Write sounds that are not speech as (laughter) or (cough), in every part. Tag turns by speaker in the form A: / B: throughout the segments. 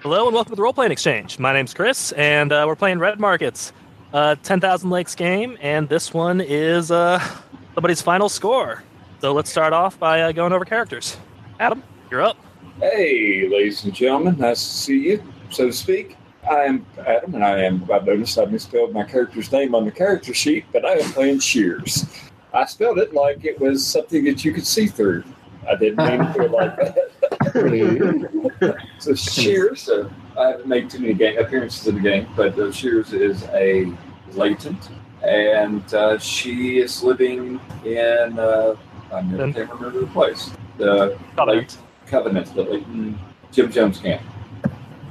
A: Hello and welcome to the Role Playing Exchange. My name's Chris, and uh, we're playing Red Markets, uh, 10,000 Lakes game, and this one is uh, somebody's final score. So let's start off by uh, going over characters. Adam, you're up.
B: Hey, ladies and gentlemen, nice to see you, so to speak. I am Adam, and I am, I noticed I misspelled my character's name on the character sheet, but I am playing Shears. I spelled it like it was something that you could see through. I didn't mean it to be like that. so
A: (laughs)
B: Shears, uh, I haven't made too many game appearances in the game, but uh, Shears is a latent, and uh, she is living in, uh, I never-
A: In-
B: can't remember the place, the
A: Covenant.
B: Covenant, the Leighton Jim Jones camp.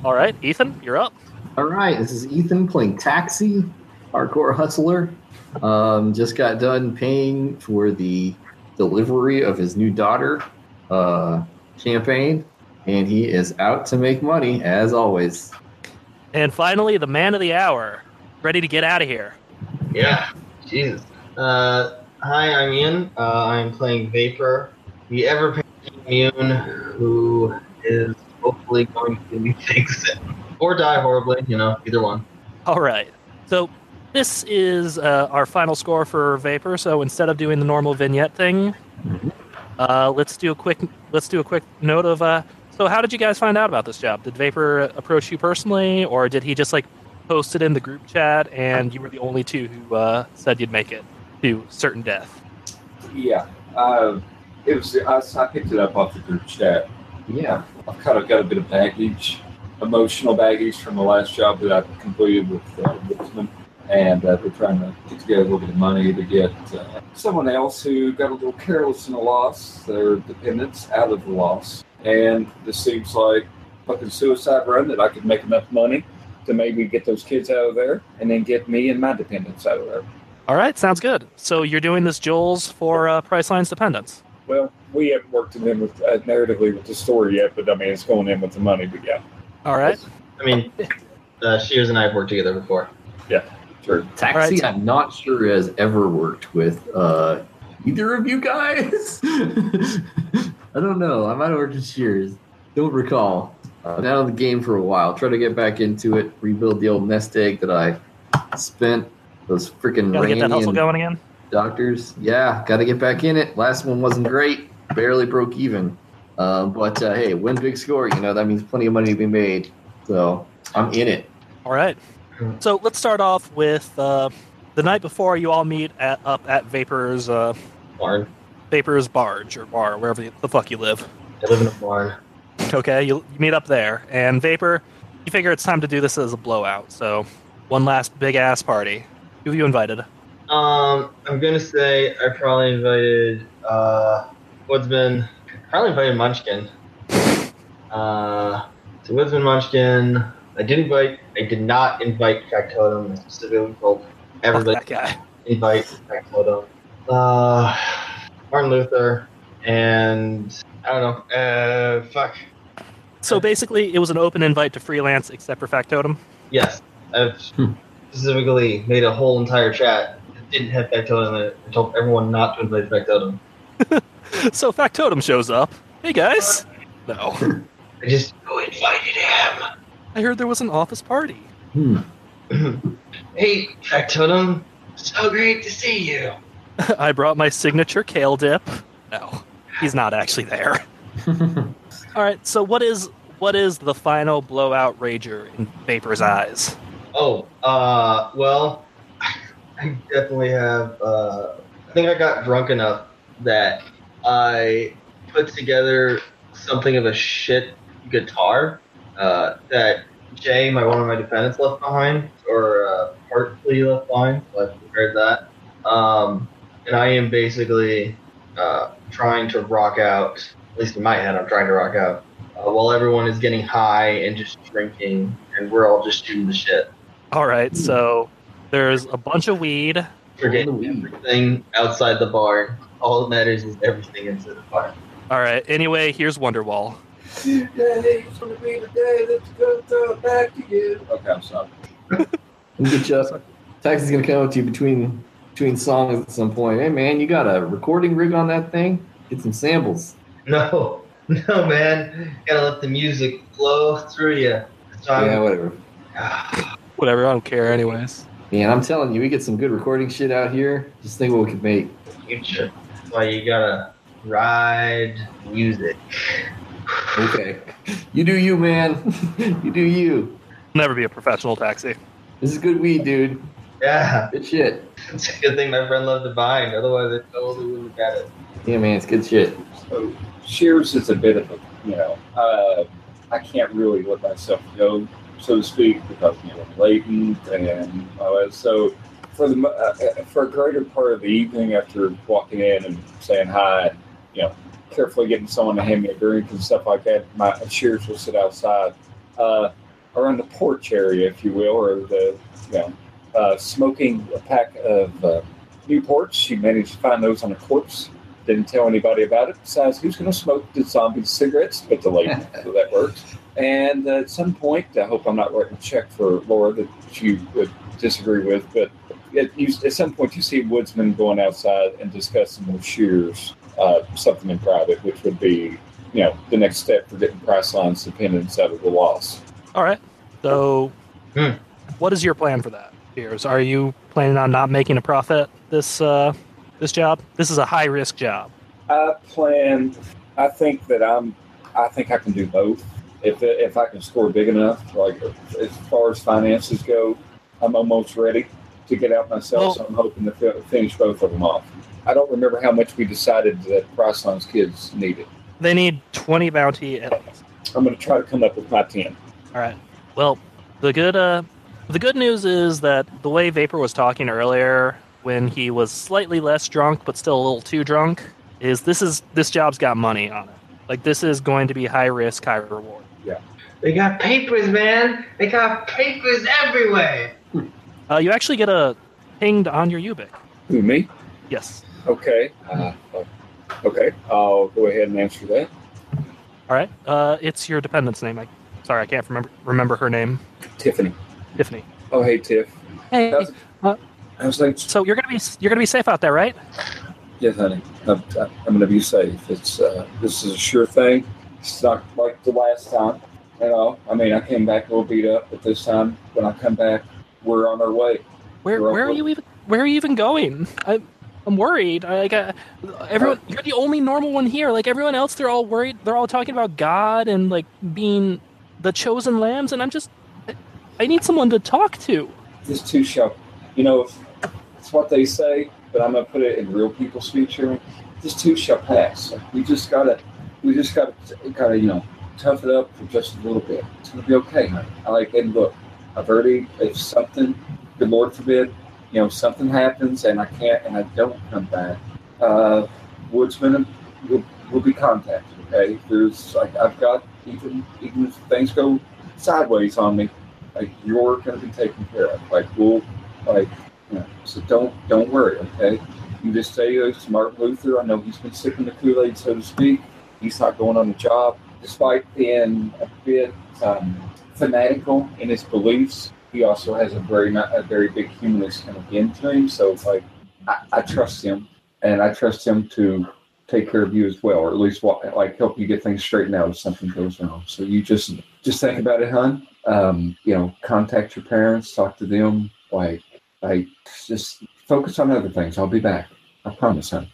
A: All right, Ethan, you're up.
C: All right, this is Ethan playing taxi, hardcore hustler. Um, just got done paying for the delivery of his new daughter, uh, champagne, and he is out to make money as always.
A: And finally, the man of the hour, ready to get out of here.
D: Yeah. Jesus. Uh, hi, I'm Ian. Uh, I'm playing Vapor, the ever immune, who is hopefully going to be (laughs) fixed or die horribly. You know, either one.
A: All right. So this is uh, our final score for Vapor. So instead of doing the normal vignette thing,
C: Mhm.
A: uh, let's do a quick let's do a quick note of. Uh, so how did you guys find out about this job? Did Vapor approach you personally, or did he just like post it in the group chat and you were the only two who uh, said you'd make it to certain death?
B: Yeah, uh, it was. I, I picked it up off the group chat.
C: Yeah,
B: I've kind of got a bit of baggage, emotional baggage from the last job that I completed with uh, Richmond, and uh, we're trying to get together a little bit of money to get uh, someone else who got a little careless in the loss, their dependents out of the loss, and this seems like fucking suicide run that I could make enough money to maybe get those kids out of there, and then get me and my dependents out of there.
A: All right, sounds good. So you're doing this Jules for uh, Priceline's dependence.
B: Well, we haven't worked it in with uh, narratively with the story yet, but I mean, it's going in with the money. But yeah,
A: All right.
D: I mean, uh, Shears and I have worked together before.
B: sure.
C: taxi.
A: All right.
C: I'm not sure has ever worked with uh, either of you guys. (laughs) I don't know. I might have worked with Shears. Don't recall. Uh, been out of the game for a while. Try to get back into it. Rebuild the old nest egg that I spent. Those freaking
A: Gotta get that
C: rainy
A: hustle
C: and
A: going again.
C: doctors. Yeah, got to get back in it. Last one wasn't great. Barely broke even. Um, but uh, hey, win big score. You know that means plenty of money to be made. So I'm in it.
A: All right.
D: Hmm.
A: So let's start off with uh, the night before you all meet at, up at Vapor's uh,
D: Barn.
A: Vapor's barge or bar, wherever the, the fuck you live. (laughs)
D: I live in a barn.
A: Okay, you, you meet up there, and Vapor, you figure it's time to do this as a blowout. So one last big ass party. Who have you invited?
D: Um, I'm gonna say I probably invited uh, Woodsman. Probably invited Munchkin. Uh, so Woodsman, Munchkin. I did invite. I did not invite Factotum. I specifically told
A: Fuck
D: everybody
A: that guy.
D: to invite Factotum. Uh, Martin Luther and I don't know. Uh, fuck.
A: So basically, it was an open invite to freelance except for Factotum. (laughs)
D: Yes, I've
C: Hmm.
D: specifically made a whole entire chat. that Didn't have Factotum. in it and told everyone not to invite Factotum.
A: So Factotum shows up. Hey guys. No.
D: I just who invited him?
A: I heard there was an office party.
C: Hmm.
D: Hey, Factotum, so great to see you.
A: (laughs) I brought my signature kale dip. No, he's not actually there. All right. So what is what is the final blowout rager in Vapor's eyes?
D: Oh, uh, well, (laughs) I definitely have. Uh, I think I got drunk enough that I put together something of a shit guitar uh, that Jay, my one of my defendants, left behind, or uh, partly left behind. So I prepared that, um, and I am basically uh, trying to rock out. At least in my head, I'm trying to rock out uh, while everyone is getting high and just drinking, and we're all just shooting the shit.
A: All right. So there's a bunch of weed.
D: Forget
C: All the weed.
D: everything outside the bar. All that matters is everything inside the bar. (laughs)
A: All right. Anyway, here's Wonderwall.
B: Today's gonna be the day that's gonna throw it back to you. Okay, I'm sorry.
C: We'll get you up. Taxi's gonna come up to you between between songs at some point. Hey man, you got a recording rig on that thing? Get some samples.
D: No, no, man. Gotta let the music flow through ah, you. So I'm,
C: yeah, whatever.
A: Whatever, I don't care, anyways.
C: Man, I'm telling you, we get some good recording shit out here. Just think what we could make.
D: future. That's why you gotta ride music.
C: Okay. You do you, man. (laughs) you do you.
A: Never be a professional taxi.
C: This is good weed, dude.
D: Yeah, (laughs)
C: Good shit.
D: it's a good thing my friend loved to bind. Otherwise, I totally wouldn't have got it.
C: Yeah, man, it's good shit.
B: So Shears is a bit of a, you know, uh, I can't really let myself go, so to speak, because you know I'm latent and uh, so for the mo- uh, uh, for a greater part of the evening after walking in and saying hi, and, you know, carefully getting someone to hand me a drink and stuff like that, my uh, Shears will sit outside uh, around the porch area, if you will, or the you know, uh, smoking a pack of uh, Newports. She managed to find those on a corpse didn't tell anybody about it. Besides, who's going to smoke the zombie cigarettes? But the lady, so that works. And uh, at some point, I hope I'm not writing a check for Laura that she would disagree with, but it, you, at some point you see Woodsman going outside and discussing with Shears uh, something in private, which would be, you know, the next step for getting price lines dependence out of the loss.
A: All right. So,
D: Hmm.
A: what is your plan for that, Piers? Are you planning on not making a profit this uh, this job? This is a high risk job.
B: I plan. I think that I'm. I think I can do both. If if I can score big enough, like as far as finances go, I'm almost ready to get out myself. so I'm hoping to fi- finish both of them off. I don't remember how much we decided that Priceline's kids needed.
A: They need twenty bounty at least.
B: I'm going to try to come up with my ten.
A: All right. Well, the good uh, the good news is that the way Vapor was talking earlier, when he was slightly less drunk but still a little too drunk, is this is this job's got money on it. Like this is going to be high risk, high reward.
D: They got papers, man. They got papers everywhere.
A: Uh, you actually get a pinged on your Ubik.
B: Who me?
A: Yes.
B: Okay. Uh, okay. I'll go ahead and answer that.
A: All right. Uh, it's your dependent's name. I, sorry, I can't remember remember her name.
B: Tiffany.
A: Tiffany.
B: Oh hey Tiff.
A: Hey.
B: How's,
A: uh,
B: how's things?
A: So you're gonna be you're gonna be safe out there, right?
B: Yes, honey. I'm, I'm going to be safe. It's uh, this is a sure thing. It's not like the last time. You know, I mean, I came back a little beat up, but this time when I come back, we're on our way.
A: Where
B: We're up-
A: where are you even where are you even going? I, I'm worried. I, like uh, everyone, you're the only normal one here. Like everyone else, they're all worried. They're all talking about God and like being the chosen lambs, and I'm just I- I need someone to talk to.
B: This too shall, you know, it's what they say, but I'm going to put it in real people speech here. This too shall pass. Like, we just gotta, we just gotta, gotta, you know, tough it up for just a little bit. It's gonna be okay, honey. I like, and look, I've already, if something, the Lord forbid, you know, something happens and I can't and I don't come back, uh, Woodsman will, will be contacted. Okay, there's like I've got even even if things go sideways on me, like you're gonna be taken care of. Like we'll like you know, so don't don't worry. Okay, you just stay as Martin Luther. I know he's been sipping the Kool Aid, so to speak. He's not going on the job, despite being a bit um, fanatical in his beliefs. He also has a very not, a very big humanist kind of end to him. So it's like I, I trust him, and I trust him to take care of you as well, or at least wa- like help you get things straightened out if something goes wrong. So you just just think about it, hon. Um, you know, contact your parents, talk to them, like like just focus on other things. I'll be back. I promise, hon.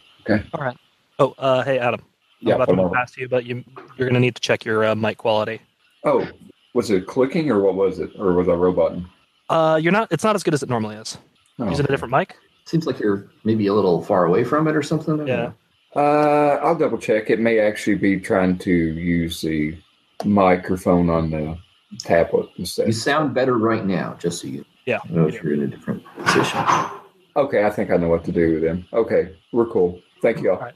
A: Oh, uh, hey Adam, I'm
B: Yeah.
A: about to
B: hold
A: move
B: on.
A: past you, but you you're gonna need to check your uh, mic quality.
B: Oh, was it clicking or what was it? Or was I roboting?
A: Uh, you're not. It's not as good as it normally is.
B: Oh.
A: Using a different mic.
C: Seems like you're maybe a little far away from it or something. I don't
A: Yeah.
C: know.
B: Uh, I'll double check. It may actually be trying to use the microphone on the tablet
C: You
B: instead.
C: sound better right now, just so you
A: Yeah.
C: know if you're in a different position.
B: Okay, I think I know what to do then. Okay, we're cool. Thank you all.
A: Okay.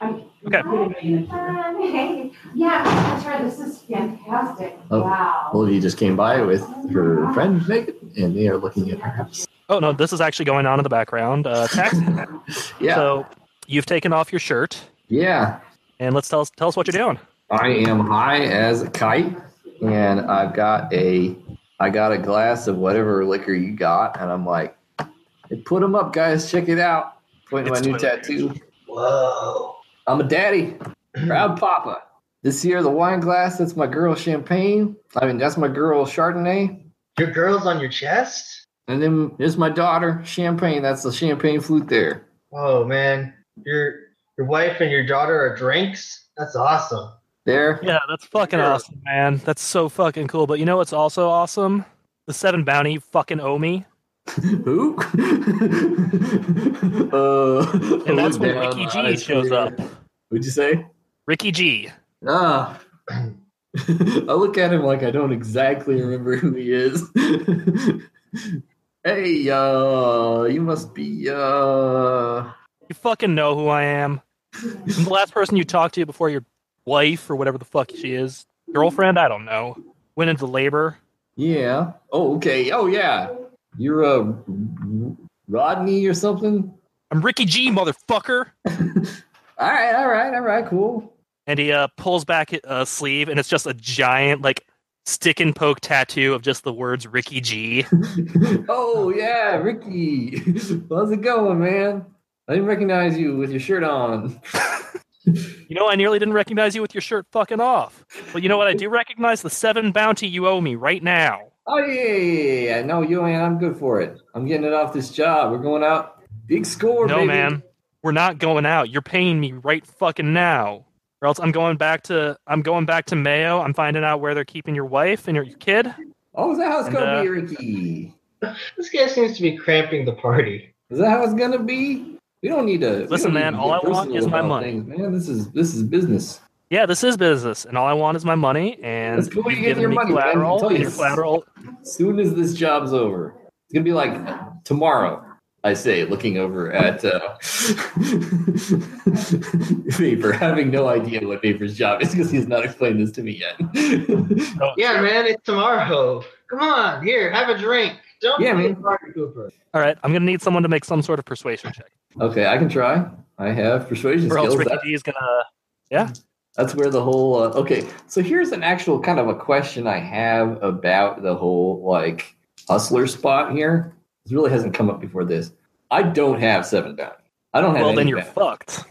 E: Okay. Yeah, that's right. This is fantastic.
C: Oh,
E: Wow.
C: Olivia just came by with her friend Megan, and they are looking at her house.
A: Oh no, this is actually going on in the background. Uh,
B: (laughs)
A: tax.
C: Yeah.
A: So you've taken off your shirt,
C: yeah.
A: and let's tell us tell us what you're doing.
C: I am high as a kite, and I've got a I got a glass of whatever liquor you got, and I'm like, hey, put them up, guys. Check it out. Point to my
A: It's
C: new
A: toilet
C: tattoo.
D: Whoa.
A: (clears throat)
C: I'm a daddy, proud papa. This here, the wine glass, that's my girl champagne. I mean, that's my girl Chardonnay.
D: Your girl's on your chest?
C: And then there's my daughter, champagne. That's the champagne flute there.
D: Whoa, Oh, man. Your your wife and your daughter are drinks? That's awesome.
C: There. (laughs)
A: Yeah, that's fucking
D: Yeah.
A: awesome, man. That's so fucking cool. But you know what's also awesome? The seven bounty you fucking owe me.
C: Who? (laughs) uh,
A: And that's when
C: down
A: Ricky G
C: eyes
A: shows
C: here.
A: up.
C: What'd you say?
A: Ricky G.
C: Ah. (laughs) I look at him like I don't exactly remember who he is. (laughs) hey, uh, you must be, uh,
A: You fucking know who I am. I'm the last person you talked to before your wife or whatever the fuck she is. Girlfriend? I don't know. Went into labor.
C: yeah. Oh, okay. Oh, yeah. You're, uh, Rodney or something?
A: I'm Ricky G, motherfucker.
C: All right, all right, all right, cool. (laughs)
A: And he uh, pulls back a uh, sleeve, and it's just a giant, like, stick and poke tattoo of just the words Ricky G.
C: oh yeah, Ricky. (laughs) How's it going, man? I didn't recognize you with your shirt on.
A: You know, I nearly didn't recognize you with your shirt fucking off. But you know what? I do recognize the seven bounty you owe me right now.
C: Oh yeah, yeah, yeah, yeah. No, you ain't. I'm good for it. I'm getting it off this job. We're going out. Big score,
A: no,
C: baby.
A: man. We're not going out. You're paying me right fucking now. Or else I'm going back to I'm going back to Mayo. I'm finding out where they're keeping your wife and your, your kid.
C: Oh, is that how it's
A: And,
C: gonna
A: uh,
C: be, Ricky?
D: This guy seems to be cramping the party.
C: Is that how it's gonna be? We don't need to we
A: Listen,
C: don't need
A: man,
C: to
A: all
C: get
A: I want
C: personal
A: is my
C: about
A: money.
C: things, man, this is this is business.
A: Yeah, this is business, and all I want is my money. And
C: That's cool, you
A: you've
C: get
A: given
C: your
A: me
C: money, man. I'm
A: collateral.
C: telling
A: and
C: you.
A: your collateral.
C: Soon as this job's over, it's gonna be like tomorrow. I say, looking over at uh, (laughs) Vapor, having no idea what Vapor's job is because he's not explained this to me yet. (laughs)
D: Yeah, man, it's tomorrow. Come on, here, have a drink. Don't
C: Yeah,
D: be a
C: man.
D: party pooper.
A: All right, I'm gonna need someone to make some sort of persuasion check,
C: okay, I can try. I have persuasion
A: or else
C: skills.
A: Ricky
C: That-
A: D is gonna.
C: that's where the whole. Uh, okay, so here's an actual kind of a question I have about the whole like hustler spot here. This really hasn't come up before this. I don't have seven bounty. I don't have.
A: Well, then
C: any
A: you're
C: bounty.
A: fucked.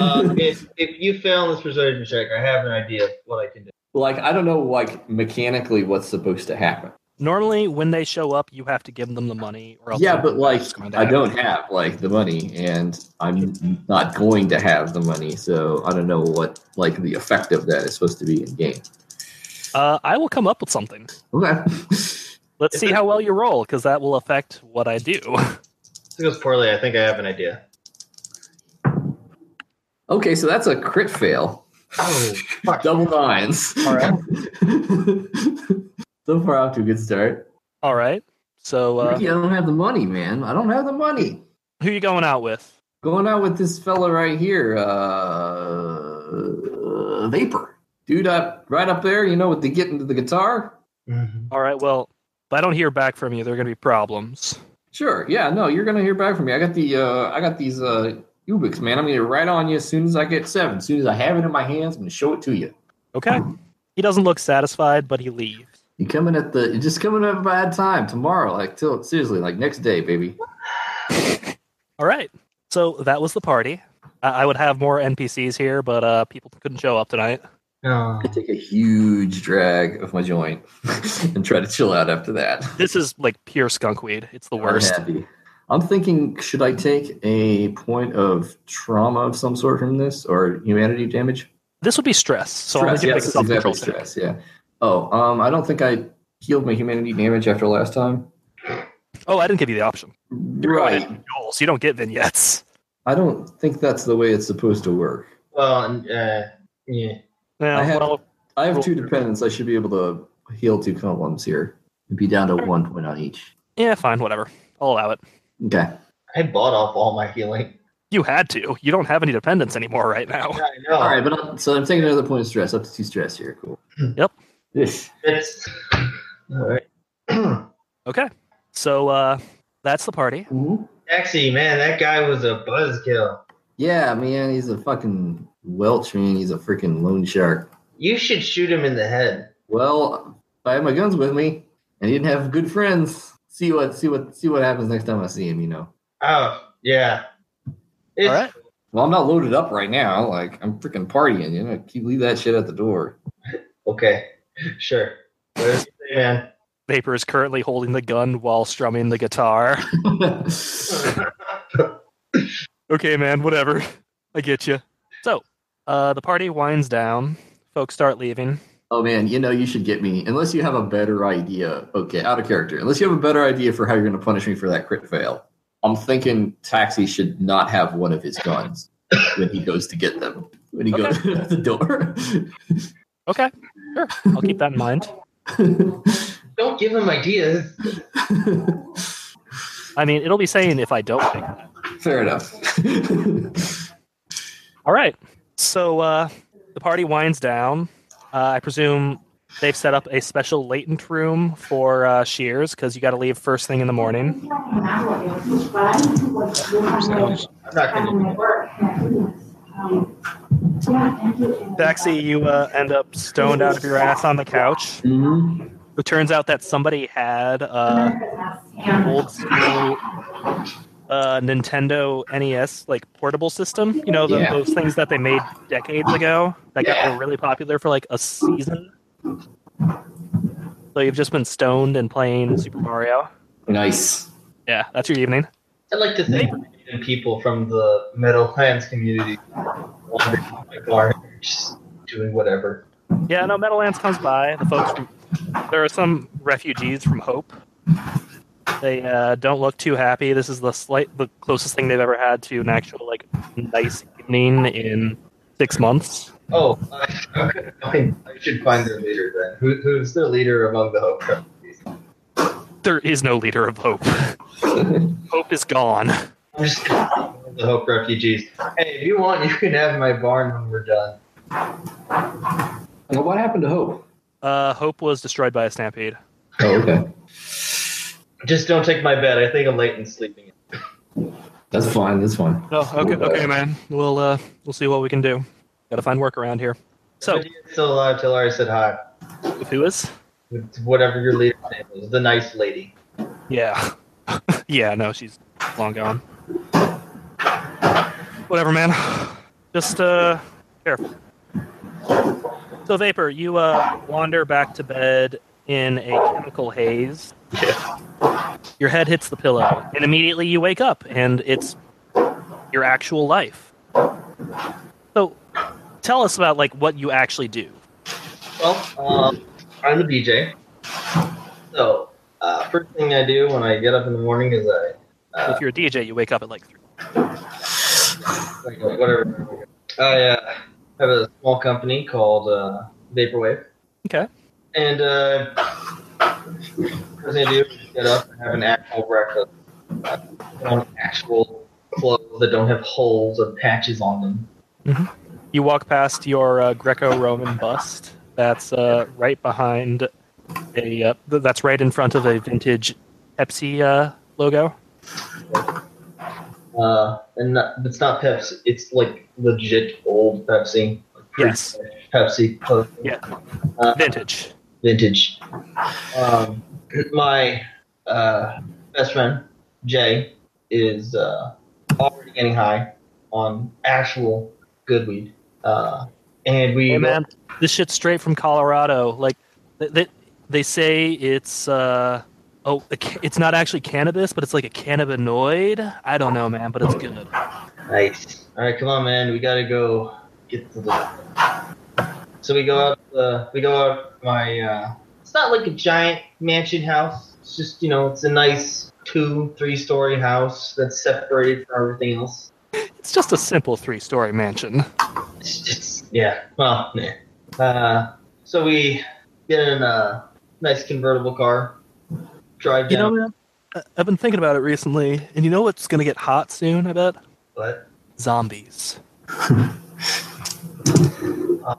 D: Uh, (laughs) if, if you fail this persuasion check, I have an idea of what I can do.
C: (laughs) like I don't know like mechanically what's supposed to happen.
A: Normally, when they show up, you have to give them the money, or else
C: Yeah,
A: they're
C: but like
A: going to
C: I
A: happen.
C: don't have like the money, and I'm not going to have the money, so I don't know what like the effect of that is supposed to be in game.
A: Uh, I will come up with something.
C: Okay, (laughs)
A: Let's
D: Is
A: see
D: it-
A: how well you roll, because that will affect what I do. (laughs)
D: If it goes poorly, I think I have an idea.
C: okay, so that's a crit fail,
D: Oh, fuck.
C: double nines.
A: All right.
C: (laughs) so far off to a good start.
A: All right. So, uh,
C: Ricky, I don't have the money, man. I don't have the money.
A: who you going out with?
C: Going out with this fella right here, uh, Vapor. Dude up right up there, you know, with the getting to the guitar.
D: Mhm.
A: All right. Well, if I don't hear back from you, there are going to be problems.
C: Sure. Yeah. No, you're gonna hear back from me. I got the uh, I got these uh, Ubix, man. I'm gonna get right on you as soon as I get seven. As soon as I have it in my hands, I'm gonna show it to you.
A: Okay. He doesn't look satisfied, but he leaves.
C: You coming at the? You're just coming at a bad time tomorrow. Like till seriously, like next day, baby.
A: All right. So that was the party. I, I would have more NPCs here, but uh, people couldn't show up tonight.
D: No.
C: I take a huge drag of my joint (laughs) and try to chill out after that.
A: This is like pure skunk weed. It's
C: Oh,
A: the worst.
C: I'm, happy. I'm thinking, should I take a point of trauma of some sort from this or humanity damage?
A: This would be stress. So I'm going
C: stress,
A: to make
C: yes,
A: a
C: it's
A: self control
C: exactly stress. Yeah. Oh, um, I don't think I healed my humanity damage after last time.
A: Oh, I didn't give you the option.
C: Right.
A: Goals. You don't get vignettes.
C: I don't think that's the way it's supposed to work.
D: Well, and, uh, yeah.
A: Yeah,
C: I have-
A: well,
C: I have
A: Cool.
C: two dependents. I should be able to heal two columns here and be down to one point on each.
A: yeah, fine, whatever. I'll allow it.
C: Okay.
D: I bought off all my healing.
A: You had to. You don't have any dependents anymore right now.
D: Yeah, I know.
C: All right, but I'm, so I'm taking another point of stress, up to two stress here. Cool.
A: Yep.
C: Yes.
D: It's, (laughs) all right. (clears throat)
A: Okay. So uh, that's the party.
C: Mhm.
D: Taxi, man, that guy was a buzzkill.
C: Yeah, man, he's a fucking welch, man. He's a freaking loan shark.
D: You should shoot him in the head.
C: Well, I had my guns with me, and he didn't have good friends. See what see what see what happens next time I see him. You know.
D: Oh, yeah. It's,
A: All right.
C: Well, I'm not loaded up right now. Like I'm freaking partying. You know, keep leave that shit at the door.
D: Okay, sure. Whatever you say, man.
A: Vapor is currently holding the gun while strumming the guitar. (laughs) okay, man, whatever. I get you. So, uh, the party winds down. Folks start leaving.
C: oh man, you know you should get me unless you have a better idea. Okay, out of character. Unless you have a better idea for how you're going to punish me for that crit fail. I'm thinking Taxi should not have one of his guns when he goes to get them. When he goes (laughs) to the door.
A: Okay, sure. I'll keep that in mind.
D: Don't give him ideas.
A: I mean, it'll be saying if I don't think.
C: Fair enough.
A: All right. So uh, the party winds down. Uh, I presume they've set up a special latent room for uh, Shears because you got to leave first thing in the morning.
D: I'm not gonna. do
A: Taxi, you uh, end up stoned out of your ass on the couch.
C: Mhm.
A: It turns out that somebody had uh, an old school uh, Nintendo NES like portable system. You know the,
C: Yeah.
A: those things that they made decades ago that
D: Yeah.
A: got were really popular for like a season. So you've just been stoned and playing Super Mario.
C: Nice.
A: Yeah, that's your evening.
D: I'd like to thank people from the Meadowlands community. Wandering in my car, just doing whatever.
A: Yeah, no, Meadowlands comes by. The folks from there are some refugees from Hope. They uh, don't look too happy. This is the slight, the closest thing they've ever had to an actual like nice evening in six months.
D: Oh, I, I could find- I should find their leader then. Who, who's the leader among the Hope Trustees?
A: There is no leader of Hope. Hope is gone.
D: I'm just gonna call the Hope refugees. Hey, if you want, you can have my barn when we're done.
C: Well, what happened to Hope?
A: Uh, Hope was destroyed by a stampede.
C: Oh, okay.
D: Just don't take my bed. I think I'm late in sleeping.
C: That's fine. That's fine.
A: No, Oh, okay, okay, man. We'll uh, we'll see what we can do. Got to find work around here. So,
D: Lydia's still alive till Ari said hi.
A: who is?
D: With whatever your leader's name is, the nice lady.
A: Yeah. (laughs) yeah, no, she's long gone. Whatever, man. Just uh careful. So Vapor, you uh wander back to bed in a chemical haze. Your head hits the pillow, and immediately you wake up and it's your actual life. So tell us about like what you actually do.
D: Well, um, I'm a DJ. So, uh, first thing I do when I get up in the morning is I, uh,
A: If you're a DJ, you wake up at like three.
D: like, whatever. I uh, have a small company called uh, Vaporwave.
A: Okay.
D: And uh, first thing I do is get up and have an actual breakfast. I put on actual clothes that don't have holes or patches on them.
A: You walk past your uh, Greco-Roman bust. That's uh, right behind a. Uh, th- that's right in front of a vintage Pepsi uh, logo.
D: Uh, and not, it's not Pepsi. It's like legit old Pepsi. Like pre-
A: Yes.
D: Pepsi. Coke.
A: Yeah.
D: Uh,
A: Vintage.
D: vintage. Um, my uh, best friend Jay is uh, already getting high on actual good weed, uh, and we
A: Hey man, this shit's straight from Colorado. Like, th- th- they say it's. Uh, oh, a ca- it's not actually cannabis, but it's like a cannabinoid. I don't know, man, but it's good.
D: nice. All right, come on, man, we gotta go get to the. So we go out. Uh, we go out. My uh, it's not like a giant mansion house. It's just you know, it's a nice two, three story house that's separated from everything else.
A: It's just a simple three-story mansion.
D: It's just- yeah. Well, yeah. Uh, so we get in a nice convertible car, drive down.
A: You know, man, I- I've been thinking about it recently, and you know what's gonna get hot soon? I bet
D: but
A: zombies.
D: uh,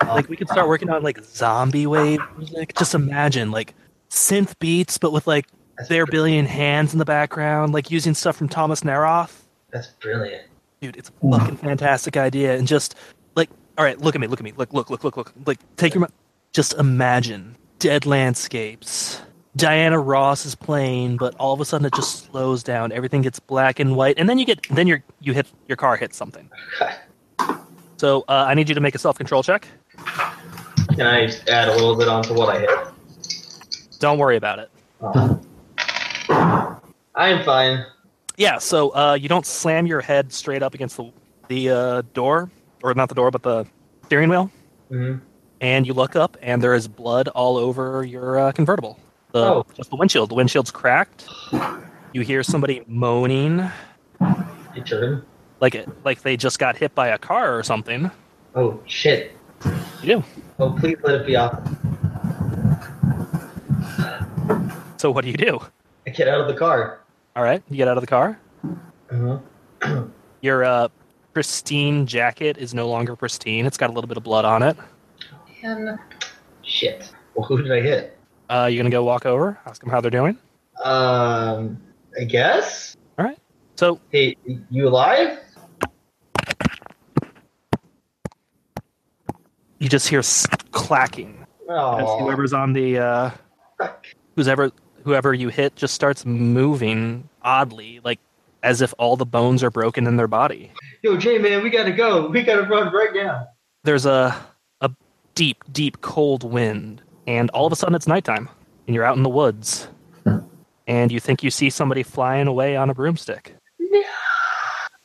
A: like we could start working on like zombie wave music. Just imagine like synth beats, but with like
D: that's,
A: their
D: br-
A: billion hands in the background, like using stuff from Thomas Naroff.
D: that's brilliant.
A: Dude, it's a fucking fantastic idea. And just like, all right, look at me, look at me, look, look, look, look, look. Like, take your mi- just imagine dead landscapes, Diana Ross is playing, but all of a sudden it just slows down. Everything gets black and white, and then you get then your you hit your car hits something. So uh, I need you to make a self control check.
D: Can I just add a little bit onto what I hit?
A: Don't worry about it.
D: Oh. I am fine.
A: Yeah, so uh, you don't slam your head straight up against the the uh, door, or not the door, but the steering wheel,
D: hmm
A: and you look up, and there is blood all over your uh, convertible. The,
D: Oh.
A: Just the windshield. The windshield's cracked. You hear somebody moaning,
D: You turn.
A: like it, like they just got hit by a car or something.
D: Oh shit.
A: You do.
D: Oh please let it be off.
A: So what do you do?
D: I get out of the car.
A: All right, you get out of the car.
D: Uh-huh.
A: Your uh, pristine jacket is no longer pristine. It's got a little bit of blood on it.
D: And shit. Well, who did I hit?
A: Uh, you're gonna go walk over, ask them how they're doing.
D: Um, I guess.
A: So
D: Hey, you alive?
A: you just hear s- clacking. as
D: Oh,
A: whoever's on the uh,
D: fuck.
A: who's ever whoever you hit just starts moving oddly, like as if all the bones are broken in their body.
D: Yo, Jay, man, we gotta go. We gotta run right now.
A: There's a a deep, deep cold wind, and all of a sudden it's nighttime, and you're out in the woods, and you think you see somebody flying away on a broomstick.
D: No.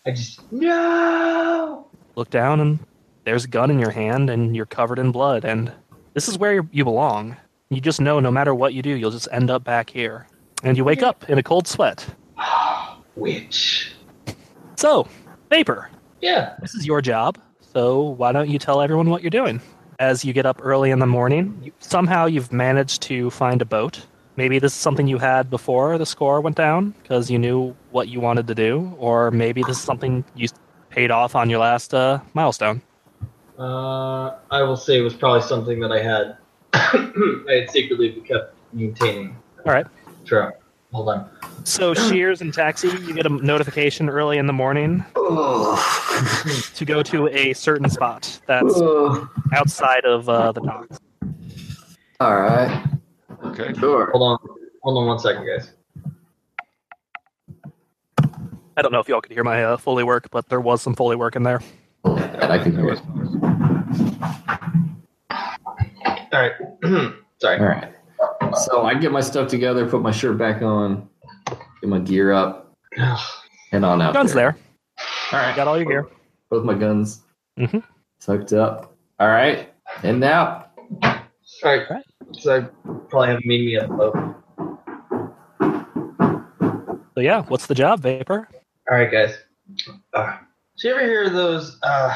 D: I just no.
A: Look down, and there's a gun in your hand, and you're covered in blood. And this is where you- you belong. You just know no matter what you do, you'll just end up back here. And you wake up in a cold sweat.
D: Witch.
A: So, Vapor,
D: Yeah.
A: this is your job. So why don't you tell everyone what you're doing? As you get up early in the morning, you, somehow you've managed to find a boat. Maybe this is something you had before the score went down because you knew what you wanted to do, or maybe this is something you paid off on your last uh, milestone.
D: Uh, I will say it was probably something that I had. (coughs) I had secretly kept maintaining.
A: All right.
D: True. Hold on.
A: So Shears and Taxi, you get a notification early in the morning
C: Oh.
A: to go to a certain spot that's
C: Oh.
A: outside of uh, the docks.
C: All right.
F: Okay.
C: Sure.
D: Hold on. Hold on one second, guys.
A: I don't know if y'all could hear my uh, Foley work, but there was some Foley work in there.
C: And I can
F: That
C: do
F: was
C: it.
F: nice.
D: All right. (clears throat) Sorry.
C: All right. So I get my stuff together, put my shirt back on, get my gear up, and on out.
A: Gun's there.
C: All
A: You
C: right.
A: got all your gear.
C: Both my guns
A: Mhm.
C: tucked up. All right. And now.
D: All right.
A: All right.
D: So I probably have meet me at the boat. All
A: So yeah, what's the job, Vapor?
D: right, guys. Uh, so you ever hear those uh,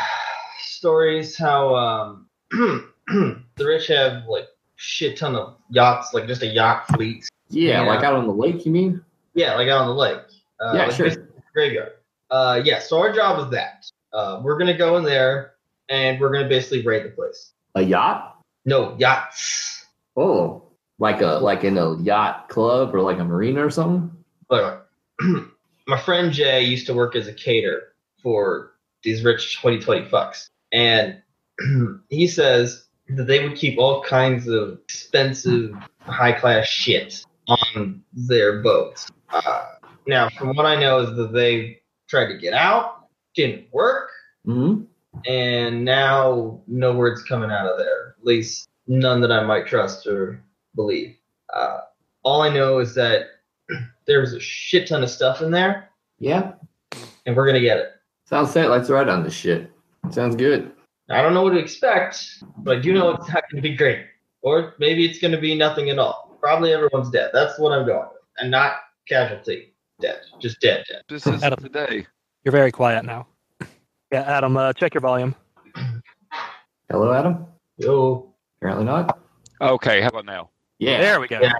D: stories how um, (clears throat) the rich have like shit ton of yachts, like just a yacht fleet?
C: Yeah,
D: Yeah.
C: like out on the lake, you mean?
D: Yeah, like out on the lake. Uh,
C: yeah,
D: like
C: sure.
D: basically a Graveyard. Uh, yeah. So our job is that uh, we're gonna go in there and we're gonna basically raid the place.
C: A yacht?
D: No yachts.
C: Oh, like a like in a yacht club or like a marina or something?
D: But (clears throat) my friend Jay used to work as a caterer for these rich 2020 fucks. And (clears throat) he says that they would keep all kinds of expensive, high class shit on their boats. Uh, now, from what I know, is that they tried to get out, didn't work,
C: hmm
D: and now no word's coming out of there. At least none that I might trust or believe. Uh, all I know is that (clears throat) there's a shit ton of stuff in there,
C: Yeah.
D: and we're gonna get it.
C: Sounds set. Let's ride on this shit. Sounds good.
D: I don't know what to expect, but I do know it's not gonna be great, or maybe it's gonna be nothing at all. Probably everyone's dead. That's what I'm going with, and not casualty dead, just dead, dead.
F: This is
A: Adam.
F: today.
A: You're very quiet now. Yeah, Adam, uh, check your volume.
C: Hello, Adam.
D: Yo,
C: Apparently not.
F: Okay. How about now?
C: Yeah.
A: There we go.
D: Yeah.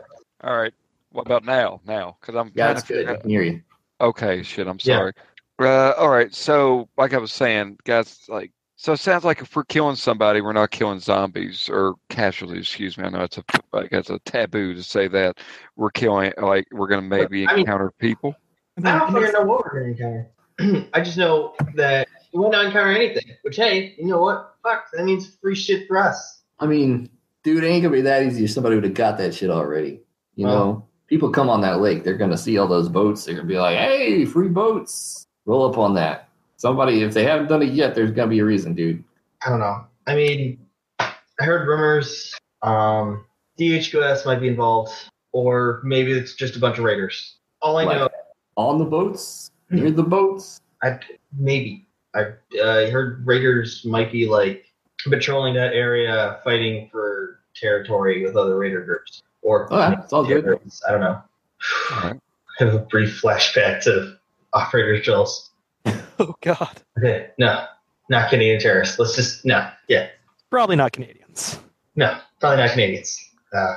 F: All right. What about now? Now, because I'm
C: Yeah,
F: trying
C: it's
F: to
C: good.
F: figure
C: I
F: out-
C: can hear you.
F: Okay, shit. I'm
D: Yeah.
F: sorry. Uh, all right. So, like I was saying, guys, like, so it sounds like if we're killing somebody, we're not killing zombies or casualties. Excuse me. I know it's a like it's a taboo to say that we're killing. Like, we're gonna maybe
D: I mean-
F: encounter people. (laughs)
D: I don't fucking know what we're gonna encounter. (clears throat) I just know that we might not encounter anything. Which hey, you know what? Fuck, that means free shit for us.
C: I mean, dude, it ain't gonna be that easy if somebody would have got that shit already. You
D: Well-
C: know, people come on that lake, they're going to see all those boats. They're going to be like, hey, free boats. Roll up on that. Somebody, if they haven't done it yet, there's going to be a reason, dude.
D: I don't know. I mean, I heard rumors um, DHQS might be involved, or maybe it's just a bunch of raiders. All I
C: Like-
D: know,
C: On the boats, near the boats.
D: I maybe I uh, heard raiders might be like patrolling that area, fighting for territory with other raider groups, or
C: All right, it's all good.
D: terrorists. I don't know.
F: Alright.
D: (sighs) I have a brief flashback to Operator Jules.
A: (laughs) Oh God,
D: Okay, no, not Canadian terrorists. Let's just no, yeah,
A: probably not Canadians.
D: no, probably not Canadians. Uh,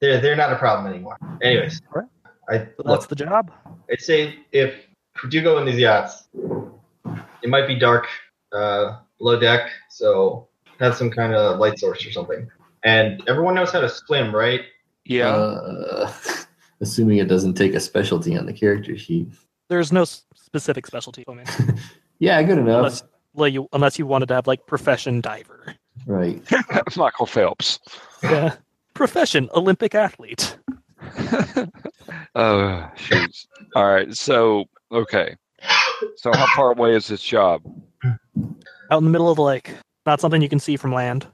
D: they're they're not a problem anymore. Anyways,
A: All right.
D: I
A: So that's
D: look,
A: the job.
D: I'd say if we do go in these yachts, it might be dark, uh, low deck, so have some kind of light source or something. And everyone knows how to swim, right?
F: Yeah.
C: Uh, (laughs) assuming it doesn't take a specialty on the character sheet.
A: There's no s- specific specialty. (laughs) I mean,
C: Yeah, good enough.
A: unless, like you, unless you wanted to have like profession (laughs) diver,
C: Right.
F: Michael Phelps.
A: yeah. profession Olympic athlete.
F: Oh, shoot. All right. So, okay. So, how far away is this job?
A: Out in the middle of the lake, not something you can see from land.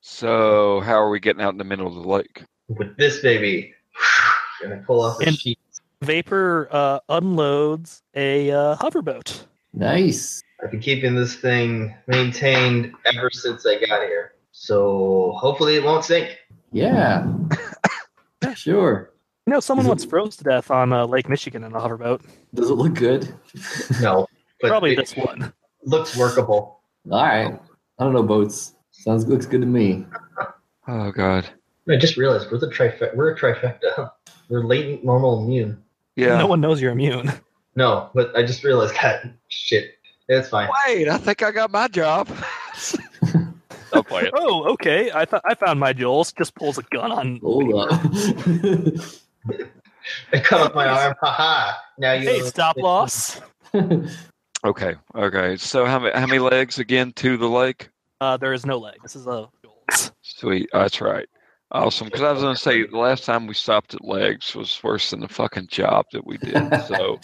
F: So, how are we getting out in the middle of the lake?
D: With this baby, (sighs) and I pull off the
A: And-
D: sheet.
A: Vapor uh, unloads a uh, hoverboat.
C: Nice.
D: I've been keeping this thing maintained ever since I got here. So hopefully it won't
A: (laughs)
D: sink.
C: Yeah. sure.
A: You know, someone
C: Is it-
A: once froze to death on uh, Lake Michigan in a hoverboat.
C: Does it look good?
D: No, but
A: Probably
D: it
A: this one.
D: looks workable.
C: All right. I don't know boats. Sounds looks good to me.
F: Oh, God.
D: I just realized we're the trifecta. We're a trifecta. We're latent, normal, immune.
F: Yeah.
A: No one knows you're immune.
D: No, but I just realized (laughs) that shit. It's fine.
F: Wait, I think I got my job. (laughs) I'll play it.
A: Oh, okay. I thought I found my Jules. Just pulls a gun on.
C: Hold up.
D: I cut
A: (laughs)
D: off my arm. Haha. Now you.
C: uh,
A: Hey,
C: (laughs)
A: stop loss.
F: Okay. Okay. So, how, ma- how many legs again to the lake?
A: Uh, there is no leg. This is a Jules.
F: Sweet. That's right. Awesome. Because I was going to say, the last time we stopped at legs was worse than the fucking job that we
C: (laughs)
F: did. (laughs) So,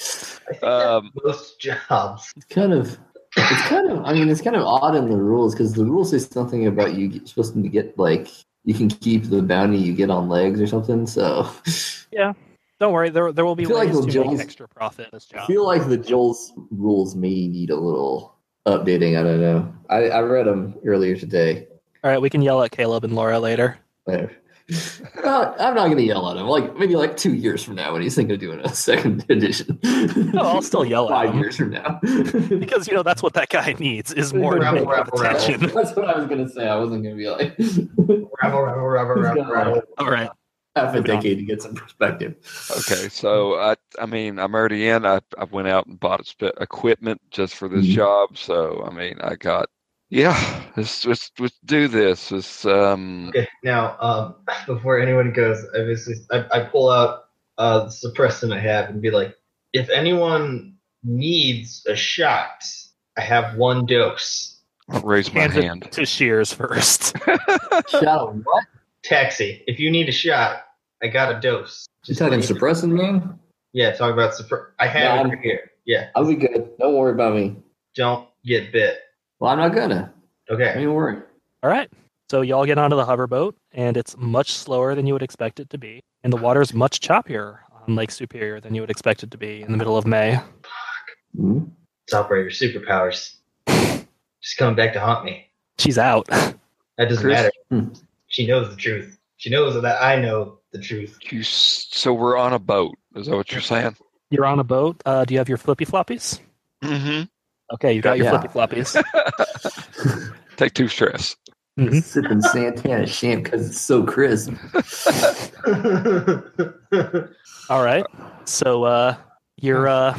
D: I think that's
F: um,
D: (laughs) most jobs.
C: It's kind of it's kind of i mean it's kind of odd in the rules because the rules say something about you get, supposed to get like you can keep the bounty you get on legs or something so
A: Don't worry. There there will be
C: I feel like
A: ways
C: the
A: to
C: Jules-
A: make extra profit. in This
C: i
A: job.
C: feel like the joel's rules may need a little updating i don't know i, I read them earlier today
A: All right, we can yell at Caleb and Laura (laughs) later.
C: Uh, i'm not going to yell at him like maybe like two years from now when he's thinking of doing a (laughs) second edition
A: No, Oh, I'll still yell at
C: five
A: him
C: years from now (laughs)
A: because you know that's what that guy needs is more
D: Rabble,
A: negative
D: rabble, rabble.
A: attention. (laughs)
C: (laughs) that's what i was going to say i wasn't going to be like (laughs)
D: Rabble, rabble, rabble, rabble, rabble.
A: All right.
C: half a
A: Moving on.
C: decade to get some perspective (laughs)
F: Okay, so I I mean I'm already in. I I went out and bought spe- equipment just for this
C: Mhm.
F: job. So I mean I got yeah. Let's let's, let's do this. It's um
D: Okay, now um, before anyone goes, I basically I, I pull out uh, the suppressant I have and be like, if anyone needs a shot, I have one dose.
F: I'll raise my
A: Hands it
F: hand.
A: to Shears first. (laughs)
C: Shadow, what?
D: Taxi, if you need a shot, I got a dose.
C: You talking suppressing man?
D: Yeah, talk about suppress. I
C: Yeah,
D: have
C: I'm-
D: it right here. Yeah,
C: I'll be good. Don't worry about me.
D: don't get bit.
C: Well, I'm not gonna. Don't
D: Okay,
C: even worry.
A: All right. So y'all get onto the hoverboat, and it's much slower than you would expect it to be, and the water's much choppier on Lake Superior than you would expect it to be in the middle of May.
C: Mhm.
D: it's operator superpowers. Just coming back to haunt me.
A: She's out. (laughs)
D: That doesn't
F: Chris-
D: matter.
C: Hmm.
D: She knows the truth. She knows that I know the truth.
F: You s- so we're on a boat. Is that what you're saying?
A: You're on a boat. Uh, do you have your flippy floppies?
F: Mm-hmm.
A: Okay, you got your
C: Yeah.
A: flippy floppies.
F: Take two stress.
A: Mhm.
C: Sipping Santana champ because it's so crisp.
A: All right. So uh, you're uh,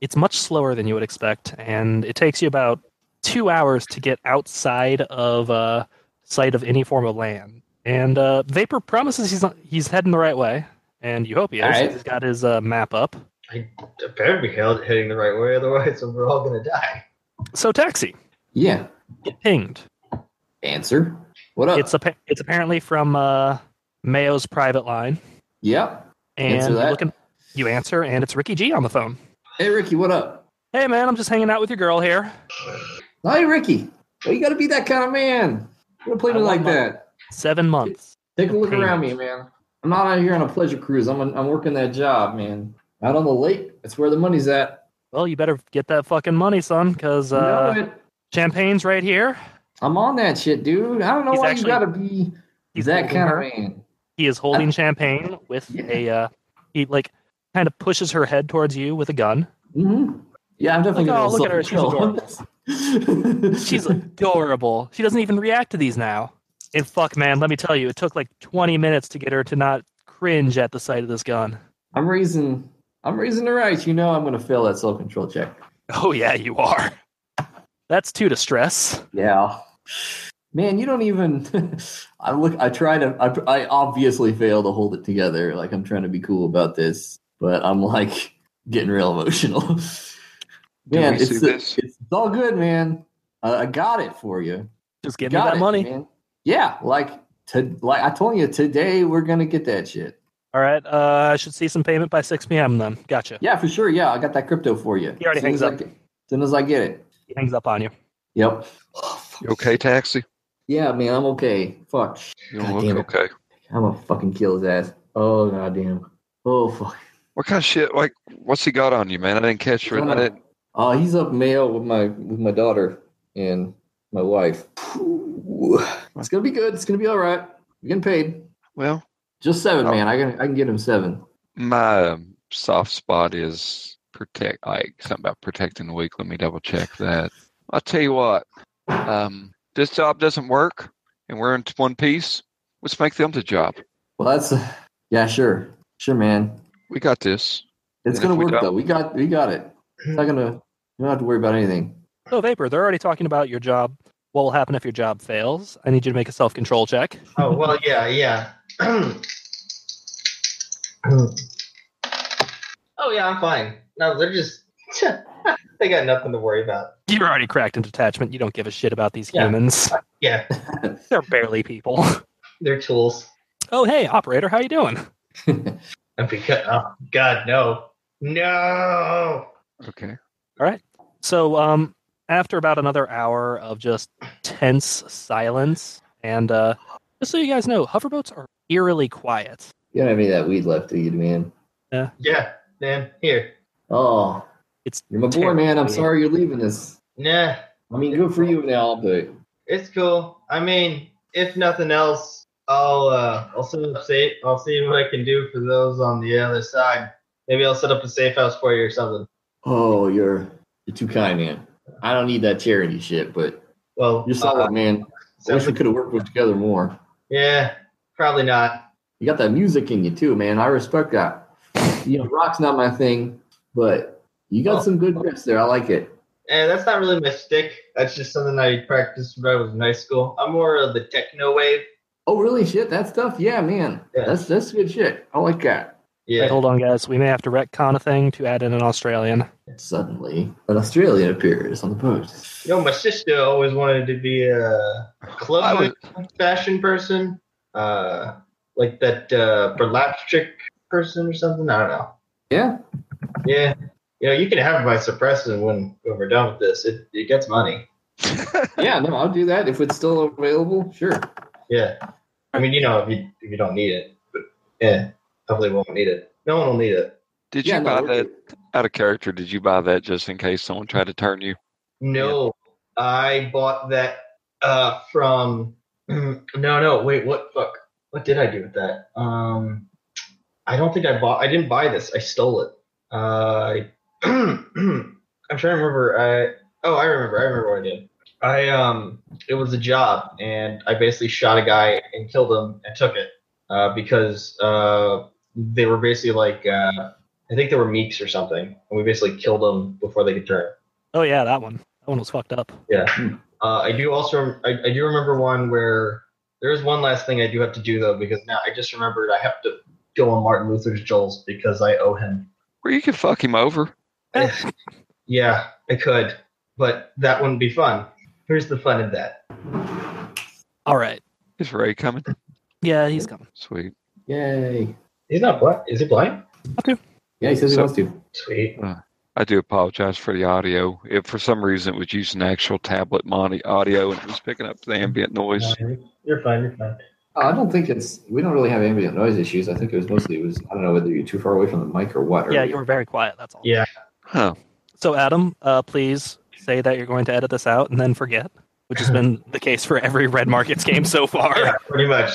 A: it's much slower than you would expect, and it takes you about two hours to get outside of uh, sight of any form of land. And uh, Vapor promises he's not, he's heading the right way, and you hope he is.
C: All right.
A: He's got his uh, map up.
D: I better be held heading the right way, otherwise (laughs) we're all gonna die.
A: So taxi
C: Yeah.
A: get pinged.
C: Answer. What up?
A: It's appa- it's apparently from uh, Mayo's private line,
C: Yep.
A: and
C: Answer
A: you
C: that.
A: look in- you answer, and it's Ricky G on the phone.
C: Hey, Ricky, what up?
A: Hey man, I'm just hanging out with your girl here.
C: Hi, Ricky. Well, you got to be that kind of man. You don't play
A: I
C: me
A: want
C: like
A: my-
C: that.
A: Seven months.
C: Take a look
A: Hey.
C: around me, man. I'm not out here on a pleasure cruise. I'm, I'm working that job, man. Out on the lake. That's where the money's at.
A: Well, you better get that fucking money, son, because
C: You know
A: uh,
C: it.
A: champagne's right here.
C: I'm on that shit, dude. I don't know
A: He's
C: why
A: actually-
C: you got to be
A: He's
C: that
A: holding
C: kind
A: her.
C: of man.
A: He is holding champagne with
C: Ah. Yeah.
A: a. Uh, he like kind of pushes her head towards you with a gun.
C: hmm Yeah, I'm definitely
A: Look,
C: gonna
A: oh, look at her.
C: self-control.
A: She's adorable. She doesn't even react to these now. And fuck, man, let me tell you, it took like 20 minutes to get her to not cringe at the sight of this gun.
C: (laughs)
A: (laughs)
C: I'm raising. I'm raising the right. You know, I'm gonna fail that self-control check.
A: Oh yeah, you are. That's two to stress.
C: Yeah. Man, you don't even. (laughs) I look. I try to. I, I obviously fail to hold it together. Like I'm trying to be cool about this, but I'm like (laughs) getting real emotional. (laughs) man,
F: we
C: it's,
F: see
C: the-
F: this?
C: it's it's all good, man. Uh, I got it for you.
A: Just give me
C: got
A: that
C: it,
A: money.
C: man. Yeah, like to like I told you today we're gonna get that shit.
A: All right, uh, I should see some payment by 6 p.m. Then, gotcha.
C: Yeah, for sure. Yeah, I got that crypto for you.
A: He already
C: As soon
A: hangs
C: as I
A: up.
C: get- As soon as I get it.
A: He hangs up on you.
C: Yep.
F: You okay, taxi?
C: Yeah, man, I'm okay. Fuck.
F: You don't
C: God
F: look
C: damn it.
F: okay.
C: I'm gonna fucking kill his ass. Oh goddamn. Oh fuck.
F: What kind of shit? Like, what's he got on you, man? I didn't catch it. I didn't.
C: Uh, he's up mail with my with my daughter and my wife. It's gonna be good. It's gonna be all right. You're getting paid.
F: Well,
C: Just seven,
F: Oh.
C: man. I can I can get him seven.
F: my um, soft spot is protect. Like something about protecting the weak. Let me double check that. I'll tell you what. Um, this job doesn't work, and we're in one piece. Let's make them the job.
C: Well, that's yeah, sure, sure, man.
F: We got this.
C: It's
F: And if
C: gonna
F: we
C: work
F: don't-
C: though. We got we got it. It's not gonna. You don't have to worry about anything.
A: So, Vapor, they're already talking about your job. What will happen if your job fails? I need you to make a self control check.
D: Oh (laughs) well, yeah, (clears throat) yeah. oh yeah, I'm fine. No, they're just (laughs) they got nothing to worry about.
A: You're already cracked in detachment. You don't give a shit about these
D: Yeah.
A: humans.
D: Yeah,
A: (laughs) They're barely people.
D: they're tools.
A: Oh, hey, operator, how you doing?
D: And because, oh God, no, no.
F: Okay.
A: So, um, after about another hour of just tense silence, and uh, just so you guys know, hoverboats are eerily quiet.
C: You don't have any of that weed left, do you, man?
D: Yeah, man, here.
C: Oh,
A: It's
C: you're my boy,
A: terrible,
C: man. I'm
A: man.
C: sorry you're leaving us.
D: Nah,
C: I mean, good for you now, but
D: it's cool. I mean, if nothing else, I'll uh, I'll set up safe. I'll see what I can do for those on the other side. Maybe I'll set up a safe house for you or something.
C: oh, you're you're too kind, man. I don't need that charity shit, but
D: Well, uh,
C: you're solid, man. I wish we could have worked with together more.
D: Yeah, probably not.
C: You got that music in you too, man. I respect that. You know, rock's not my thing, but you got some good grips there. I like it.
D: And Eh, that's not really my stick. That's just something I practiced when I was in high school. I'm more of the techno wave.
C: Oh, really? Shit, that stuff? Yeah, man.
D: Yeah.
C: That's that's good shit. I like that.
A: Wait,
D: Yeah.
A: hold on, guys. We may have to retcon a thing to add in an Australian.
C: Suddenly, an Australian appears on the boat.
D: Yo, my sister always wanted to be a
F: I
D: club
F: was-
D: fashion person, uh, like that uh, burlap trick person or something. I don't know.
C: Yeah,
D: Yeah. You know, you can have it by suppressing when, when we're done with this. It, it gets money.
C: yeah. No, I'll do that if it's still available. Sure.
D: Yeah. I mean, you know, if you, if you don't need it. But yeah, hopefully we won't need it. No one will need it.
F: Did
C: yeah,
F: you
C: no,
F: buy
C: we're
F: that out of character? Did you buy that just in case someone tried to turn you?
D: No, I bought that uh, from. (clears throat) no, no, wait, what? Fuck, what did I do with that? Um, I don't think I bought. I didn't buy this. I stole it. Uh, (clears throat) I, I'm trying to remember. I oh, I remember. I remember what I did. I um, it was a job, and I basically shot a guy and killed him and took it uh, because uh, they were basically like uh, I think they were meeks or something, and we basically killed them before they could turn.
A: Oh yeah, that one. That one was fucked up.
D: Uh, I do also I, I do remember one where there is one last thing I do have to do though because now I just remembered I have to go on Martin Luther's Joel's because I owe him.
F: Or you could fuck him over.
D: (laughs) Yeah, I could, but that wouldn't be fun. Here's the fun in that.
A: All right.
F: Is Ray coming?
A: Yeah, he's coming.
F: Sweet.
C: Yay.
D: He's not blind. Is he blind?
C: Yeah, he says he
F: So-
C: wants to.
D: Sweet.
F: I do apologize for the audio. If for some reason it was using actual tablet moni- audio and it was picking up the ambient noise.
D: You're fine. You're fine.
C: Oh, I don't think it's. We don't really have ambient noise issues. I think it was mostly it was. I don't know whether you're too far away from the mic or what. Or
A: Yeah, you were very quiet. That's all.
D: Yeah.
F: Huh.
A: So, Adam, uh, please say that you're going to edit this out and then forget, which has been the case for every Red Markets game so far.
D: Yeah, pretty much.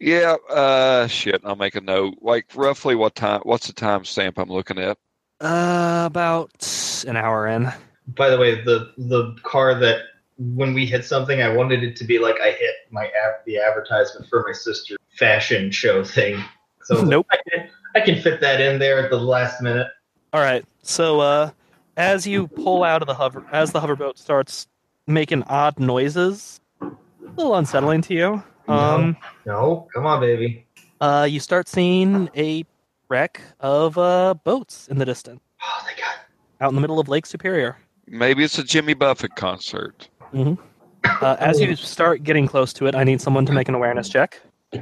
F: Yeah, uh shit, I'll make a note. Like roughly what time what's the time stamp I'm looking at?
A: Uh, about an hour in.
D: By the way, the the car that when we hit something, I wanted it to be like I hit my ad- the advertisement for my sister fashion show thing. So I was like,
A: Nope.
D: I can, I can fit that in there at the last minute.
A: All right. So uh, as you pull out of the hover, as the hoverboat starts making odd noises, a little unsettling to you. Um,
D: No, come on, baby.
A: uh, you start seeing a wreck of uh, boats in the distance,
D: Oh, they got
A: out in the middle of Lake Superior.
F: Maybe it's a Jimmy Buffett concert.
A: Uh, as you start getting close to it, I need someone to make an awareness check.
F: All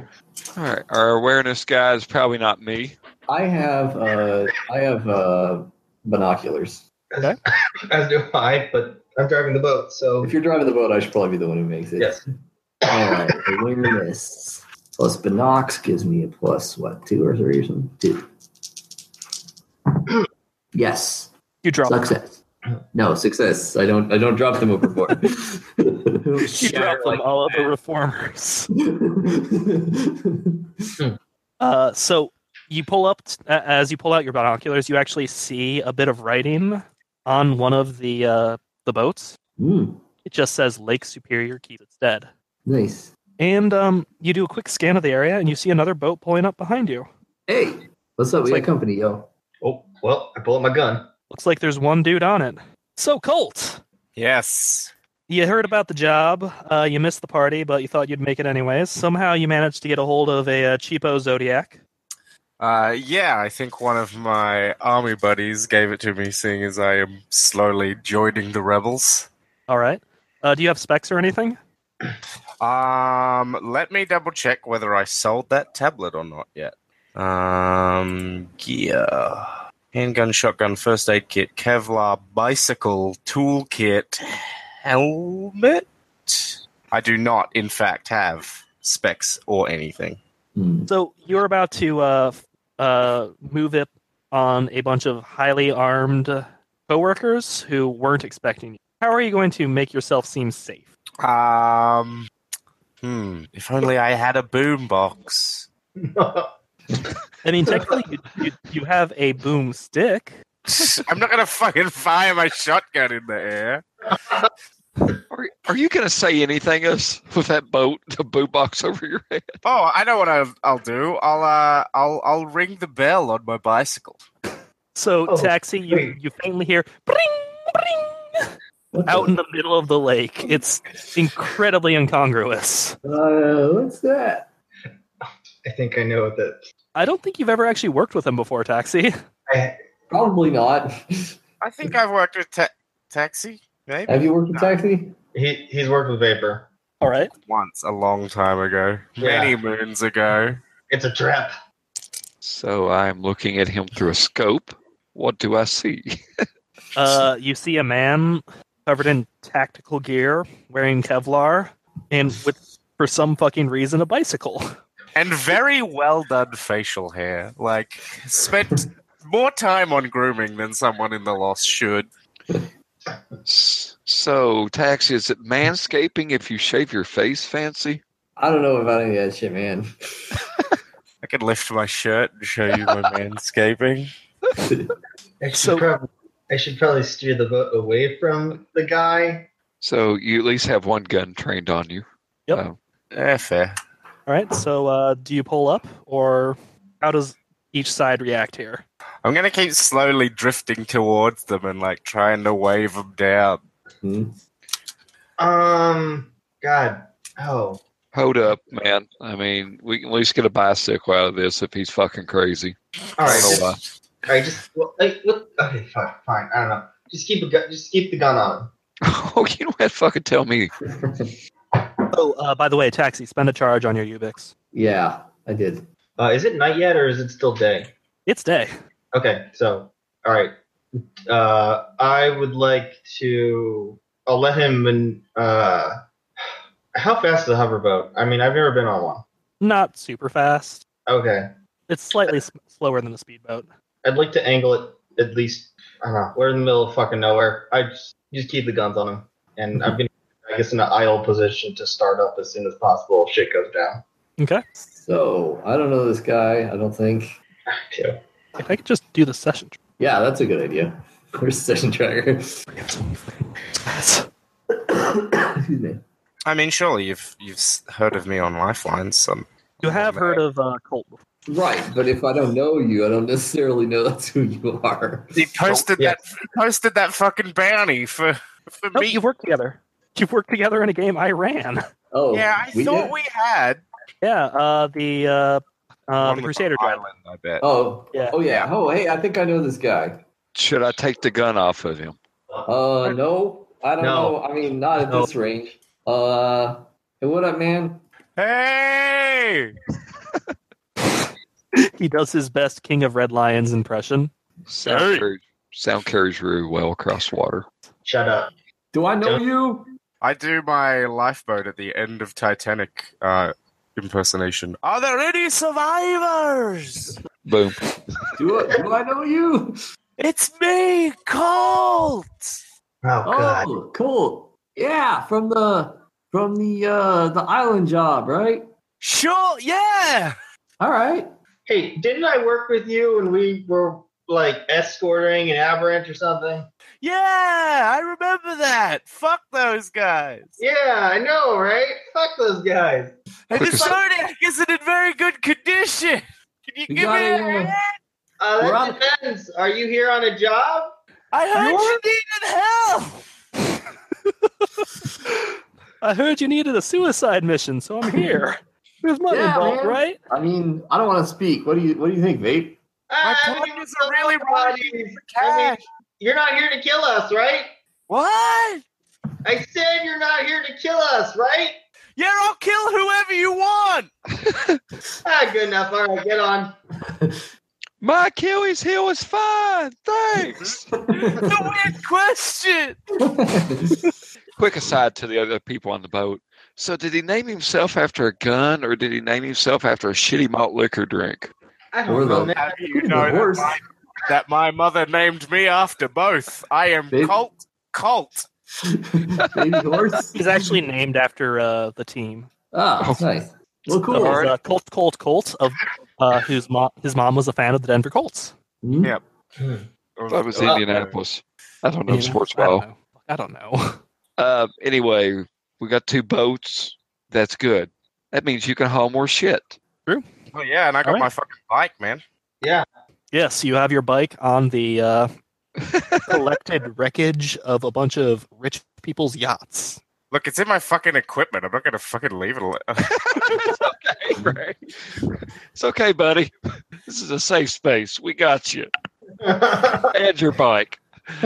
F: right. Our awareness guy is probably not me.
C: I have. Uh, I have uh, binoculars.
D: as do I, but I'm driving the boat, so
C: If you're driving the boat, I should probably be the one who makes it.
D: yes.
C: All right. Awareness plus binocs gives me a plus what two or three or something two. yes.
A: You drop.
C: Success. No success. I don't. I don't drop them
A: (laughs)
C: overboard.
A: You drop them
C: (laughs)
A: all over reformers. Uh, so you pull up t- a- as you pull out your binoculars, you actually see a bit of writing on one of the uh, the boats.
C: Mm,
A: It just says Lake Superior keep its dead.
C: nice.
A: And um, you do a quick scan of the area, and you see another boat pulling up behind you.
C: Hey, what's up?
A: It's
C: We
A: like-
C: got company, yo.
D: Oh well, I pull out my gun. (laughs)
A: Looks like there's one dude on it. So Colt,
G: Yes.
A: you heard about the job. Uh, you missed the party, but you thought you'd make it anyways. Somehow you managed to get a hold of a, uh cheapo Zodiac.
G: Uh, yeah, I think one of my army buddies gave it to me, seeing as I am slowly joining the rebels.
A: All right. Uh, do you have specs or anything?
G: Um, let me double check whether I sold that tablet or not yet. Um, gear. Handgun, shotgun, first aid kit, Kevlar, bicycle, toolkit, helmet? I do not, in fact, have specs or anything.
C: Hmm.
A: So you're about to uh, f- uh, move it on a bunch of highly armed coworkers who weren't expecting you. How are you going to make yourself seem safe?
G: Um, hmm. If only I had a
F: (laughs)
G: boombox.
A: I mean, technically, you, you, you have a boom stick.
G: I'm not gonna fucking fire my shotgun in the air.
F: (laughs) Are are you gonna say anything else with that boat, the boo box over your head?
G: Oh, I know what I'll, I'll do. I'll uh, I'll I'll ring the bell on my bicycle.
A: So,
D: Oh,
A: taxi, you,
D: great.
A: you faintly hear bring, bring,
C: What
A: out
C: the-
A: in the middle of the lake. It's incredibly incongruous.
C: uh, what's that?
D: I think I know what that.
A: I don't think you've ever actually worked with him before, taxi.
D: I,
C: Probably not.
G: I think I've worked with ta- taxi maybe
C: Have you worked with taxi?
D: he he's worked with vapor.
A: All right.
G: once a long time ago, many
D: Yeah.
G: moons ago.
D: It's a trap.
F: So I'm looking at him through a scope. What do I see?
A: Uh, you see a man covered in tactical gear, wearing Kevlar, and with, for some fucking reason, a bicycle.
G: and very well done facial hair. Like spent more time on grooming than someone in the lost should.
F: S- So taxi, is it manscaping if you shave your face fancy?
C: I don't know about any of that shit, man. (laughs)
G: I could lift my shirt and show you (laughs) my manscaping.
D: I should,
A: So-
D: probably, I should probably steer the boat away from the guy.
F: So you at least have one gun trained on you.
A: Yep.
F: Oh.
G: Eh, fair.
A: All right. So, uh, do you pull up, or how does each side react here?
G: I'm gonna keep slowly drifting towards them and like trying to wave them down.
C: Hmm.
D: Um, God, oh,
F: Hold up, man. I mean, we can at least get a bicycle out of this if he's fucking crazy.
D: all right,
F: So,
D: just, all
F: uh,
D: right, just well, like what? Okay, fine, fine. I don't know. Just keep a gun. Just keep the gun on him.
F: (laughs) oh, you know what? Fucking tell me.
A: Oh, uh, by the way, taxi, spend a charge on your Ubix.
C: Yeah, I did.
D: Uh, is it night yet, or is it still day?
A: It's day.
D: Okay, so all right, uh, I would like to. I'll let him. And uh, how fast is a hoverboat? I mean, I've never been on one.
A: Not super fast.
D: Okay,
A: It's slightly s- slower than the speedboat.
D: I'd like to angle it at least. I don't know. We're in the middle of fucking nowhere. I just, just keep the guns on him, and I'm gonna. I guess in an idle position to start up as soon as possible. If shit goes down.
A: Okay.
C: So I don't know this guy. I don't think.
D: Too.
A: If I could just do the session.
C: Yeah, that's a good idea. (laughs) Where's the session tracker? Excuse me.
G: I mean, surely you've you've s- heard of me on Lifeline. Some
A: You have heard of uh, Colt before.
C: Right, but if I don't know you, I don't necessarily know that's who you are.
G: he posted
D: Yeah.
G: that he posted that fucking bounty for for
A: No,
G: me.
A: you've worked together. You've worked together in a game I ran.
C: Oh,
G: yeah, I
C: we
G: thought
C: did?
G: we had
A: (laughs) Yeah, uh, the uh, uh,
G: one
A: the
G: with
A: Crusader
G: the
A: Drive.
G: Island. I bet.
C: Oh,
A: Yeah.
C: oh yeah. Oh, hey, I think I know this guy.
F: Should I take the gun off of him?
C: Uh, no, I don't
D: No.
C: know. I mean, not at
D: No.
C: this range. Uh, hey, what up, man?
G: Hey,
A: (laughs) He does his best King of Red Lions impression.
F: Sound,
G: Hey.
F: carries, sound carries really well across water.
D: Shut up.
C: Do I know
D: Yeah.
C: you?
G: I do my lifeboat at the end of Titanic uh, impersonation. Are there any survivors?
F: Boom.
C: Do I, do I
A: (laughs)
C: know you?
G: It's me, Colt.
D: Oh god.
C: Oh, cool. Yeah, from the from the uh the island job, right?
G: Sure, yeah.
C: All right.
D: Hey, didn't I work with you when we were like escorting an avalanche or something?
G: Yeah, I remember that. Fuck those guys.
D: Yeah, I know, right? Fuck those guys.
G: And
F: Quick
G: the
F: aside.
G: Zodiac isn't in very good condition. Can you
C: You
G: give me
C: got
G: a
C: any, uh,
G: hand?
D: Uh, that
C: We're on-
D: depends. Are you here on a job?
G: I heard you needed help.
A: I heard you needed a suicide mission, so I'm (laughs) here. There's money
C: Yeah,
A: involved,
C: man.
A: right?
C: I mean, I don't want to speak. What do you What do you think, (laughs) Vape?
G: My
D: Ah, I mean,
G: partners are really running for
D: I mean,
G: cash.
D: you're not here to kill us, right?
G: What?
D: I said you're not here to kill us, right?
G: Yeah, I'll kill whoever you want.
D: Ah, good enough. All right, get on.
F: My Achilles heel is fine. Thanks.
G: It's a weird question.
F: Quick aside to the other people on the boat. So, did he name himself after a gun or did he name himself after a shitty malt liquor drink?
D: I
C: Or
D: don't know,
C: the-
D: man.
G: Have you
C: The
G: know that
C: horse.
G: my, that my mother named me after both? I am
C: Baby.
G: Colt. Colt.
C: (laughs) Baby horse.
A: He's actually named after uh, the team.
C: Ah,
F: Oh.
C: nice. Well,
A: It
C: cool.
A: was, uh, Colt, Colt, Colt, of uh, whose mom, his mom was a fan of the Denver Colts.
G: (laughs)
C: Hmm?
G: Yeah.
F: That
G: Oh, Uh,
F: was
D: Well,
F: Indianapolis. I don't know
A: You know,
F: sports
A: I don't
F: well.
A: know. I don't know.
F: Uh, anyway, we got two boats. That's good. That means you can haul more shit.
G: Well, oh, yeah, and I got
A: All right.
G: my fucking bike, man.
A: Yes, you have your bike on the
F: (laughs)
A: uh, collected wreckage of a bunch of rich people's yachts.
G: Look, it's in my fucking equipment. I'm not gonna fucking leave it alone. (laughs)
F: Hey, Ray. It's okay, buddy. This is a safe space. We got you. And your bike. (laughs)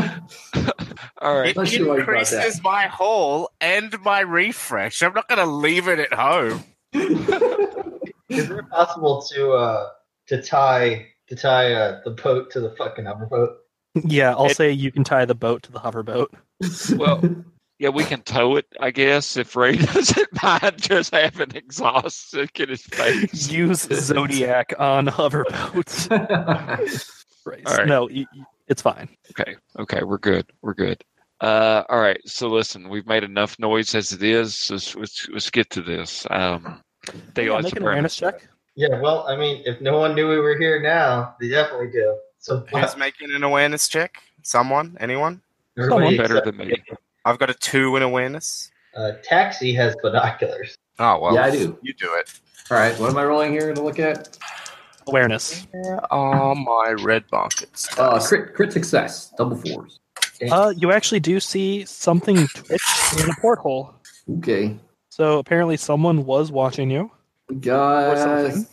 F: All right.
G: It
C: Let's see what about that.
G: increases my haul and my refresh. I'm not gonna leave it at home.
D: (laughs) Is it possible to uh to tie to tie uh, the boat to the fucking hoverboat?
A: Yeah, I'll
F: It-
A: say you can tie the boat to the hoverboat.
F: Well, yeah, we can tow it, I guess, if Ray (laughs) doesn't mind just having exhaust sick in his
A: (laughs)
F: face.
A: Use Zodiac on
F: (laughs)
A: hoverboat. Right.
F: All right.
A: No, y- y- it's fine.
F: Okay. Okay. We're good. We're good. Uh, all right. So listen, we've made enough noise as it is. Let's, let's, let's get to this. Um, they
A: yeah,
F: are
A: make an awareness check.
D: Yeah, well, I mean, if no one knew we were here now, they definitely do. So
G: Who's making an awareness check? Someone? Anyone?
D: everybody
F: better
D: except-
F: than me.
G: I've got a two in awareness.
D: Uh, Taxi has binoculars.
G: Oh well.
C: Yeah, I do.
G: You do it.
C: All right. What am I rolling here to look at?
A: Awareness.
G: Where are my red markets?
C: Uh, crit, crit success, double fours.
A: Uh, you actually do see something twitch in a porthole.
C: Okay.
A: So apparently someone was watching you.
C: We
A: Or
C: got
A: something.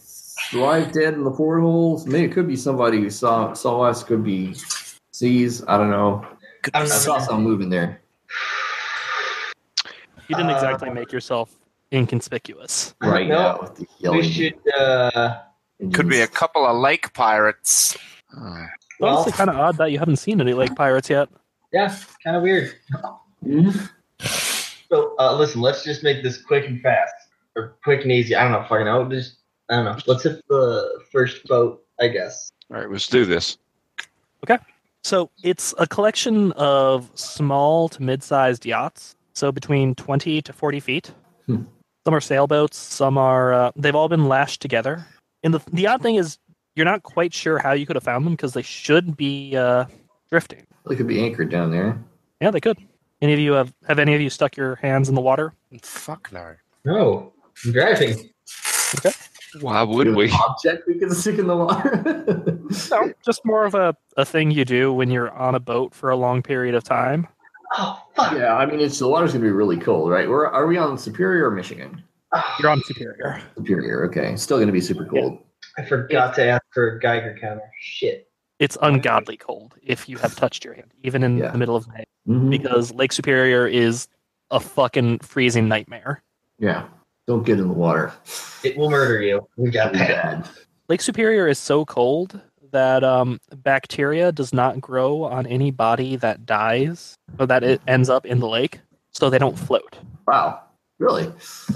C: live dead in the portholes. Maybe it could be somebody who saw saw us. Could be sees. I don't know.
D: I'm
C: I saw something moving there.
A: You didn't
D: Uh,
A: exactly make yourself inconspicuous.
C: right
D: No,
C: now with the yelling.
D: We should. Uh,
G: Could be a
C: engines.
G: couple of lake pirates.
F: Uh,
D: well,
A: Honestly, kind of odd that you haven't seen any lake pirates yet.
D: yeah, kind of weird.
C: Mhm.
D: So uh, listen, let's just make this quick and fast, or quick and easy. I don't know, fucking know. Just I don't know. Let's hit the first boat, I guess.
F: all right, let's do this.
A: So it's a collection of small to mid-sized yachts, so between twenty to forty feet.
C: Hmm.
A: Some are sailboats. Some are. Uh, they've all been lashed together. And the the odd thing is, you're not quite sure how you could have found them because they should be uh, drifting.
C: They could be anchored down there.
A: Yeah, they could. Any of you have have any of you stuck your hands in the water?
G: Fuck no.
D: No, I'm driving.
F: Why would we? (laughs)
C: Object we could stick in the water.
A: No, just more of a, a thing you do when you're on a boat for a long period of time.
D: Oh
C: (laughs)
D: fuck!
C: yeah, I mean, it's the water's gonna be really cold, right? We're are we on Superior or Michigan?
A: You're on Superior.
C: Superior. Okay, it's still gonna be super cold.
D: I forgot to ask for a Geiger counter. Shit.
A: It's ungodly cold if you have touched your hand, even in
C: Yeah.
A: the middle of May,
C: Mhm.
A: Mm-hmm. because Lake Superior is a fucking freezing nightmare.
C: Yeah, don't get in the water.
D: It will murder you. We got that.
C: Bad.
A: Lake Superior is so cold that um, bacteria does not grow on any body that dies or that it ends up in the lake, so they don't float.
C: Wow, really?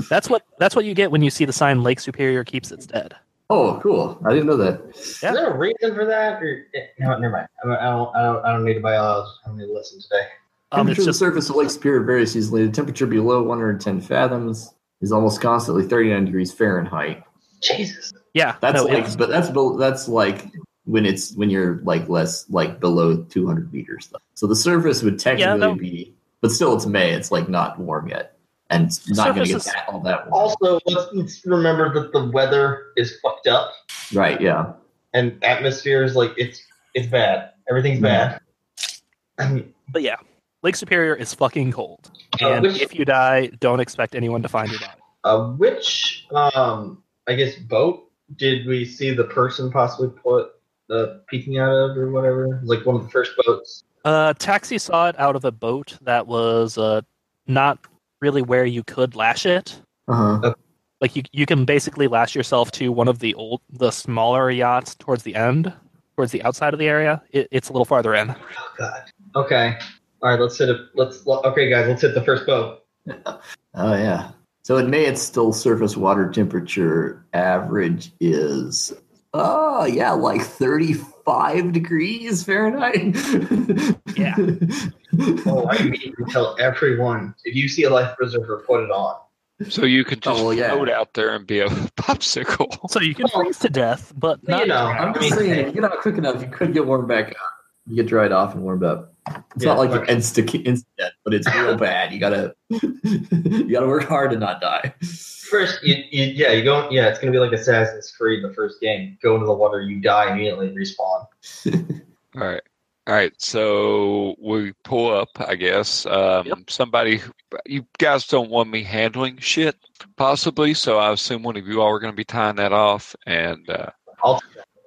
A: That's what that's what you get when you see the sign Lake Superior keeps its dead.
C: Oh, cool. I didn't know that.
A: Yeah.
D: Is there a reason for that? Or eh, no, never mind. I don't. I don't. I don't, I don't need to buy all. those. I don't need to listen today.
A: Um,
C: Temperature
A: it's
C: of the
A: just
C: surface of Lake Superior varies seasonally. The temperature below 110 fathoms is almost constantly 39 degrees Fahrenheit.
D: Jesus.
A: yeah,
C: That's
A: no, it's-
C: like, but that's bel- that's like when it's when you're like less like below 200 meters. Though. So the surface would technically
A: no.
C: be, but still, it's May. It's like not warm yet, and it's not going to get
A: Surface is-
C: that, all that warm.
D: Also, let's, let's remember that the weather is fucked up
C: Right? Yeah.
D: and atmosphere is like it's it's bad. Everything's bad.
A: Mm-hmm.
D: I mean,
A: But yeah, Lake Superior is fucking cold.
D: Uh,
A: And
D: which-
A: if you die, don't expect anyone to find your body.
D: Uh, which, um, I guess, boat did we see the person possibly put the peeking out of or whatever? It was like one of the first boats.
A: Uh, Taxi saw it out of a boat that was uh, not really where you could lash it.
C: Uh huh.
A: Like you, you can basically lash yourself to one of the old, the smaller yachts towards the end, towards the outside of the area. It, it's a little farther in.
D: Oh God. Okay. All right. Let's hit a. Let's. Okay, guys. Let's hit the first boat.
C: Oh yeah. So in May, it's still surface water temperature average is oh yeah like 35 degrees Fahrenheit. (laughs)
A: Yeah.
D: Oh, I immediately tell everyone if you see a life preserver, put it on.
F: So you could just
C: Oh, yeah.
F: float out there and be a (laughs) popsicle.
A: So you can freeze to death, but not
D: You know,
A: drown.
C: I'm just saying, if you're not quick enough, you could get warmed back up. You get dried off and warmed up. It's
D: Yeah,
C: not like
D: okay.
C: an instant, instant death, but it's real bad. You gotta, (laughs) you gotta work hard to not die.
D: First, you, you, yeah, you go. Yeah, it's gonna be like Assassin's Creed, the first game. Go into the water, you die immediately, respawn.
F: All right. All right. So we pull up, I guess. Um, Somebody, you guys don't want me handling shit, possibly. So I assume one of you all are going to be tying that off. And uh,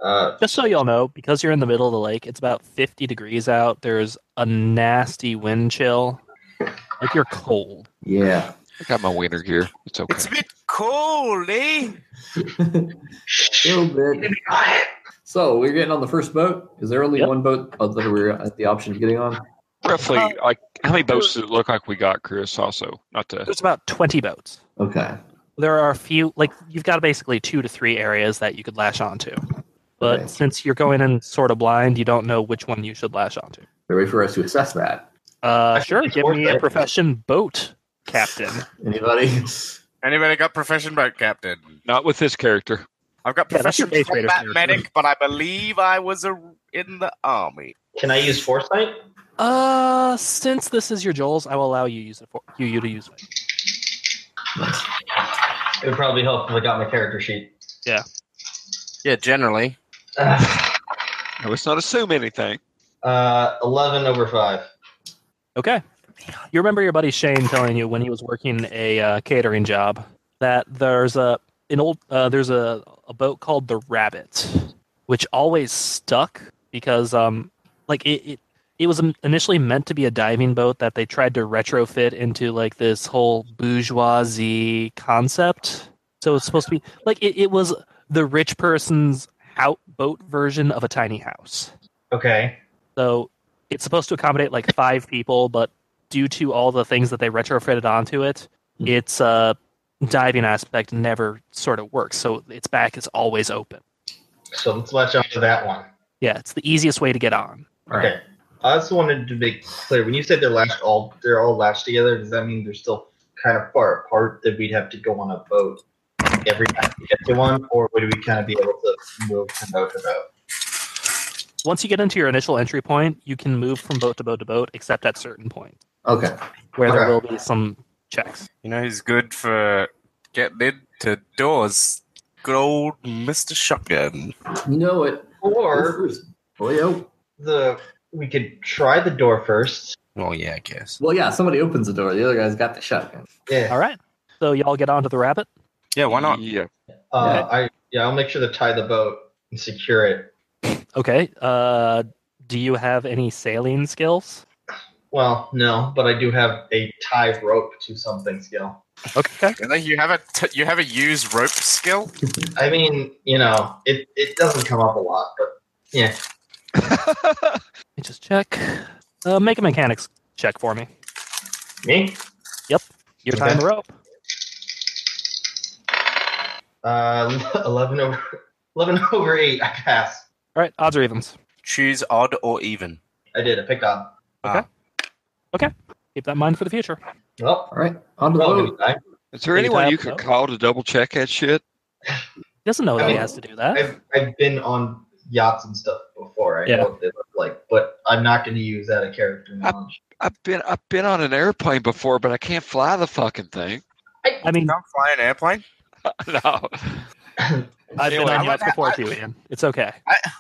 D: Uh,
A: Just so y'all know, because you're in the middle of the lake, it's about 50 degrees out. There's a nasty wind chill. Like you're cold.
C: Yeah.
F: I got my winter gear. It's okay.
G: It's a bit cold, eh?
C: little bit.
D: (laughs)
C: So we're getting on the first boat. Is there only
A: Yep.
C: one boat uh, that we're at the option of getting on?
F: Roughly,
A: Uh,
F: like, how many boats does it look like we got, Chris? Also, not to.
A: There's about 20 boats.
C: Okay.
A: there are a few like you've got basically two to three areas that you could lash onto but
C: Okay.
A: since you're going in sort of blind you don't know which one you should lash onto
C: They're ready for us to assess that.
A: uh,
D: Actually,
A: sure
D: it's
A: give
D: worth
A: me a
D: it.
A: profession boat captain
C: Anybody?
G: Anybody got profession boat captain?
F: Not with this character.
G: I've got
A: Yeah, that's your
G: profession
A: base raider
G: combat
A: character.
G: medic, but I believe I was a, in the army.
D: can I use foresight?
A: uh since this is your joel's i will allow you use it for you, you to use it
D: It would probably help if I got my character sheet.
G: Yeah, generally.
F: Now, let's not assume anything.
D: Uh, 11 over 5.
A: okay you remember your buddy shane telling you when he was working a uh, catering job that there's a an old uh, there's a, a boat called the rabbit which always stuck because um like it, it it was initially meant to be a diving boat that they tried to retrofit into like this whole bourgeoisie concept. So it's supposed to be like it, it was the rich person's out boat version of a tiny house.
D: Okay.
A: So it's supposed to accommodate like five people, but due to all the things that they retrofitted onto it,
D: Hmm.
A: its uh, diving aspect never sort of works. So its back is always open.
D: So let's latch on to that one.
A: Yeah, it's the easiest way to get on.
D: Okay. I also wanted to make clear when you said they're lashed all they're all lashed together. Does that mean they're still kind of far apart that we'd have to go on a boat every time we get to one, or would we kind of be able to move from boat to boat?
A: Once you get into your initial entry point, you can move from boat to boat to boat, except at certain points
C: Okay.
A: where there
D: Okay.
A: will be some checks.
G: You know who's good for getting into doors? Good old Mr. Shotgun.
C: You know it.
D: Or
C: This is- Well, yeah.
D: the we could try the door first.
G: Well, yeah, I guess.
C: well, yeah, somebody opens the door. The other guy's got the shotgun.
D: Yeah.
A: All right. So y'all get onto the rabbit.
G: Yeah, why not?
F: Yeah.
D: Uh, I yeah, I'll make sure to tie the boat and secure it.
A: Okay. Uh, do you have any sailing skills?
D: Well, no, but I do have a tie rope to something skill.
A: Okay.
G: Really? You have a t- you have a use rope skill.
D: I mean, you know, it, it doesn't come up a lot, but yeah.
A: Let me just check. Uh, make a mechanics check for me.
D: Me?
A: Your time
D: Okay.
A: rope.
D: (laughs) Uh, 11 over 11 over 8 I pass.
A: All right, odds or evens.
G: Choose odd or even.
D: I did. I picked up.
A: Keep that in mind for the future.
D: Well,
C: All right. On to the
D: well,
C: boat.
D: I,
F: Is there
A: Can you
F: anyone
A: dial
F: you
A: it
F: could
A: up?
F: call to double check that shit?
A: He doesn't know that he
D: Okay.
A: has to do that.
D: I've, I've been on yachts and stuff before. I
A: Yeah.
D: know what they look like, but I'm not going to use that of character knowledge.
F: I've been I've been on an airplane before, but I can't fly the fucking thing. (laughs)
A: I mean,
G: Don't fly an airplane.
F: no.
A: I've been
F: Anyway,
A: on
G: I'm
A: yachts
G: not-
A: before
G: I-
A: too, Ian. It's okay.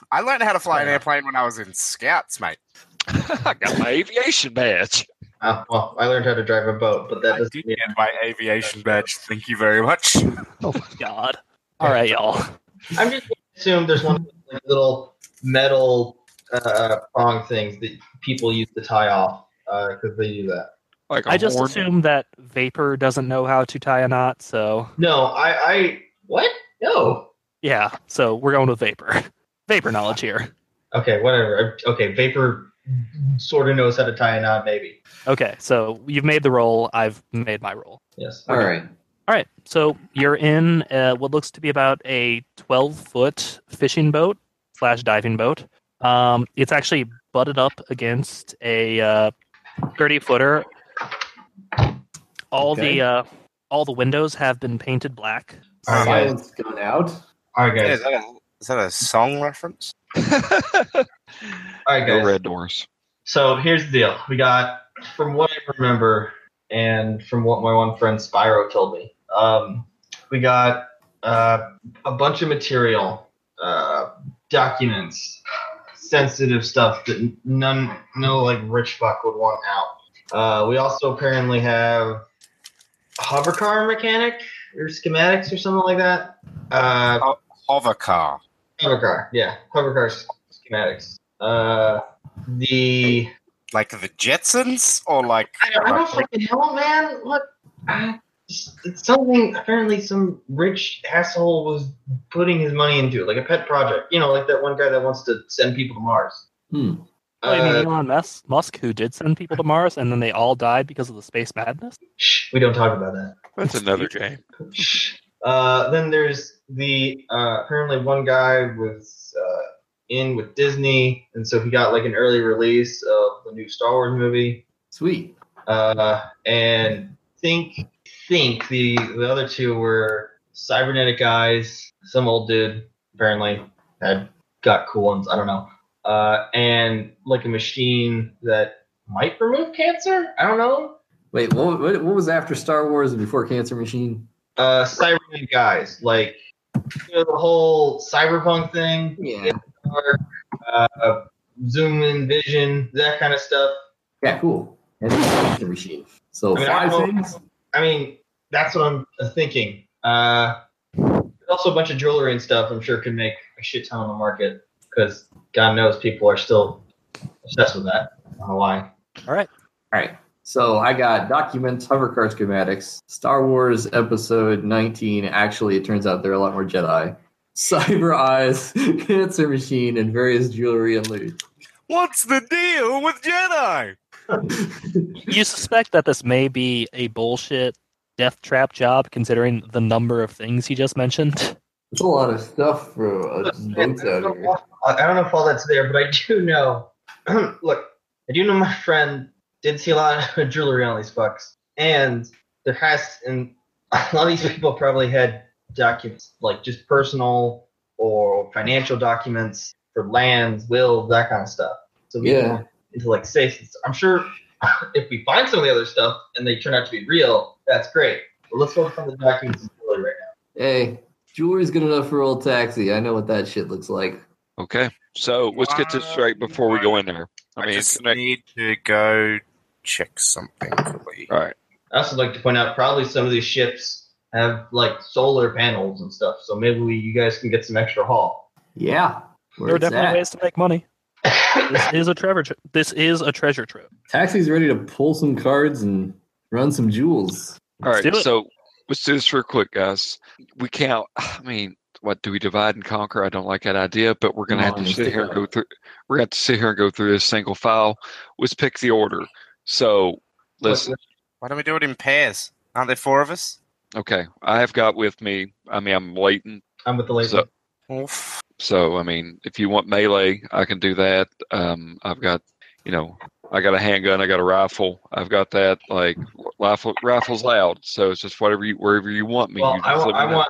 G: I learned how to fly an airplane when I was in Scouts, mate.
F: (laughs) I got my aviation badge.
D: Uh, well, I learned how to drive a boat, but that
G: I
D: doesn't
G: did
D: mean-
G: get my aviation badge. Thank you very much.
A: Oh my (laughs) god. All right, y'all.
D: I'm just gonna assume there's one of those, like, little metal uh, prong things that people use to tie off because they do that.
F: Like a
A: I just
F: horn.
A: assume that Vapor doesn't know how to tie a knot, so
D: No, I, I what? No.
A: yeah. So we're going with Vapor. (laughs) Vapor knowledge here.
D: Okay, whatever. I- Okay, vapor sort of knows how to tie a knot, maybe.
A: Okay, so you've made the roll. I've made my roll.
D: Yes.
C: All right.
A: All right, so you're in uh, what looks to be about a 12 foot fishing boat slash diving boat. Um, it's actually butted up against a uh, 30 footer. All
C: Okay.
A: the uh, all the windows have been painted black.
D: All right, guys.
C: Silence going out.
D: All right, guys.
G: Is that a, is that a song reference?
D: All right,
F: no
D: guys.
F: red doors.
D: So here's the deal. We got, from what I remember, and from what my one friend Spyro told me, um, we got uh, a bunch of material, uh, documents, sensitive stuff that none, no like rich fuck would want out. Uh, we also apparently have a hover car mechanic or schematics or something like that. Uh,
G: Hover car.
D: hover car, yeah, hover car s- schematics. Uh, the
G: Like the Jetsons or like
D: I don't, I don't fucking know, man. What? Uh, it's something apparently some rich asshole was putting his money into, like a pet project. You know, like that one guy that wants to send people to Mars.
C: Hmm.
A: Oh, you
D: Uh,
A: mean Elon Musk, Musk, who did send people to Mars, and then they all died because of the space madness?
D: shh, we don't talk about that.
F: That's another game.
D: Uh, then there's the uh, apparently one guy was uh, in with Disney, and so he got like an early release of the new Star Wars movie.
C: Sweet.
D: uh, and think think the the other two were cybernetic guys. Some old dude apparently had got cool ones. I don't know. Uh, and like a machine that might remove cancer. I don't know.
C: Wait, what, what, what was after Star Wars and before Cancer Machine?
D: Uh, cybernetic guys like you know, the whole cyberpunk thing.
C: Yeah.
D: Uh, zoom in vision, that kind of stuff.
C: Yeah, cool. And Cancer Machine. So
D: I mean, I
C: five
D: don't know-
C: things.
D: I mean, that's what I'm thinking. Uh, also, a bunch of jewelry and stuff. I'm sure can make a shit ton on the market because God knows people are still obsessed with that. Hawaii.
A: All right.
C: All right. So I got documents, hovercart schematics, Star Wars Episode 19. Actually, it turns out there are a lot more Jedi. (laughs) Cyber Eyes, (laughs) Cancer Machine, and various jewelry and loot.
G: What's the deal with Jedi?
A: You suspect that this may be a bullshit death trap job, considering the number of things he just mentioned. (laughs)
C: It's a lot of stuff for uh,
D: I
C: boats out
D: don't
C: here.
D: know if- I don't know if all that's there, but I do know. (clears throat) look, I do know my friend did see a lot of (laughs) jewelry on these fucks, and there has and (laughs) a lot of these people probably had documents like just personal or financial documents for lands, wills, that kind of stuff. So we
C: Yeah.
D: into like safes. and stuff. I'm sure (laughs) if we find some of the other stuff and they turn out to be real, that's great. But let's focus on the documents and jewelry right now.
C: Hey, jewelry's good enough for old taxi. I know what that shit looks like.
F: Okay. So let's get this straight before we go in there. I
G: I,
F: mean,
G: just
F: it's gonna-
G: need to go check something quickly.
F: all right.
D: I also like to point out probably some of these ships have like solar panels and stuff, so maybe we, you guys can get some extra haul.
C: Yeah. Where
A: there are
C: it's
A: definitely
C: at.
A: ways to make money. This is a treasure. Tr- this is a treasure trove.
C: Taxi's ready to pull some cards and run some jewels.
F: All
A: Let's
F: right,
A: do it.
F: so let's do this real quick, guys. We count. (sighs) I mean, what do we divide and conquer? I don't like that idea, but we're gonna
C: No,
F: have to
C: let's
F: sit
C: do
F: here and
C: that.
F: go through. We're gonna have to sit here and go through this single file. Let's pick the order. So let's.
G: Why don't we do it in pairs? Aren't there four of us?
F: Okay, I have got with me. I mean, I'm Leighton.
D: I'm with the lady.
F: So-
G: Oof.
F: So I mean, if you want melee, I can do that. Um, I've got, you know, I got a handgun. I got a rifle. I've got that. Like rifle, rifles loud. So it's just whatever you wherever you want me.
D: well,
F: you
D: I,
F: just
D: want,
F: let me
D: I
F: know.
D: want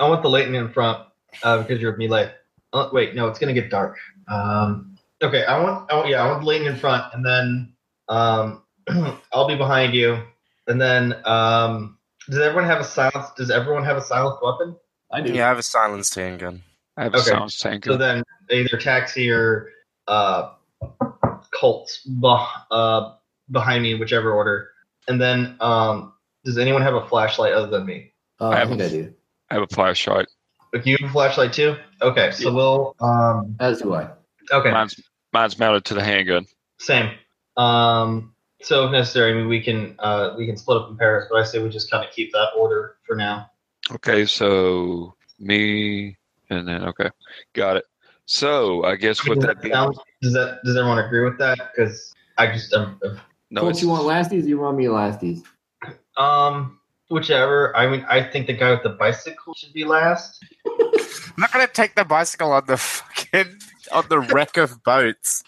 D: I want the Leighton in front uh, because you're with melee. Uh, wait, no, it's gonna get dark. Um, okay, I want oh yeah, I want the Leighton in front, and then um, (clears throat) I'll be behind you, and then um, does everyone have a silence? Does everyone have a silenced weapon?
C: I do.
G: Yeah, I have a silenced handgun.
F: I have
D: okay.
F: a sound tank.
D: So then either taxi or uh, Colts beh- uh, behind me, whichever order. And then um, does anyone have a flashlight other than me?
C: Uh,
F: I
C: I
F: have
C: think
F: a-
C: I do.
F: I have a flashlight.
D: Like you have a flashlight too? Okay, so we'll um,
C: As do I.
D: okay
F: Mine's mine's mounted to the handgun.
D: same. Um, so if necessary, I mean, we can uh, we can split up in pairs, but I say we just kind of keep that order for now.
F: Okay, so me and then okay, got it. So I guess with
D: does,
F: that being
D: sound- does that does everyone agree with that? Because I just I'm, I'm
F: no,
C: Colt,
F: it's,
C: you want lasties? You want me lasties?
D: um whichever. I mean, I think the guy with the bicycle should be last.
G: I'm not gonna take the bicycle on the (laughs) fucking on (laughs) the wreck of boats.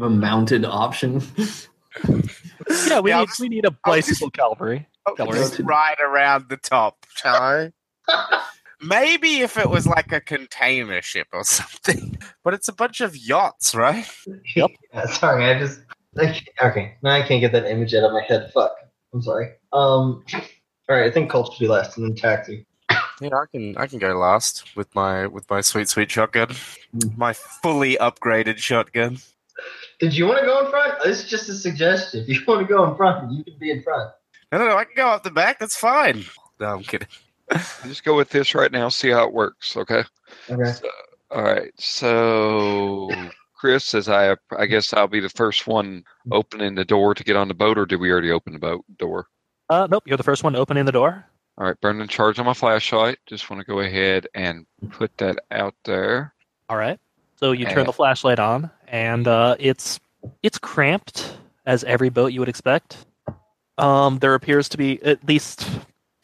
C: A mounted option. (laughs)
A: Yeah, we
G: Yeah, I'll
A: need
G: just-
A: we need a bicycle cavalry.
G: I'll
A: Don't
G: just
C: worry.
G: ride around the top, shall I? (laughs) Maybe if it was like a container ship or something. (laughs) But it's a bunch of yachts, right?
A: Yep.
D: (laughs) Yeah, sorry, I just I can't- okay. Now I can't get that image out of my head. Fuck. I'm sorry. Um. All right, I think Colt should be last, and then Taxi.
G: Yeah, I can I can go last with my with my sweet sweet shotgun. My fully upgraded shotgun.
D: Did you want to go in front? Oh, This is just a suggestion. (laughs) If you want to go in front, you can be in front.
G: No, no, no, I can go up the back. That's fine. No, I'm kidding.
F: just go with this right now. See how it works. Okay.
D: Okay.
F: So, all right. So Chris says, I I guess I'll be the first one opening the door to get on the boat, or did we already open the boat door?
A: Uh, nope, you're the first one opening the door.
F: All right, Brendan, charge on my flashlight. Just want to go ahead and put that out there.
A: All right. So you turn
F: Yeah.
A: the flashlight on, and uh, it's it's cramped as every boat you would expect. Um, there appears to be at least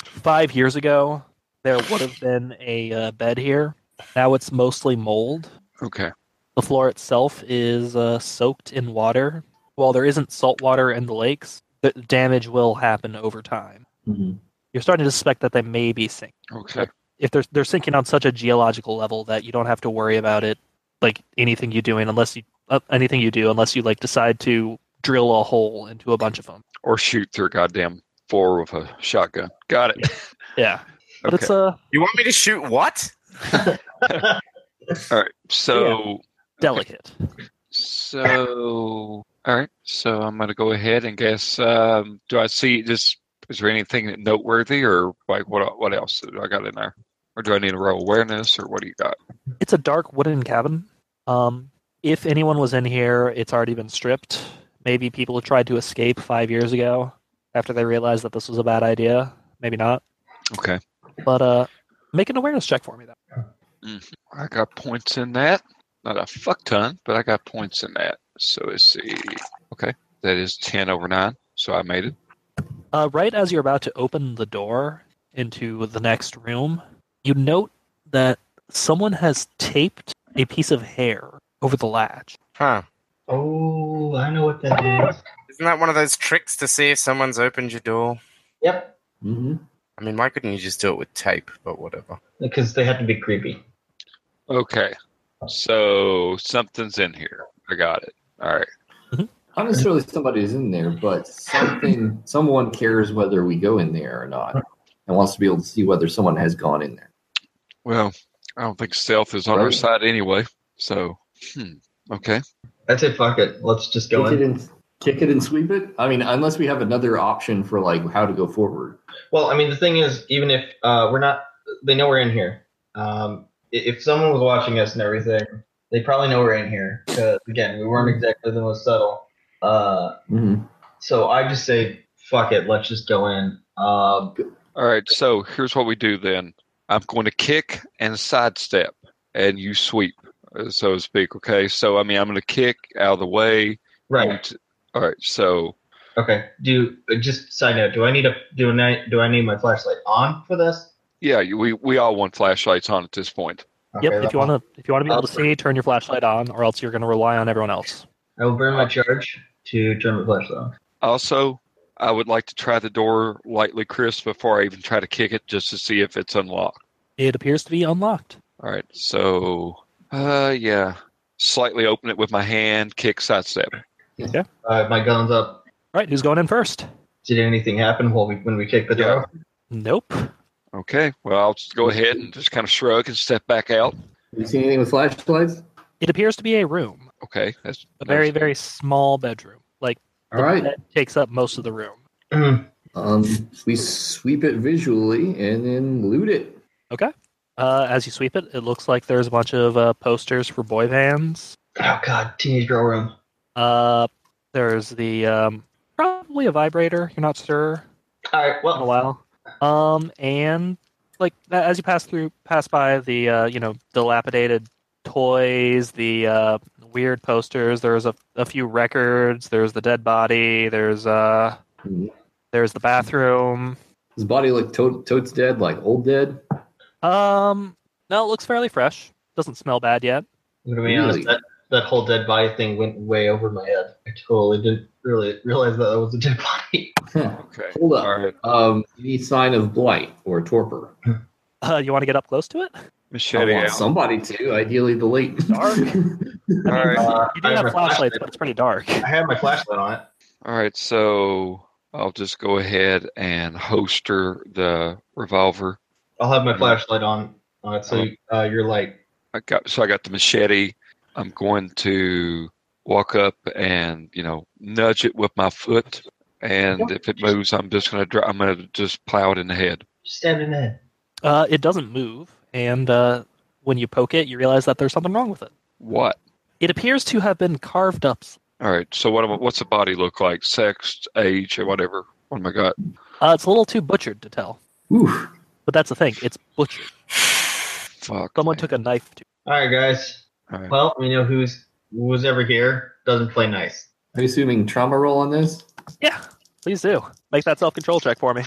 A: five years ago there would have been a uh, bed here. Now it's mostly mold.
F: Okay.
A: The floor itself is uh, soaked in water. While there isn't salt water in the lakes, the damage will happen over time.
F: Mm-hmm.
C: Mhm.
A: You're starting to suspect that they may be sinking
F: Okay.
A: if they're they're sinking on such a geological level that you don't have to worry about it like anything you doing unless you uh, anything you do unless you like decide to drill a hole into a bunch of them.
F: Or shoot through a goddamn floor with a shotgun. Got it.
A: Yeah, but
F: Okay.
A: it's uh, a
G: You want me to shoot what?
F: All right. So.
A: delicate.
F: So, all right. So I'm going to go ahead and guess. Um, do I see just? Is there anything that noteworthy, or like what? What else do I got in there? Or do I need to roll awareness, or what do you got?
A: It's a dark wooden cabin. Um, if anyone was in here, it's already been stripped. Maybe people tried to escape five years ago after they realized that this was a bad idea. Maybe not.
F: Okay.
A: But uh, make an awareness check for me, though.
F: I got points in that. Not a fuck ton, but I got points in that. So let's see. Okay. That is 10 over 9. So I made it.
A: Uh, right as you're about to open the door into the next room, you note that someone has taped a piece of hair over the latch.
G: Huh.
D: Oh, I know what that is.
G: Isn't that one of those tricks to see if someone's opened your door?
D: Yep,
C: hmm
G: I mean, why couldn't you just do it with tape? But whatever.
D: because they have to be creepy.
F: Okay. So something's in here. I got it. All right.
C: Not necessarily somebody's in there, but something, someone cares whether we go in there or not, and wants to be able to see whether someone has gone in there.
F: Well, I don't think stealth is on our
C: Right.
F: side anyway. So, hmm. okay.
D: I say fuck it. Let's just go
C: Kick it
D: in.
C: and kick it and sweep it. I mean, unless we have another option for like how to go forward.
D: Well, I mean, the thing is, even if uh, we're not, they know we're in here. Um, i- if someone was watching us and everything, they probably know we're in here. 'cause, again, we
A: Mm-hmm.
D: weren't exactly the most subtle. Uh,
C: Mm-hmm.
D: so I just say fuck it. Let's just go in. Um,
F: All right. So here's what we do then. I'm going to kick and sidestep, and you sweep, uh, so to speak. Okay. So I mean, I'm going to kick out of the way.
D: right.
F: And- all right. So
D: Okay. Do uh, just side note. Do I need a do I do I need my flashlight on for this?
F: yeah, you- we we all want flashlights on at this point.
A: yep. If you want to, if you want to be able to
D: Awesome.
A: see, turn your flashlight on, or else you're going to rely on everyone else.
D: I will burn my charge to turn my flashlight on.
F: Also, I would like to try the door lightly, Chris, before I even try to kick it, just to see if it's unlocked.
A: It appears to be unlocked.
F: All right. So, uh, yeah, slightly open it with my hand, kick, sidestep.
D: Uh, my gun's up.
A: All right. Who's going in first?
D: Did anything happen while we when we kicked the door?
A: Nope.
F: Okay. Well, I'll just go ahead and just kind of shrug and step back out.
C: You see anything with flashlights?
A: It appears to be a room,
F: Okay, that's
A: a
F: nice.
A: very very small bedroom. Like
C: All right.
A: that takes up most of the room.
C: Um, we sweep it visually and then loot it.
A: Uh, as you sweep it, it looks like there's a bunch of uh, posters for boy bands.
D: oh God, teenage girl room.
A: Uh, there's the um, probably a vibrator. You're not sure
D: All right.
A: in a
D: Well,
A: while. Um, and like a- as you pass through, pass by the uh, you know dilapidated toys, the uh, weird posters. There's a, a few records. There's the dead body. There's uh,
C: Mhm.
A: there's the bathroom.
C: His body looked to- totes dead, like old dead.
A: Um, no, it looks fairly fresh. Doesn't smell bad yet. (laughs)
D: I'm gonna be honest.
C: Really?
D: That, that whole dead body thing went way over my head. I totally didn't really realize that that was a dead body.
F: Okay.
C: Hold up.
F: All right.
C: Um, any sign of blight or torpor?
A: Uh, you want to get up close to it?
C: I
F: Machete
C: want
F: out.
C: somebody to, ideally the late. (laughs)
A: Dark.
F: All
D: (laughs)
F: right.
D: Uh,
A: You do
D: I have
A: have
D: my
A: flashlights,
D: flashlight.
A: but it's pretty dark.
D: I have my flashlight on it.
F: All right. So I'll just go ahead and holster the revolver.
D: I'll have my flashlight on on it. So uh, your light.
F: I got so I got the machete. I'm going to walk up and you know nudge it with my foot, and if it moves, I'm just gonna dri I'm gonna just plow it in the head.
D: Stand in there.
A: Uh, it doesn't move, and uh, when you poke it, you realize that there's something wrong with it.
F: What?
A: It appears to have been carved up.
F: All right. So what? am I- What's the body look like? Sex, age, or whatever. What am I got?
A: Uh, it's a little too butchered to tell,
C: Oof.
A: but that's the thing. It's butchered.
F: Fuck.
A: Someone
F: man.
A: took a knife to.
D: All right, guys.
F: All right.
D: Well, we know who's who's ever here doesn't play nice.
C: I'm assuming trauma roll on this.
A: Yeah, please do make that self control check for me.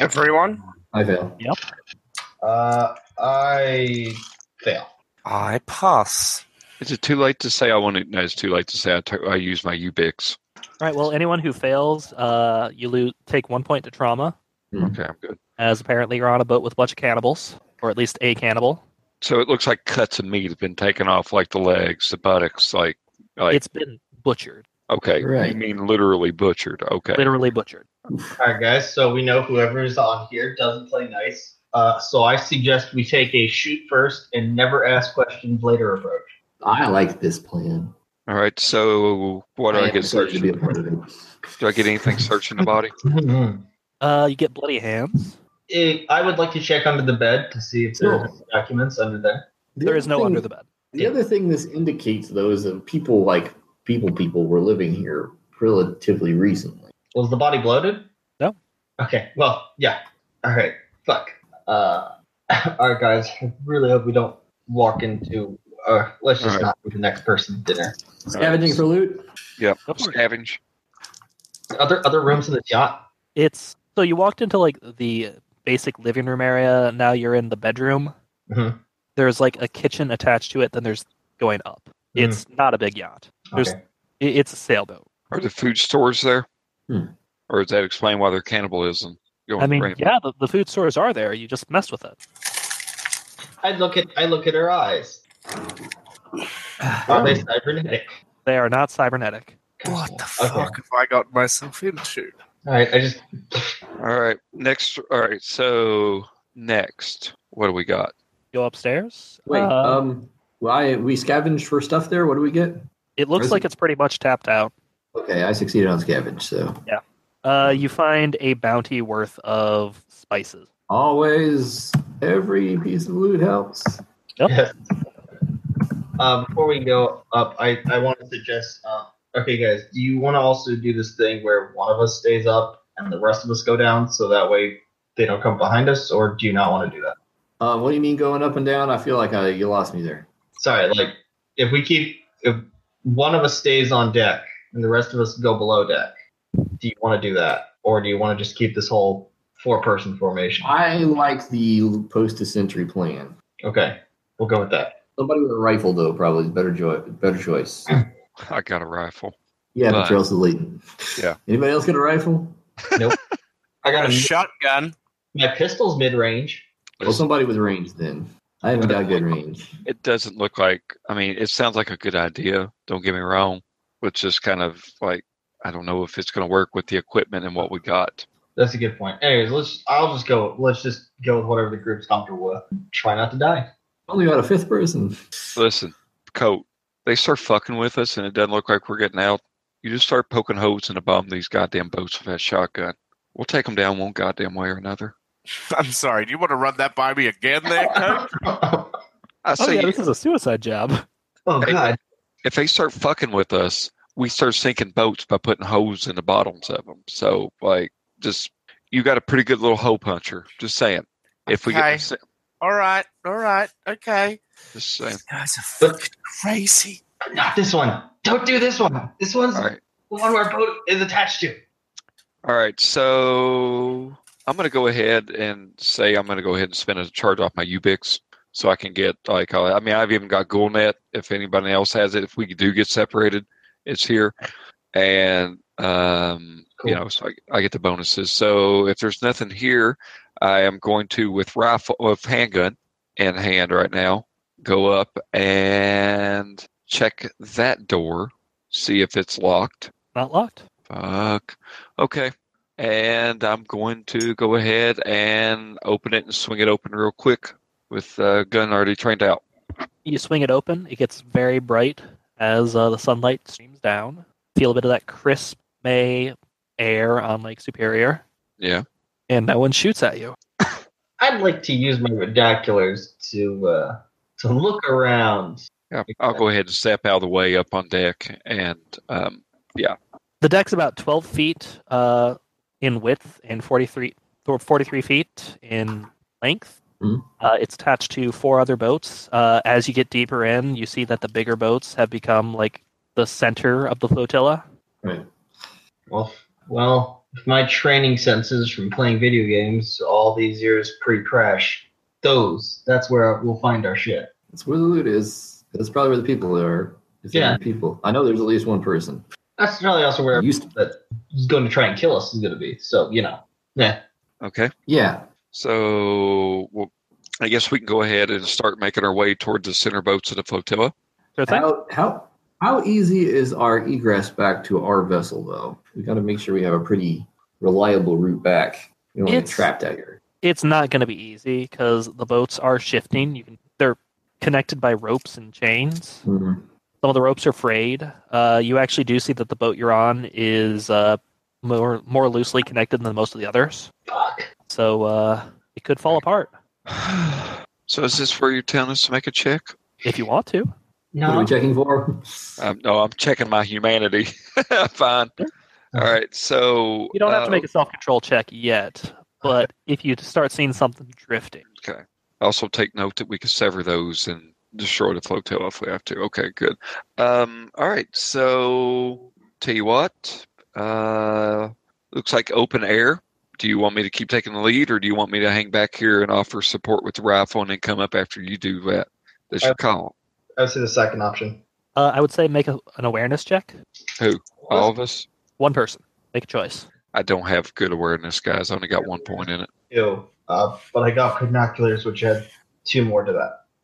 G: Everyone,
C: I fail.
D: Uh, I fail.
G: I pass.
F: Is it too late to say I want to? No, it's too late to say I to- I use my Ubix.
A: All right. Well, anyone who fails, uh, you lo- take one point to trauma,
F: Okay, I'm good.
A: as apparently you're on a boat with a bunch of cannibals, or at least a cannibal.
F: So it looks like cuts of meat have been taken off, like the legs, the buttocks, like like
A: It's been butchered,
F: okay.
C: Right.
F: You mean literally butchered? Okay.
A: literally butchered.
D: All right, guys. So we know whoever's on here doesn't play nice. Uh, so I suggest we take a shoot first and never ask questions later approach. (laughs)
C: I like this plan.
F: All right. So what do
C: am
F: I, get
C: excited to
F: searched?
C: be a part of it.
F: Do I
C: (laughs)
F: get anything searching the body?
D: Mm-hmm.
A: Uh, you get bloody hands.
D: Eh, I would like to check under the bed to see if there are
C: Sure.
D: documents under there.
C: The
A: there
C: other
A: is no
C: thing-
A: under the bed.
C: The other thing this indicates, though, is that people like people people were living here relatively recently.
D: Was the body bloated?
A: No.
D: Okay. Well, yeah. All right. Fuck. Uh, (laughs) all right, guys. I really hope we don't walk into. Uh, let's just
F: All right.
D: not be the next person to dinner.
C: Scavenging for loot.
A: Go for it.
F: Scavenge.
D: Other other rooms in the yacht.
A: It's so you walked into like the basic living room area. Now you're in the bedroom.
C: Mm-hmm.
D: Mhm.
A: There's like a kitchen attached to it. Then there's going up.
D: Mhm.
C: Mm-hmm.
A: It's not a big yacht. There's
D: Okay.
A: i- it's a sailboat.
F: Are the food stores there?
C: Hmm.
F: Or does that explain why they're cannibalism? Going
A: I mean,
F: rampant?
A: yeah, the, the food stores are there. You just messed with it.
D: I look at I look at her eyes. Are they cybernetic?
A: They are not cybernetic.
G: What the
D: Okay.
G: fuck have I got myself into?
D: All right. I just
F: All right. Next. All right. So next, what do we got? (laughs)
A: Go upstairs.
C: Wait,
A: Uh,
C: um, why we scavenged for stuff there? What do we get?
A: it looks
C: is
A: like
C: it-
A: it's pretty much tapped out.
C: Okay, I succeeded on scavenge, so Hmm.
A: Uh, you find a bounty worth of spices.
C: always every piece of loot helps.
D: Yes. Uh, before we go up, I, I want to suggest. Uh, okay, guys, do you want to also do this thing where one of us stays up and the rest of us go down, so that way they don't come behind us, or do you not want to do that?
C: Uh, what do you mean going up and down? I feel like I, you lost me there.
D: Sorry, like if we keep if one of us stays on deck and the rest of us go below deck, do you want to do that, or do you want to just keep this whole four-person formation?
C: I like the post a century plan.
D: Okay, we'll go with that.
C: Somebody with a rifle though probably is better joy, better choice.
F: I got a rifle.
C: Yeah,
F: But-
C: but you're also leading.
F: Yeah.
C: Anybody else got a rifle?
D: I
G: Got
D: got
G: a
D: a,
G: shotgun.
D: my pistol's mid-range.
C: Well, somebody with range then. I haven't got good range.
F: It doesn't look like. I mean, it sounds like a good idea. Don't get me wrong. It's just kind of like I don't know if it's going to work with the equipment and what we got.
D: That's a good point. Anyways, let's. I'll just go. Let's just go with whatever the group's comfortable with. Try not to die. (laughs)
C: Only about a fifth person.
F: Listen, coat. They start fucking with us, and it doesn't look like we're getting out. You just start poking holes in the bottom of these goddamn boats with that shotgun. We'll take them down one goddamn way or another.
G: I'm sorry. Do you want to run that by me again, there, Coach?
D: (laughs) oh
F: I
A: Oh
F: say
A: yeah, this is a suicide job. (laughs)
D: God!
F: if they start fucking with us, we start sinking boats by putting holes in the bottoms of them. So, like, just you got a pretty good little hole puncher. Just saying. If we
G: Okay.
F: get, the sa-
G: all right, all right, okay.
F: just saying.
G: These guys are fucking crazy.
D: Not this one. Don't do this one. This one's
F: All right,
D: the one where our boat is attached to.
F: all right. So I'm gonna go ahead and say I'm gonna go ahead and spend a charge off my Ubix so I can get like uh, I mean I've even got Ghoulnet. If anybody else has it, if we do get separated, it's here, and um,
D: Cool.
F: you know, so I, I get the bonuses. So if there's nothing here, I am going to with rifle with handgun in hand right now go up and check that door, see if it's locked.
A: Not locked.
F: Fuck. Okay. And I'm going to go ahead and open it and swing it open real quick with uh, gun already trained out.
A: You swing it open. It gets very bright as uh, the sunlight streams down. Feel a bit of that crisp May air on Lake Superior,
F: Yeah.
A: and no one shoots at you.
D: I'd like to use my binoculars to uh, to look around.
F: yeah. I'll go ahead and step out of the way up on deck. And um,
A: The deck's about 12 feet uh, in width and 43, or 43 feet in length.
C: Mhm.
A: Uh, it's attached to four other boats. Uh, as you get deeper in, you see that the bigger boats have become like the center of the flotilla.
C: Right.
D: Well, well, if my training senses from playing video games all these years pre-crash, those that's where we'll find our shit.
C: That's where the loot is. That's probably where the people are. It's
D: Yeah.
C: yeah. people. I know there's at least one person.
D: That's probably also where
C: Used to-
D: that is going to try and kill us is going to be. So you know, yeah.
F: okay.
C: yeah.
F: So well, I guess we can go ahead and start making our way toward the center boats of the flotilla.
A: Sure thing.
C: How how how easy is our egress back to our vessel though? We got to make sure we have a pretty reliable route back. We don't wanna get
A: It's-
C: trapped out here.
A: it's not going to be easy because the boats are shifting. You can they're connected by ropes and chains.
C: Mhm.
A: Some of the ropes are frayed. Uh, you actually do see that the boat you're on is uh, more more loosely connected than most of the others,
D: Fuck.
A: so uh, it could fall apart
F: so is this where you're telling us to make a check?
A: if you want to.
C: What are
D: No.
C: we checking for?
F: Um, no, I'm checking my humanity. (laughs) Fine. All right. So
A: You don't have
F: uh,
A: to make a self control check yet, but (laughs) if you start seeing something drifting,
F: Also, take note that we can sever those and destroy the flotel if we have to. Okay, good. Um, all right, so tell you what, uh, looks like open air. Do you want me to keep taking the lead, or do you want me to hang back here and offer support with the rifle and then come up after you do that? That's your call.
D: I would say the second option.
A: uh, I would say make a, an awareness check.
F: All of us.
A: One person, make a choice.
F: I don't have good awareness, guys. I only got one point in it.
D: Ew. Uh, but I got binoculars, which had two more to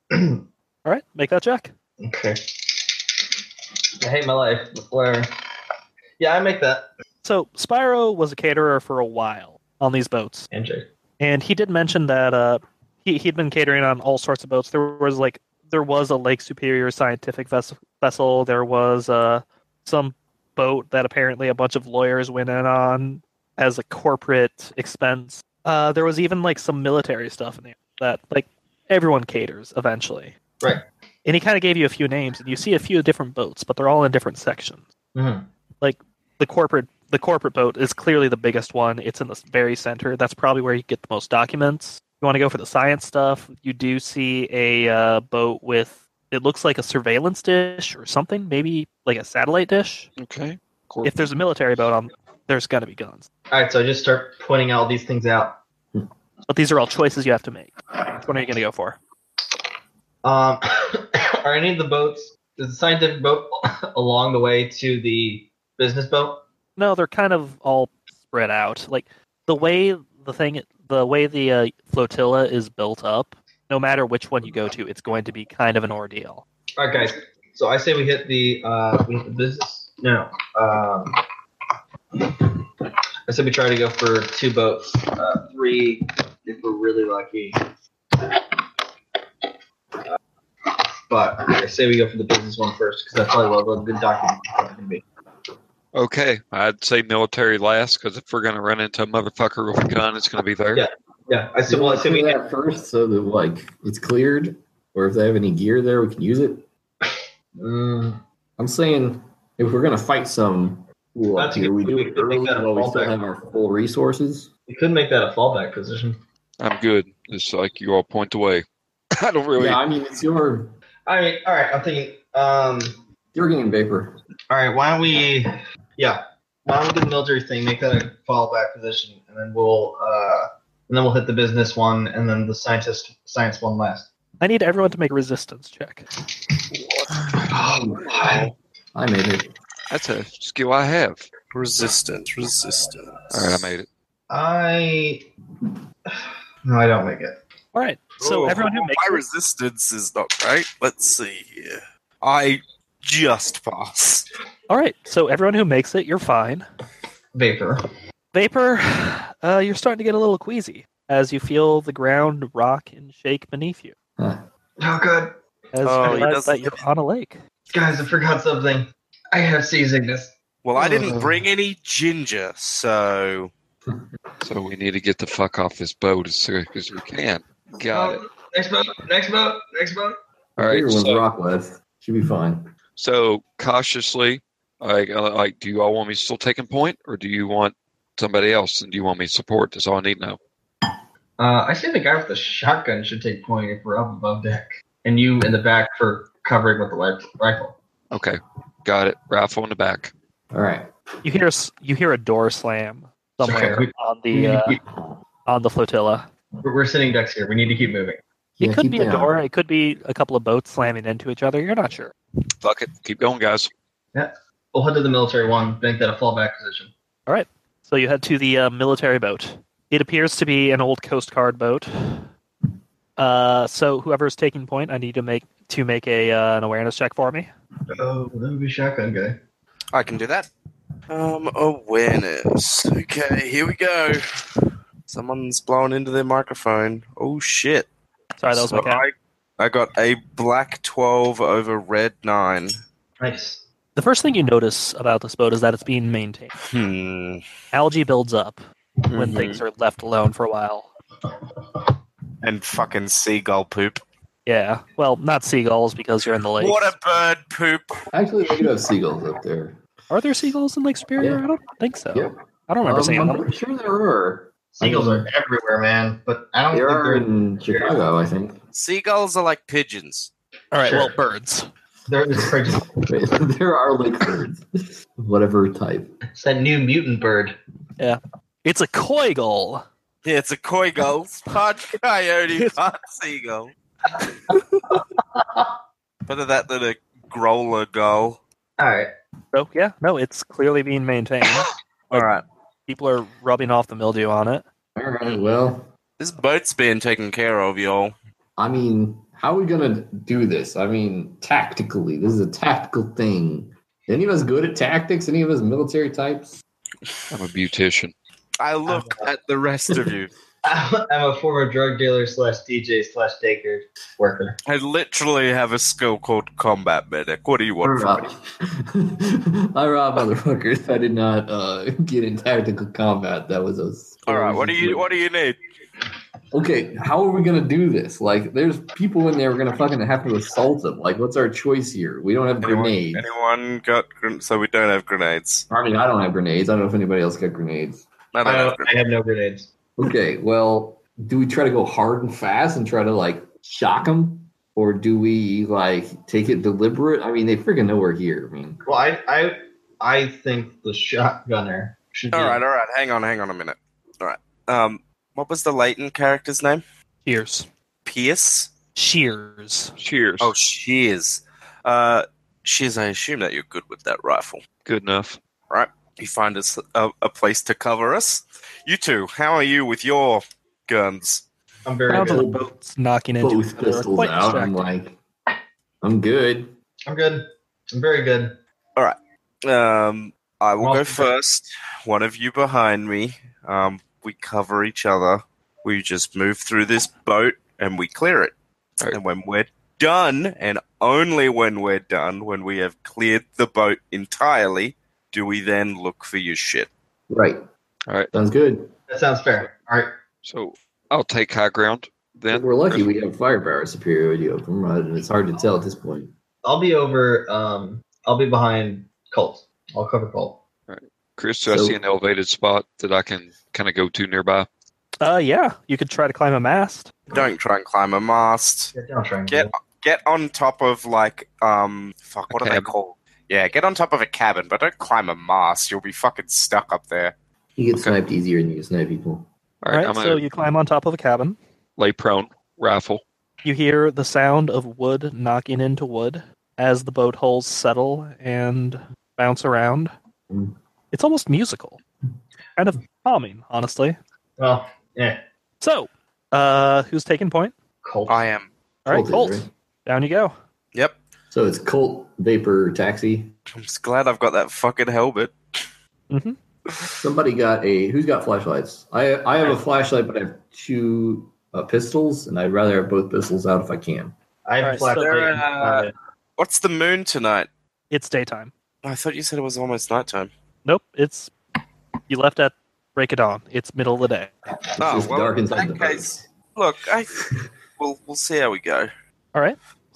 D: that. (clears throat)
A: All right, make that check.
D: okay. I hate my life. Where? Yeah, I make that.
A: So Spyro was a caterer for a while on these boats.
D: NJ.
A: and he did mention that uh, he he'd been catering on all sorts of boats. There was like there was a Lake Superior scientific ves- vessel. There was uh, some boat that apparently a bunch of lawyers went in on as a corporate expense. Uh, there was even like some military stuff in there that like everyone caters eventually.
D: Right.
A: And he kind of gave you a few names, and you see a few different boats, but they're all in different sections
D: Mhm.
A: the corporate the corporate boat is clearly the biggest one. It's in the very center. That's probably where you get the most documents. If you want to go for the science stuff, you do see a uh, boat with it looks like a surveillance dish or something, maybe like a satellite dish.
F: Okay.
A: If there's a military boat on, there's got to be guns.
D: All right, so I just start pointing all these things out.
A: But these are all choices you have to make. Which one are you going to go for?
D: Um, (coughs) are any of the boats, is the scientific boat (coughs) along the way to the business boat?
A: No, they're kind of all spread out. Like the way the thing, the way the uh, flotilla is built up. No matter which one you go to, it's going to be kind of an ordeal.
D: All right, guys. So I say we hit the uh, we hit the business. No. Um, I said we try to go for two boats, uh, three if we're really lucky. Uh, But I say we go for the business one first because that's probably what the document is going to be.
F: Okay, I'd say military last because if we're gonna run into a motherfucker with a gun, it's gonna be there.
D: Yeah, I said. Well, I
C: let's
D: said
C: do
D: we.
C: that first so that like it's cleared, or if they have any gear there, we can use it.
D: Mm,
C: I'm saying if we're gonna fight some, cool
D: That's
C: up
D: a
C: here,
D: good
C: we do
D: point.
C: it
D: We could make
C: early
D: that a
C: while we still
D: fallback.
C: have our full resources.
D: we could make that a fallback position.
F: I'm good. It's like you all point the way. (laughs) I don't really.
C: Yeah, I mean it's your
D: I mean, all right. I'm thinking. Um,
C: your game vapor.
D: All right, why don't we? Yeah, why don't we do the military thing? Make that a fallback position, and then we'll uh, and then we'll hit the business one, and then the scientist science one last.
A: I need everyone to make a resistance check.
D: Oh,
C: I made it.
F: That's a skill I have.
G: Resistance, resistance.
F: All right, I made it.
D: I no, I don't make it.
A: All right. So
G: Oh,
A: everyone who makes
G: my
A: it,
G: resistance is not great. Let's see. here. I just passed.
A: all right. So everyone who makes it, you're fine.
D: Vapor.
A: Vapor, (sighs) uh, you're starting to get a little queasy as you feel the ground rock and shake beneath you.
D: Oh god,
A: As you
G: Oh, he
A: realize
G: doesn't-
A: that you're on a lake.
D: guys, I forgot something. I have seasickness.
G: Well, I
F: Uh-huh.
G: didn't bring any ginger, so
F: So we need to get the fuck off this boat as soon as we can. Got it.
D: Um, Next boat. Next boat. Next boat.
F: All right.
C: Bigger one's
F: So,
C: Rockwest. Should be fine.
F: so cautiously, like, uh, like, do you all want me still taking point, or do you want somebody else, and do you want me to support? That's all I need to know.
D: Uh, I say the guy with the shotgun should take point if we're up above deck, and you in the back for covering with the rif- rifle.
F: Okay, got it. Rifle in the back.
C: All right.
A: You hear s- you hear a door slam somewhere
D: Okay.
A: on the uh, on the flotilla.
D: We're we're sitting ducks here. We need to keep moving.
A: It
C: Yeah,
A: could
C: keep
A: be a
C: down.
A: door. It could be a couple of boats slamming into each other. You're not sure.
F: Fuck it. Keep going, guys.
D: We'll head to the military one, make that a fallback position.
A: So you head to the uh, military boat. It appears to be an old Coast Guard boat. Uh, so whoever's taking point, I need to make to make a uh, an awareness check for me.
D: Oh, that would be shotgun guy.
G: I can do that. Um, awareness. Okay, here we go. Someone's blowing into their microphone. Oh shit!
A: Sorry, that was
G: So
A: my cat.
G: I, I got a black twelve over red nine.
D: Nice.
A: The first thing you notice about this boat is that it's being maintained.
G: Hmm.
A: Algae builds up when
G: Mhm.
A: things are left alone for a while.
G: and fucking seagull poop.
A: Yeah. Well, not seagulls because you're in the lake.
G: What a bird poop.
C: Actually, they do have seagulls
A: (laughs)
C: up there.
A: Are there seagulls in Lake Superior?
C: Yeah.
A: I don't think so.
C: Yeah.
A: I don't remember
C: Um,
A: seeing
C: I'm
A: them.
C: pretty sure there are.
D: Seagulls are everywhere, man. But I don't
C: There
D: think
C: are
D: they're
C: in Chicago, I think. (laughs)
G: Seagulls are like pigeons. (laughs)
A: All right.
D: sure.
A: Well, birds.
D: There is crazy.
C: Wait, there are lake birds, (laughs) whatever type.
D: It's that new mutant bird.
A: It's a koi gull.
G: Yeah, it's a koi gull, part coyote, part seagull. Better that than a growler gull.
D: All right. (laughs)
A: So yeah, no, it's clearly being maintained.
G: All right.
A: People are rubbing off the mildew on it.
C: All right, well,
G: This boat's being taken care of, y'all.
C: I mean, how are we gonna do this? I mean, tactically, this is a tactical thing. Any of us good at tactics? Any of us military types?
F: I'm a beautician.
G: I look at the rest of you.
D: I'm a former drug dealer slash DJ slash taker worker.
G: I literally have a skill called combat medic. What do you
C: I
G: want from
C: rob,
G: me?
C: uh, (laughs) I rob motherfuckers. I did not uh, (laughs) get in tactical combat. That was a.
G: All right, what do you what do you need?
C: Okay, how are we gonna do this? Like, there's people in there. We're gonna fucking have to assault them. Like, what's our choice here? We don't have
G: Anyone,
C: grenades.
G: anyone got gren- so we don't have grenades.
C: I mean, I don't have grenades. I don't know if anybody else got grenades.
G: I don't
D: I,
G: have
D: don't,
G: grenades.
D: I have no grenades.
C: Okay, well, do we try to go hard and fast and try to like shock them, or do we like take it deliberate? I mean, they freaking know we're here. I mean,
D: Well, I I I think the shotgunner should. Be
G: All right, all right. Hang on, hang on a minute. All right. Um, what was the Leighton character's name?
A: Shears.
G: Pierce.
A: Shears.
F: Cheers.
G: Oh, Shears. Uh, Shears. I assume that you're good with that rifle.
F: Good enough.
G: You find us a, a place to cover us. You two, how are you with your guns?
D: I'm very
A: Sounds
D: good.
A: like the boats knocking into each
C: both
A: other are
C: pistols
A: quite
C: out. I'm
A: distracting.
C: like, I'm good.
D: I'm good. I'm very good.
G: Um, I will go
D: Well-
G: first. One of you behind me. Um, we cover each other. We just move through this boat and we clear it.
F: Alright.
G: And when we're done, and only when we're done, when we have cleared the boat entirely, do we then look for your shit.
C: Right.
F: All right.
C: Sounds good.
D: That sounds fair. All right.
F: So I'll take high ground
C: If
F: then.
C: we're lucky we have firepower superiority over them, right? and it's hard to tell at this point.
D: I'll be over. Um, I'll be behind Colt. I'll cover Colt.
F: Chris, do I
C: So-
F: see an elevated spot that I can kind of go to nearby?
A: Uh, yeah, you could try to climb a mast.
G: Don't try and climb a mast.
D: Get down, triangle.
G: Get get on top of like um fuck what
F: A
G: are they
F: cabin.
G: called? Yeah, get on top of a cabin, but don't climb a mast. You'll be fucking stuck up there.
C: You get
F: Okay.
C: sniped easier than you get sniped people.
F: All
A: All
F: right, I'm
A: right
F: gonna
A: so you climb on top of a cabin.
F: lay prone, rifle.
A: You hear the sound of wood knocking into wood as the boat hulls settle and bounce around.
C: Mm.
A: It's almost musical, kind of calming, honestly.
D: Well, yeah.
A: So, uh, who's taking point?
D: Colt.
G: I am.
A: All right,
C: Colt is,
A: Colt,
C: right?
A: down you go.
G: Yep.
C: So it's Colt Vapor Taxi.
G: I'm just glad I've got that fucking helmet.
C: Somebody got a who's got flashlights? I I have a flashlight, but I have two uh, pistols, and I'd rather have both pistols out if I can. (laughs)
D: I have
A: Alright,
D: flat.
A: so-
G: Uh, What's the moon tonight?
A: It's daytime.
G: I thought you said it was almost nighttime.
A: Nope, it's you left at break of dawn. It's middle of the day.
C: It's
G: Oh,
C: just
G: well,
C: dark
G: in
C: inside the
G: that
C: boat.
G: case- Look,
C: (laughs)
G: I we'll we'll see how we go.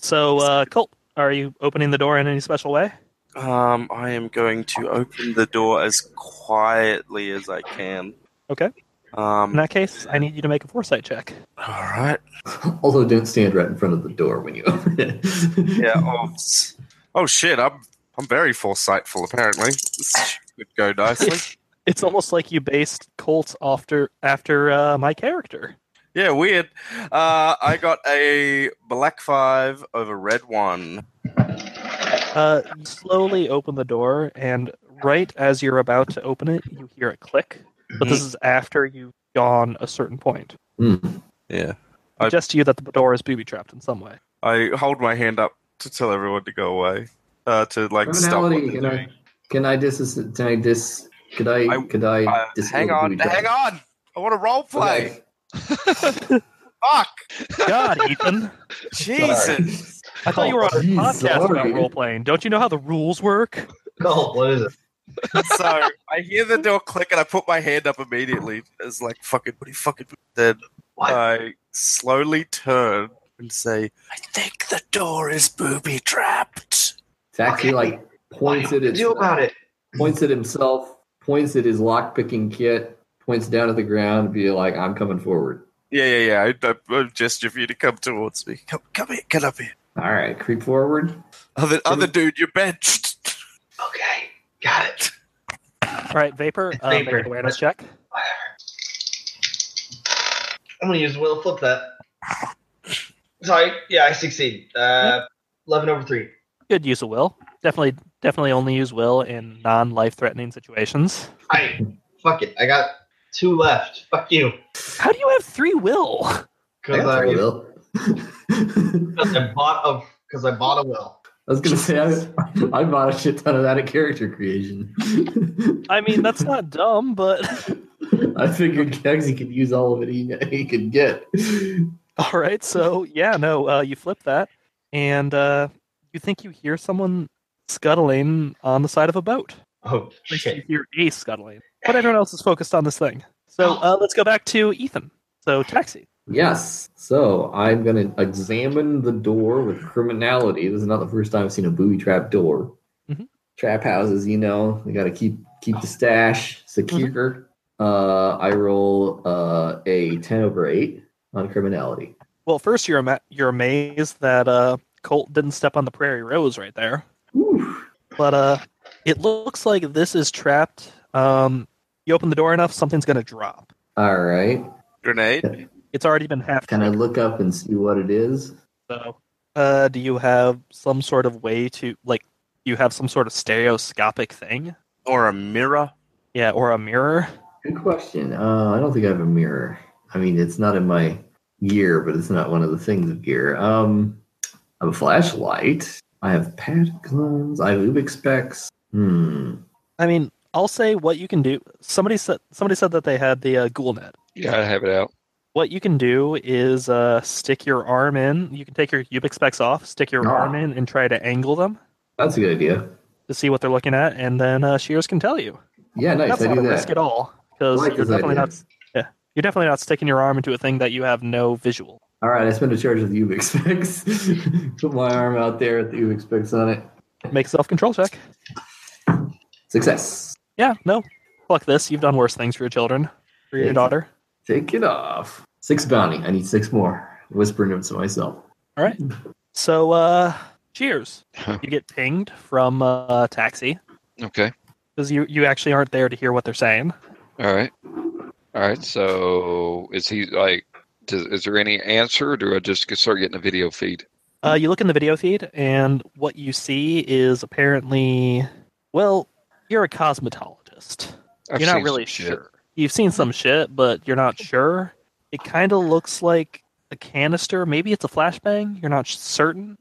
A: So, uh, Colt, are you opening the door in any special way?
G: Um, I am going to open the door as quietly as I can.
A: Okay. In
G: Um.
A: that case, I need you to make a foresight check.
G: All right.
C: Also, don't stand right in front of the door when you open it.
G: (laughs) Yeah. Oh, s- oh shit! I'm I'm very foresightful. Apparently, this could go
A: (laughs)
G: nicely.
A: It's almost like you based Colt after after uh, my character.
G: Yeah, weird. Uh, I got a black five over red one.
A: Uh, you slowly open the door, and right as you're about to open it, you hear a click. But this is after you've gone a certain point.
C: Hmm.
G: Yeah. I-
A: Suggest to you that the door is booby trapped in some way.
G: I hold my hand up to tell everyone to go away. Uh, to like stop what
C: Criminality,
G: they're
C: can I-
G: doing.
C: Can I dis? Can I dis? Could I?
G: I-
C: could I?
G: Uh,
C: dis-
G: hang on,
C: Okay.
G: hang on. I want to role play. Fuck,
A: God, Ethan,
G: Jesus.
A: I thought you were on a
C: Jeez,
A: podcast
C: sorry.
A: about role playing. Don't you know how the rules work?
D: Colt, what is it?
G: (laughs) so I hear the door click and I put my hand up immediately. It's like fucking, what do you fucking? Then
D: What?
G: I slowly turn and say, "I think the door is booby trapped."
C: Taxi
D: Okay.
C: like points at
D: do you
C: his
D: do about it?
C: points at himself, points at his lockpicking kit, points down at the ground, and be like, "I'm coming forward."
G: Yeah, yeah, yeah. I, I, I gesture for you to come towards me. Come, come here, get up here.
C: All right, creep forward.
G: Other,
C: we-
G: other dude, you're benched.
D: Okay, got it.
A: All right, Vapor, uh, make an
D: Vapor.
A: awareness check.
D: I'm gonna use will flip that. Sorry, yeah, I succeed. Uh, eleven over three.
A: Good use of will. Definitely, definitely only use will in non-life-threatening situations.
D: I fuck it. I got two left. Fuck you.
A: How do you have three will?
C: I,
D: Because
C: got
D: I,
C: three will. (laughs) I
D: 'cause I bought a because I bought a will.
C: was gonna say I, I bought a shit ton of that at character creation. (laughs)
A: I mean, that's not dumb, but
C: I figured Kegsy could use all of it he, he could get.
A: (laughs) all right. So yeah, no, uh, you flip that, and uh, you think you hear someone scuttling on the side of a boat.
D: Oh
A: At least you
D: shit.
A: hear a scuttling, but everyone else is focused on this thing. So
D: Oh.
A: uh, let's go back to Ethan. So taxi.
C: Yes. So I'm going to examine the door with criminality. This is not the first time I've seen a booby trap door.
A: Mhm.
C: Trap houses, you know, they got to keep keep the stash secure. Uh, I roll uh, a ten over eight on criminality.
A: Well, first you're ama- you're amazed that uh, Colt didn't step on the prairie rose right there.
C: Ooh.
A: But uh, it looks like this is trapped. Um, you open the door enough, something's going to drop.
C: All right.
G: Grenade.
A: It's already been half.
C: Can I look up and see what it is?
A: So, uh, do you have some sort of way to like? Do you have some sort of stereoscopic thing?
G: Or a mirror.
A: Yeah, or a mirror.
C: Good question. Uh, I don't think I have a mirror. I mean, it's not in my gear, but it's not one of the things of gear. Um, I have a flashlight. I have pad clones. I have Ubix specs. Hmm.
A: I mean, I'll say what you can do. Somebody said somebody said that they had the uh, ghoul net.
F: Yeah, I have it out.
A: What you can do is uh, stick your arm in. You can take your ubic specs off, stick your
C: Ah.
A: arm in, and try to angle them
C: That's a good idea.
A: to see what they're looking at, and then uh, Shears can tell you.
C: Yeah, nice.
A: That's
C: I
A: not
C: do
A: a
C: that.
A: risk at all
C: I
A: because
C: like
A: you're
C: this
A: definitely
C: idea.
A: not you're definitely not sticking your arm into a thing that you have no visual.
C: All right, I spend a charge with Ubix (laughs) specs. Put my arm out there with the Ubix specs on it.
A: Make self control check.
C: Success.
A: Yeah, no. Fuck this. You've done worse things for your children, for your
C: Yeah.
A: daughter.
C: Take it off. Six bounty. I need six more. Whispering it to myself.
A: So, uh, cheers. you get pinged from uh, taxi
F: Okay.
A: because you you actually aren't there to hear what they're saying.
F: All right. All right. So is he like? Does, is there any answer, or do I just get- start getting a video feed?
A: Uh, you look in the video feed, and what you see is apparently, well, you're a cosmetologist.
F: I've
A: you're not
F: seen
A: really
F: some shit.
A: sure. You've seen some shit, but you're not sure. It kind of looks like a canister. Maybe it's a flashbang. You're not certain.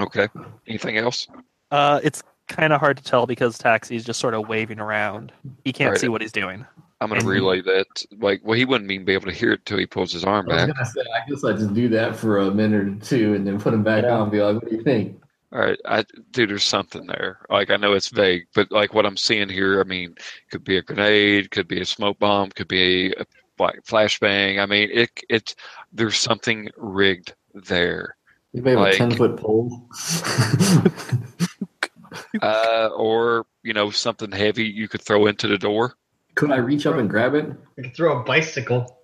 F: Okay. Anything else?
A: Uh, it's kind of hard to tell because Taxi's just sort of waving around. He can't
F: Alright.
A: see what he's doing.
F: I'm gonna
A: And-
F: relay that. Like, well, he wouldn't even be able to hear it till he pulls his arm
C: I was
F: back.
C: gonna say, I guess I just do that for a minute or two, and then put them back on. And be like, "What do you think?"
F: All right, I dude, there's something there. Like I know it's vague, but like what I'm seeing here, I mean, could be a grenade, could be a smoke bomb, could be a like flashbang. I mean, it it's there's something rigged there,
C: Anybody have
F: Like-
C: a ten foot pole?
F: uh, or you know something heavy you could throw into the door.
C: (laughs) Could I reach up and grab it?
D: I can throw a bicycle.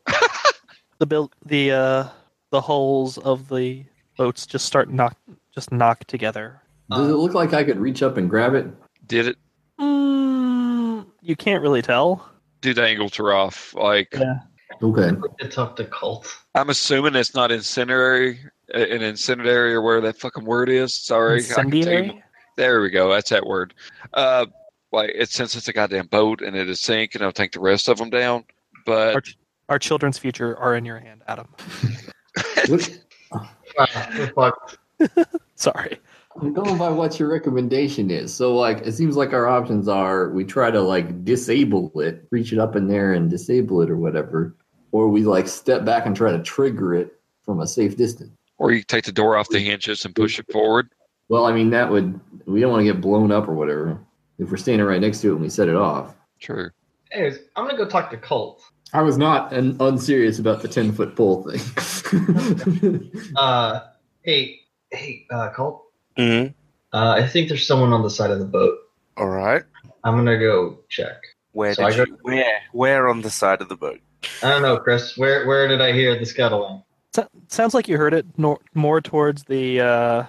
A: the build the uh the hulls of the boats just start knock just knock together.
C: Does it look like I could reach up and grab it?
F: Did it?
A: Mm, you can't really tell.
F: Dude, the angles are off. Like
A: Yeah.
C: Okay.
D: It's up
A: (laughs)
D: to cult.
F: I'm assuming it's not incendiary, uh, an incendiary or where that fucking word is. Sorry, I can tell you-
A: Incendiary?
F: There we go. That's that word. Uh, like it since it's a goddamn boat and it is sink, and I'll take the rest of them down. But
A: Arch- Our children's future are in your hand, Adam.
C: Look,
D: Ah, we're fucked.
A: Sorry.
C: I'm going by what your recommendation is. So, like, it seems like our options are we try to like disable it, reach it up in there and disable it or whatever, or we like step back and try to trigger it from a safe distance.
F: or you take the door off the hinges and push it forward.
C: Well, I mean, that would we don't want to get blown up or whatever. If we're standing right next to it and we set it off,
F: True.
D: Anyways, I'm gonna go talk to cult.
C: I was not an unserious about the ten foot pole thing. (laughs)
D: Uh, hey, hey, uh, Colt.
G: Mm-hmm.
D: Uh, I think there's someone on the side of the boat.
G: All right.
D: I'm gonna go check.
G: Where
D: So
G: did
D: I
G: you, where where on the side of the boat?
D: I don't know, Chris. Where where did I hear the scuttling?
A: So, sounds like you heard it nor- more towards the. Uh,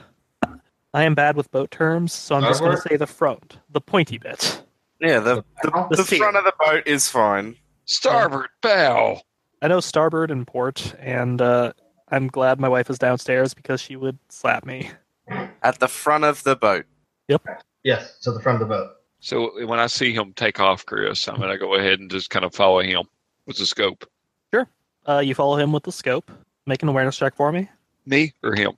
A: I am bad with boat terms, so I'm just going to
D: Starboard?
A: say the front, the pointy bit.
G: Yeah, the the,
A: The
G: the
A: sea.
G: front of the boat is fine.
F: Starboard bow.
A: I know starboard and port, and uh, I'm glad my wife is downstairs because she would slap me.
G: At the front of the boat.
D: Yes, so the front of the boat.
F: So when I see him take off, Chris, I'm going to go ahead and just kind of follow him with the scope.
A: Uh, you follow him with the scope. Make an awareness check for me.
F: Me or him?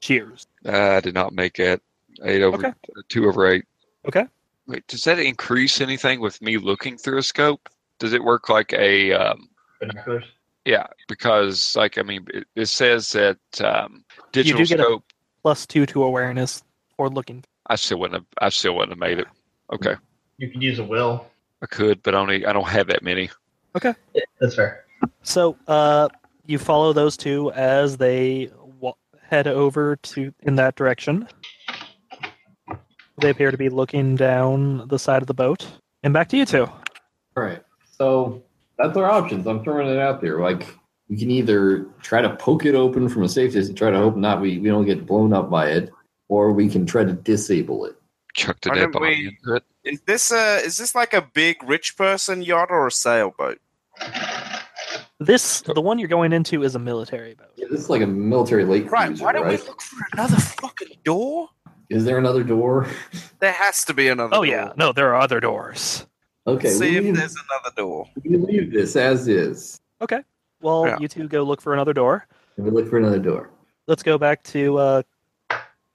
A: Cheers.
F: I did not make it. Eight over
A: Okay.
F: two over eight.
A: Okay.
F: Wait, does that increase anything with me looking through a scope? Does it work like a? Um,
D: Binoculars.
F: yeah, because like I mean, it, it says that um, digital
A: get a-
F: scope.
A: Plus two to awareness for looking.
F: I still wouldn't have. I still wouldn't have made it. Okay,
D: You could use a will.
F: I could, but only I don't have that many.
D: That's fair.
A: So uh, you follow those two as they wa- head over to in that direction. They appear to be looking down the side of the boat. And back to you two.
C: All right. So that's our options. I'm throwing it out there. Like we can either try to poke it open from a safe distance, try to hope not we, we don't get blown up by it, or we can try to disable it.
F: Chuck the
G: Why
F: dead
G: don't
F: body
G: we-
F: into it.
G: Is this a is this like a big rich person yacht or a sailboat?
A: This, the one you're going into, is a military boat.
C: Yeah, this is like a military lake
G: Right.
C: cruiser,
G: Why don't we
C: right?
G: look for another fucking door?
C: Is there another door? (laughs)
G: There has to be another.
A: Oh
G: door.
A: yeah, no, there are other doors.
C: Okay.
G: See
C: we,
G: if
C: leave,
G: there's another door.
C: we leave this as is,
A: Well,
G: Yeah.
A: you two go look for another door.
C: and we look for another door.
A: Let's go back to. Uh...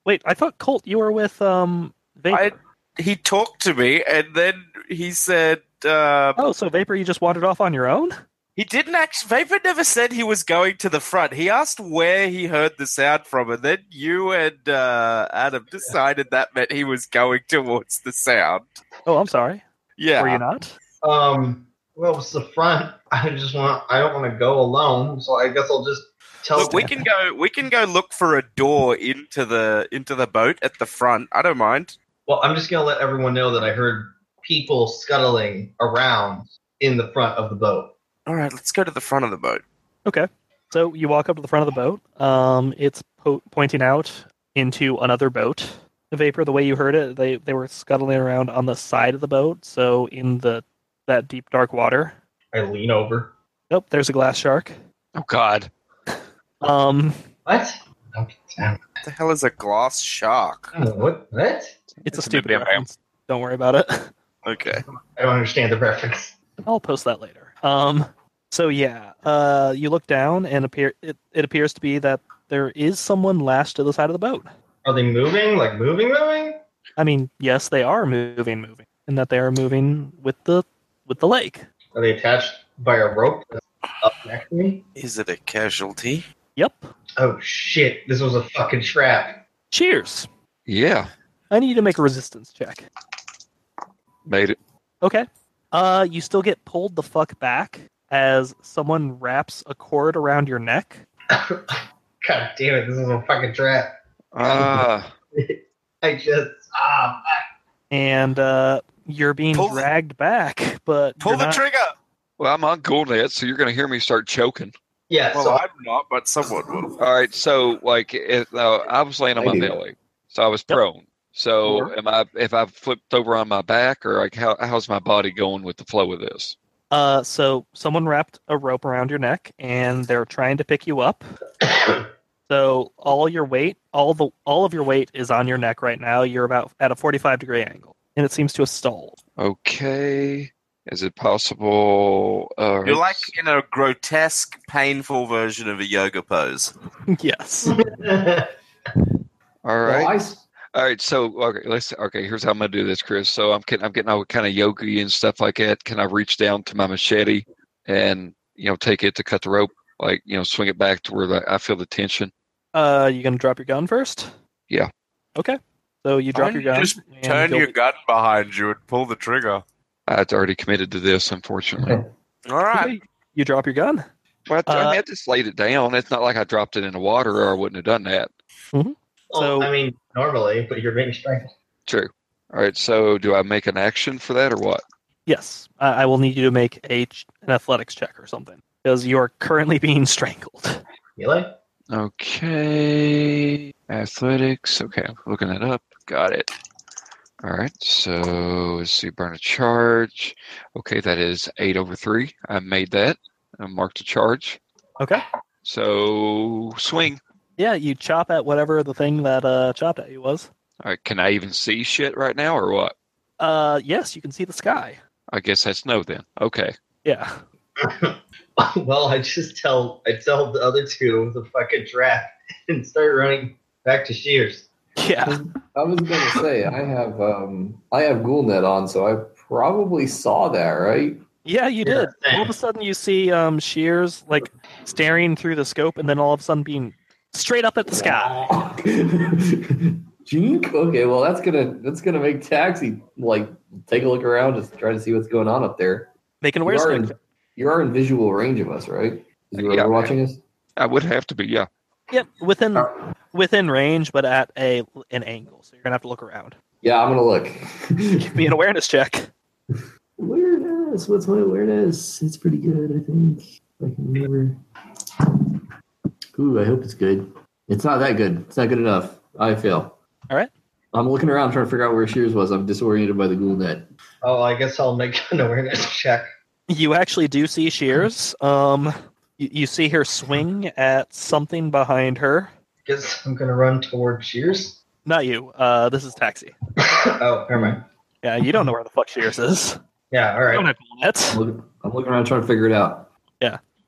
A: Wait, I thought Colt, you were with um Vapor.
G: I- He talked to me and then he said uh,
A: Oh, so Vapor, you just wandered off on your own?
G: he didn't actually. Vapor never said he was going to the front. He asked where he heard the sound from, and then you and uh, Adam decided that meant he was going towards the sound.
A: Oh, I'm sorry.
G: Yeah.
A: Were you not?
D: Um. Well, it's the front. I just want. I don't want to go alone, so I guess I'll just tell.
G: Look, we can go. We can go look for a door into the into the boat at the front. I don't mind.
D: Well, I'm just gonna let everyone know that I heard people scuttling around in the front of the boat.
G: All right, let's go to the front of the boat.
A: So you walk up to the front of the boat. Um, it's po- pointing out into another boat. Vapor, the way you heard it, they they were scuttling around on the side of the boat. So in the that deep dark water.
D: I lean over.
A: Nope, there's a glass shark.
F: Oh God!
A: Um,
D: What? I'm- I
G: What the hell is a glass shark?
D: don't know What? What?
A: it's,
F: It's a
A: a stupid
F: bit damn
A: reference. Don't worry about it. (laughs)
G: Okay.
D: I don't understand the reference.
A: I'll post that later. Um, so yeah, uh, you look down and appear it, it appears to be that there is someone lashed to the side of the boat.
D: Are they moving? Like moving, moving?
A: I mean, yes, they are moving, moving, and that they are moving with the with the lake.
D: Are they attached by a rope that's up next to me?
G: Is it a casualty?
A: Yep.
D: Oh shit! This was a fucking trap.
A: Cheers.
F: Yeah,
A: I need you to make a resistance check.
F: made it.
A: Okay. Uh, you still get pulled the fuck back as someone wraps a cord around your neck.
D: God damn it! This is a fucking trap. (laughs)
F: Ah.
D: I just ah fuck.
A: And uh, you're being
G: Pull the-
A: dragged back, but
G: Pull
A: you're
G: the
A: not-
G: trigger.
F: (laughs) Well, I'm on GoldNet, so you're going to hear me start choking.
D: yeah.
G: Well,
D: so
G: I'm not, but someone will.
F: All right, so like if, uh, I was laying on
C: I
F: my
C: do.
F: belly, so I was
A: Yep.
F: prone. So
A: Sure.
F: am I? If I flipped over on my back, or like how, how's my body going with the flow of this?
A: Uh, so someone wrapped a rope around your neck, and they're trying to pick you
G: (coughs)
A: up. so all your weight, all the all of your weight is on your neck right now. You're about at a 45 degree angle, and it seems to have stalled. (laughs)
F: Okay, is it possible? Uh,
G: You're like in a grotesque, painful version of a yoga pose.
A: yes.
F: all
C: Well,
F: right,
C: I s-
F: all right. So okay, let's. Okay, here's how I'm going to do this, Chris. So I'm getting, I'm getting all kind of yogi and stuff like that. Can I reach down to my machete and you know take it to cut the rope? Like you know, swing it back to where like, I feel the tension.
A: Uh, you gonna drop your gun first?
F: Yeah.
A: Okay. So you drop
G: Why don't
A: your gun.
G: you just
A: and
G: Turn
A: you'll
G: your
A: be-
G: gun behind you and pull the trigger.
F: I'd already committed to this, unfortunately.
G: All right.
A: You drop your gun.
F: Well, I, I, mean,
A: Uh,
F: I just laid it down. It's not like I dropped it in the water, or I wouldn't have done that.
A: So-
D: (laughs) well, I mean, normally, but you're being strangled.
F: True. All right. So, do I make an action for that, or what?
A: Yes, I, I will need you to make a ch- an athletics check or something because you are currently (laughs) being strangled.
D: Melee?
F: Okay. Athletics. Okay. I'm looking it up. Got it. All right. So let's see. Burn a charge. Okay. That is eight over three. I made that. I marked a charge.
A: Okay.
F: So swing.
A: Yeah, you chop at whatever the thing that uh, chopped at you was.
F: All right. Can I even see shit right now or what?
A: Uh, yes, you can see the sky.
F: I guess that's no then. Okay.
A: Yeah.
D: (laughs)
A: (laughs)
D: well, I just tell I tell the other two the fucking trap (laughs) and start running back to Shears.
A: Yeah.
C: I was gonna say I have um I have Ghoulnet on, so I probably saw that, right?
A: Yeah, you
D: Yeah,
A: did. all of a
D: thanks.
A: sudden, you see um, Shears like staring through the scope, and then all of a sudden being straight up at the sky.
C: (laughs) Jink. Okay, well that's gonna that's gonna make Taxi like take a look around, just try to see what's going on up there.
A: Making
C: you,
A: awareness.
C: are
A: check.
C: in, you are in visual range of us, right? Is whoever
F: Yeah.
C: watching us?
F: I would have to be. Yeah.
A: Yep, within
C: Uh,
A: within range, but at a an angle. So you're gonna have to look around.
C: Yeah, I'm gonna look. (laughs)
A: Give me an awareness check.
C: Awareness. What's my awareness? It's pretty good, I think. I can remember. Ooh, I hope it's good. It's not that good. It's not good enough. I fail.
A: All right.
C: I'm looking around trying to figure out where Shears was. I'm disoriented by the ghoul net.
D: Oh, I guess I'll make an (laughs) awareness check.
A: You actually do see Shears. Um, you, you see her swing at something behind her.
D: Guess I'm gonna run toward Shears. (coughs)
A: Not you. Uh, this is Taxi.
D: oh, never mind.
A: Yeah, you don't know where the fuck Shears is.
D: Yeah, all
A: You don't
D: right.
A: have Gillnets.
C: I'm looking, I'm looking around trying to figure it out.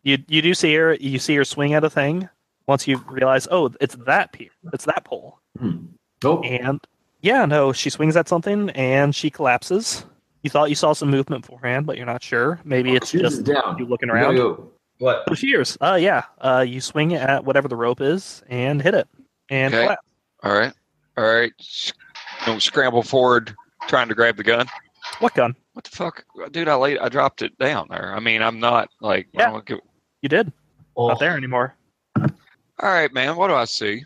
A: You you do see her. You see her swing at a thing. Once you realize, oh, it's that pier. It's that pole.
C: Hmm. Oh,
A: And yeah, no, she swings at something and she collapses. You thought you saw some movement beforehand, but you're not sure. Maybe it's
C: Shears
A: just
C: is down.
A: you looking
C: We gotta
A: around.
C: go.
D: What?
A: Oh, Shears. Uh, yeah. Uh, you swing at whatever the rope is and hit it and
F: Okay.
A: collapse.
F: All right. All right. S- Don't scramble forward trying to grab the gun.
A: What gun?
F: What the fuck, dude? I laid, I dropped it down there. I mean, I'm not like. I
A: Yeah.
F: don't give-
A: You did.
D: Oh,
A: Not there anymore.
F: All right, man. What do I see?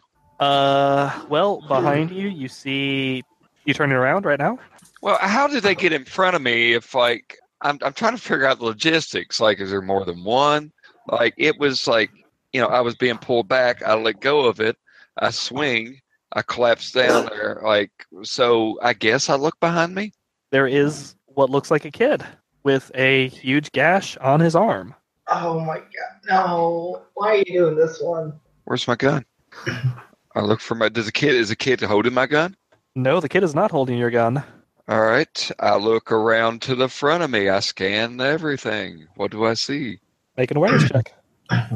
A: Uh, well, behind you, you see. You turning around right now?
F: Well, how did they get in front of me? If like, I'm I'm trying to figure out the logistics. Like, is there more than one? Like, it was like, you know, I was being pulled back. I let go of it. I swing. I collapse down there. Like, so I guess I look behind me.
A: There is what looks like a kid with a huge gash on his arm.
D: oh my god, no! Why are you doing this one?
F: Where's my gun? I look for my. Does a kid? Is a kid holding my gun?
A: No, the kid is not holding your gun.
F: All right. I look around to the front of me. I scan everything. What do I see?
A: Make an awareness check.
C: (clears throat)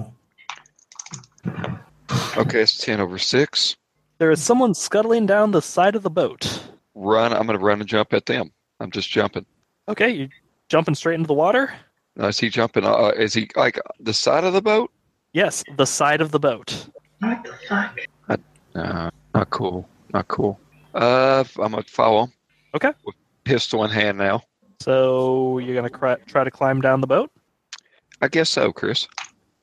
F: Okay, it's 10 over 6.
A: There is someone scuttling down the side of the boat.
F: Run. I'm going to run and jump at them. I'm just jumping.
A: Okay, you jumping straight into the water?
F: Now, is he jumping? Uh, is he like the side of the boat?
A: Yes, the side of the boat.
D: What the fuck?
F: No, not cool. Not cool. Uh, I'm going to follow him.
A: Okay.
F: With pistol in hand now.
A: So you're gonna cry, try to climb down the boat.
F: I guess so, Chris.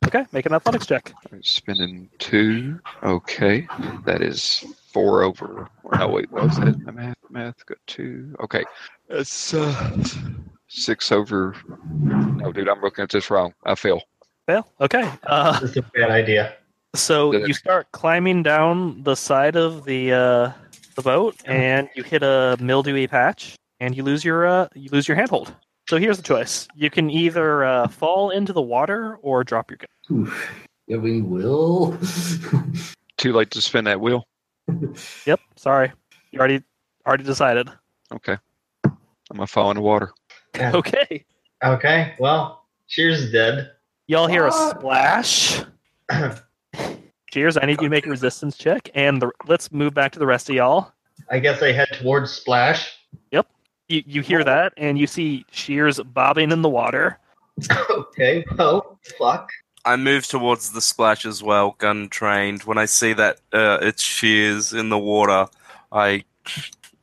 A: Okay, make an athletics check.
F: All right, Spinning two. Okay. That is four over. No, wait, what was that? My math, math, got two. Okay. That's uh, six over. No, dude, I'm looking at this wrong. I fail.
A: Fail. Okay. Uh,
D: This is a bad idea.
A: so
F: Did it.
A: you start climbing down the side of the uh, the boat, and you hit a mildewy patch, and you lose your uh, you lose your handhold. So here's the choice: you can either uh, fall into the water or drop your gun.
C: Oof. Yeah, we will. (laughs)
F: Too late to spin that wheel.
A: Yep. Sorry, you already already decided. (laughs)
F: Okay. I'm gonna fall in the water.
D: God.
A: Okay.
D: Okay, well, Shears is dead.
A: Y'all hear a
C: What?
A: splash. Cheers! I need you to make a resistance check, and the, let's move back to the rest of y'all.
D: I guess I head towards Splash. (laughs)
A: You, you hear that, and you see Shears bobbing in the water.
D: okay, well, fuck.
G: I move towards the splash as well, gun trained. When I see that uh, it shears in the water, I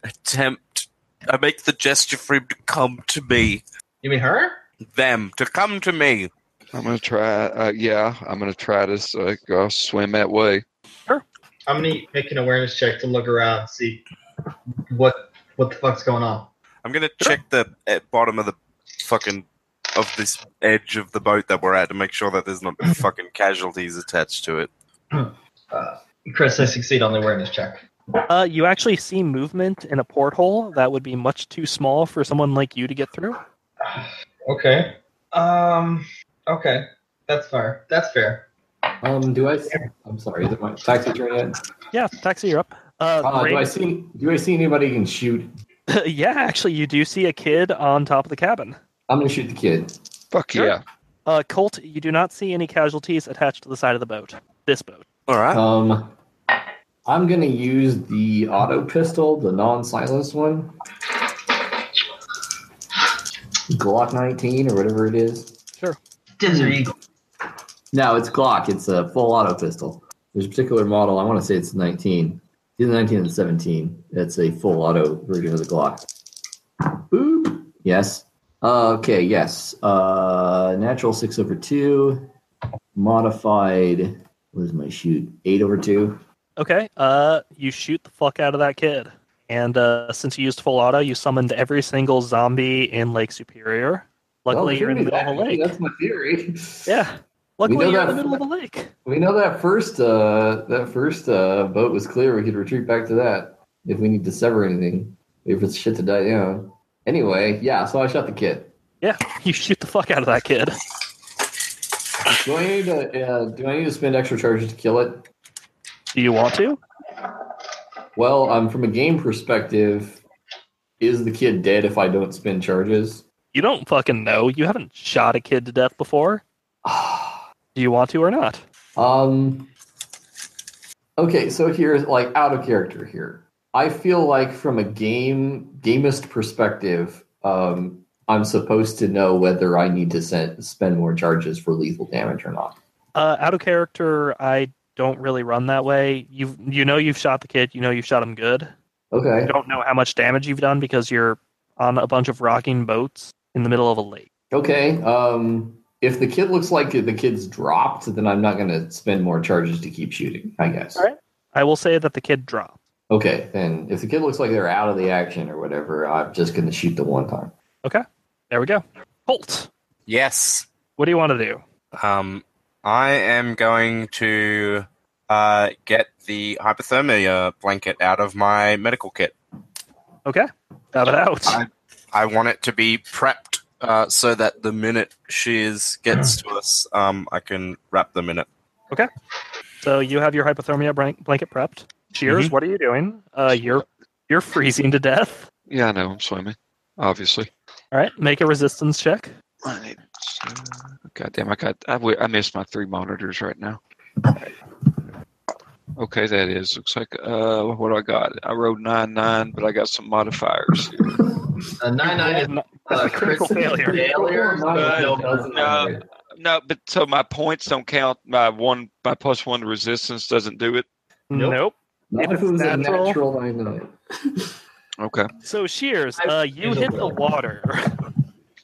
G: attempt I make the gesture for him to come to me.
D: You mean her?
G: Them to come to me.
F: I'm gonna try. Uh, yeah, I'm gonna try to s- uh, go swim that way.
D: I'm gonna make an awareness check to look around, see what what the fuck's going on.
G: I'm gonna check the uh, bottom of the fucking of this edge of the boat that we're at to make sure that there's not fucking casualties attached to it.
D: Chris, I succeed on the awareness check.
A: Uh, you actually see movement in a porthole that would be much too small for someone like you to get through.
D: Okay. Um. Okay. That's fair. That's fair.
C: Um, do I? See, I'm sorry. Is it my taxi turn yet?
A: Yeah, taxi, you're up. Uh,
C: Uh, do
A: (laughs)
C: I
A: Rain-
C: see? Do I see anybody who can shoot?
A: yeah, actually, you do see a kid on top of the cabin.
C: I'm gonna shoot the kid.
F: Fuck
A: Sure.
F: yeah!
A: Uh, Colt, you do not see any casualties attached to the side of the boat. This boat.
G: All right.
C: Um, I'm gonna use the auto pistol, the non-silenced one, Glock 19 or whatever it is.
D: Desert Eagle.
C: No, it's Glock. It's a full auto pistol. There's a particular model. I want to say it's 19. It's either 19 and 17. It's a full auto version of the Glock. Boop. Yes. Uh, okay. Yes. Uh, natural six over two. Modified. What is my shoot? Eight over two.
A: Okay. Uh, you shoot the fuck out of that kid, and uh, since you used full auto, you summoned every single zombie in Lake Superior. Luckily,
C: Well,
A: you're in the
C: give me
A: middle of a
C: that.
A: lake.
C: Oh, That's my theory.
A: Yeah. Luckily,
C: know
A: you're in the
C: that-
A: middle of a lake.
C: We know that first. Uh, that first uh, boat was clear. We could retreat back to that if we need to sever anything. If it's shit to die down. Anyway, yeah. So I shot the kid.
A: Yeah, (laughs) you shoot the fuck out of that kid.
C: Do I need to? Uh, do I need to spend extra charges to kill it?
A: Do you want to?
C: Well, um, from a game perspective, is the kid dead if I don't spend charges? (sighs)
A: You don't fucking know. You haven't shot a kid to death before. Do you want to or not?
C: Um. Okay, so here's like out of character here. I feel like from a game gamist perspective, um, I'm supposed to know whether I need to send, spend more charges for lethal damage or not.
A: Uh, out of character, I don't really run that way. You you know you've shot the kid. You know you've shot him good.
C: Okay.
A: I don't know how much damage you've done because you're on a bunch of rocking boats in the middle of a lake.
C: Okay. Um, if the kid looks like the kid's dropped, then I'm not going to spend more charges to keep shooting. I guess.
A: All right. I will say that the kid dropped.
C: Okay. Then if the kid looks like they're out of the action or whatever, I'm just going to shoot the one time.
A: There we go. Colt,
G: Yes.
A: what do you want to do?
G: Um, I am going to uh, get the hypothermia blanket out of my medical kit.
A: Have it out.
G: I- I want it to be prepped uh, so that the minute she is gets to us, um, I can wrap them in it.
A: So you have your hypothermia blank- blanket prepped. Cheers. What are you doing? Uh, you're you're freezing to death.
F: Yeah, I know. I'm swimming. Obviously.
A: All right. Make a resistance check.
F: God damn! I got. I, w- I missed my three monitors right now. Okay, that is looks like. Uh, what do I got? I rode nine nine, but I got some modifiers. Here.
D: Uh, nine nine is uh,
A: critical
D: Chris
A: failure.
D: failure,
C: No,
D: but-
F: no. No, but so my points don't count. My one, my plus one resistance doesn't do it.
D: Nope.
C: Not if it was a natural nine nine.
F: Okay.
A: So Shears, uh, you hit the water, (laughs)
F: Mhm.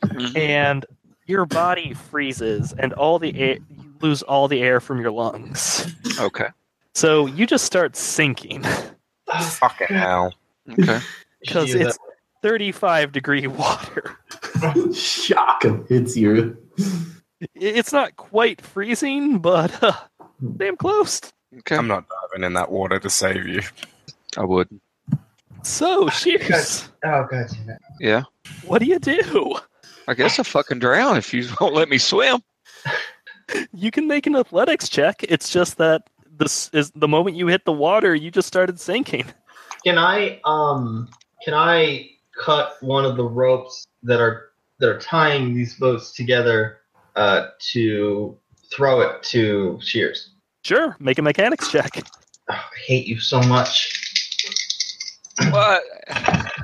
D: Mm-hmm.
A: and your body freezes, and all the air you lose all the air from your lungs.
F: Okay.
A: So you just start sinking
G: Fucking hell.
F: Okay.
D: You should
A: because
D: use
A: it's 35 degree (laughs) water.
C: (laughs) Shock hits you.
A: I- It's not quite freezing, but uh, damn close.
F: Okay.
G: I'm not diving in that water to save you.
F: I would.
A: So Shears,
D: (laughs) Yes. that. Oh god damn it.
F: Yeah.
A: what do you do?
F: I guess I fucking drown if you (laughs) won't let me swim.
A: You can make an athletics check. It's just that this is the moment you hit the water, you just started sinking.
D: Can I um can I cut one of the ropes that are that are tying these boats together uh to throw it to Shears?
A: Sure, make a mechanics check.
D: Oh, I hate you so much.
F: What?
A: (laughs)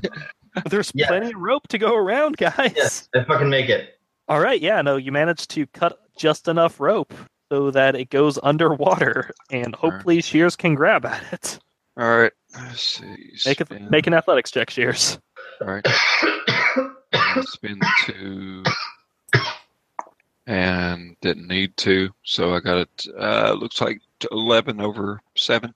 A: There's
D: Yeah.
A: plenty of rope to go around, guys.
D: Yes, I fucking make it.
A: All right, yeah, no, you managed to cut just enough rope so that it goes underwater, and
F: right.
A: hopefully Shears can grab at it.
F: All right. Let's see.
A: Make a,
F: Spin.
A: make an athletics check, Shears.
F: All right. Spin two. And didn't need to, so I got it. Uh, looks like t- eleven over seven.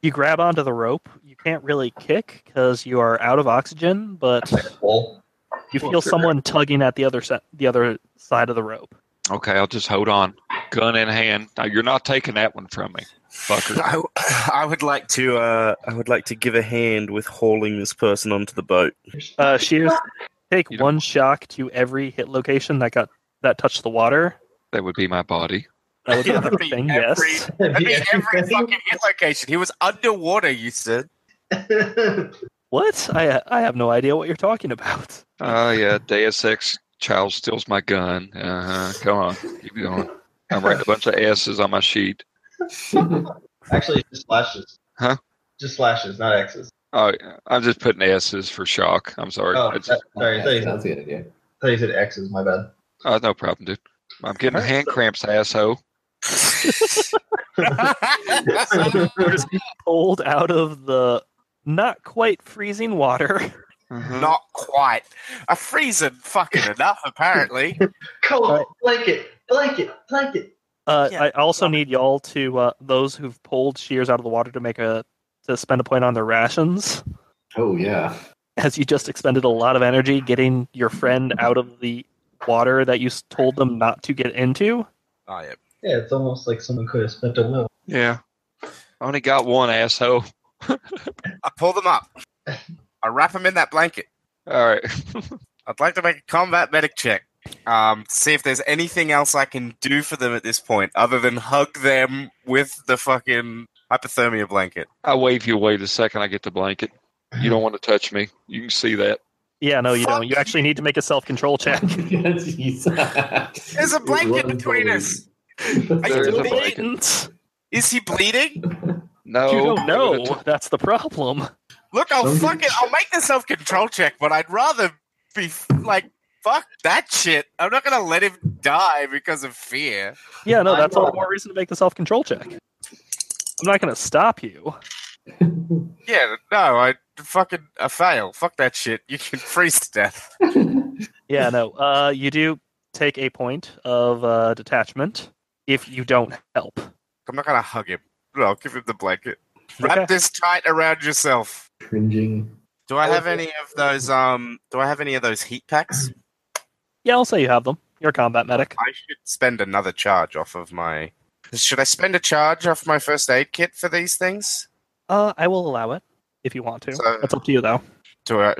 A: You grab onto the rope. You can't really kick because you are out of oxygen,
D: (laughs)
A: but
D: Well,
A: you feel someone tugging at the other se- the other side of the rope.
F: Okay, I'll just hold on, gun in hand. Now you're not taking that one from me, fucker.
G: I, I would like to. Uh, I would like to give a hand with hauling this person onto the boat.
A: Uh,
G: (laughs)
A: shears, take
F: You don't-
A: one shock to every hit location that got that touched the water.
F: That would be my body.
A: That would be
G: Yeah,
A: the
G: that'd be
A: thing.
G: every-
A: Yes.
G: I mean, every fucking hit location. He was underwater. You said.
D: (laughs)
A: What? I I have no idea what you're talking about. (laughs)
F: Oh yeah, Deus Ex child steals my gun. Uh huh. Come on, keep going. I'm writing a bunch of S's on my sheet.
D: Actually, it's just slashes.
F: Huh?
D: Just slashes, not X's.
F: Oh, yeah, I'm just putting S's for shock. I'm sorry.
D: Oh,
F: I just-
D: that- sorry. I thought you,
C: That's,
D: said-
C: that's a good idea.
D: thought you said X's. My bad.
F: Oh, no problem, dude. I'm getting
A: Alright,
F: hand cramps, asshole.
D: (laughs)
A: Pulled out of the not quite freezing water. (laughs)
G: Not quite. A freezing fucking enough, apparently.
D: Cold blanket, blanket, blanket.
A: Uh,
G: Yeah.
A: I also need y'all to uh, those who've pulled shears out of the water to make a to spend a point on their rations, (laughs)
C: Oh yeah. (laughs)
A: as you just expended a lot of energy getting your friend out of the water that you s- told them not to get into.
G: I am.
D: Yeah, it's almost like someone could have spent a will.
F: Yeah. I only got one asshole.
G: I pull them up. I wrap them in that blanket.
F: All right.
G: I'd like to make a combat medic check. Um, to see if there's anything else I can do for them at this point, other than hug them with the fucking hypothermia blanket.
F: I wave you away the second I get the blanket.
A: (laughs)
F: You don't want to touch me. You can see that.
A: Yeah, no, you
G: Fuck
A: don't. You actually need to make a self control check.
C: There's
G: a blanket between us.
F: There is a
G: bleeding?
F: blanket.
G: Is he bleeding?
F: No.
A: you don't know. That's the problem. (laughs)
G: Look, I'll
C: Don't
G: fuck
C: you-
G: it. I'll make the self control check, but I'd rather be f- like, fuck that shit. I'm not gonna let him die because of fear.
A: Yeah, no,
D: I
A: that's all
D: know.
A: the more reason to make the self control check. I'm not going to stop you.
G: Yeah, no, I fucking I fail. Fuck that shit. You can freeze to death.
A: Yeah, no. Uh, you do take a point of uh, detachment if you don't help.
G: I'm not gonna hug him. No, I'll give him the blanket. Wrap
A: Okay.
G: this tight around yourself.
C: (laughs) Cringing.
G: Do I have any of those? Um, do I have any of those heat packs?
A: Yeah, I'll say you have them. You're a combat medic.
G: I should spend another charge off of my. Should I spend a charge off my first aid kit for these things?
A: Uh, I will allow it if you want to.
G: So-
A: That's up to you, though.
G: Do I?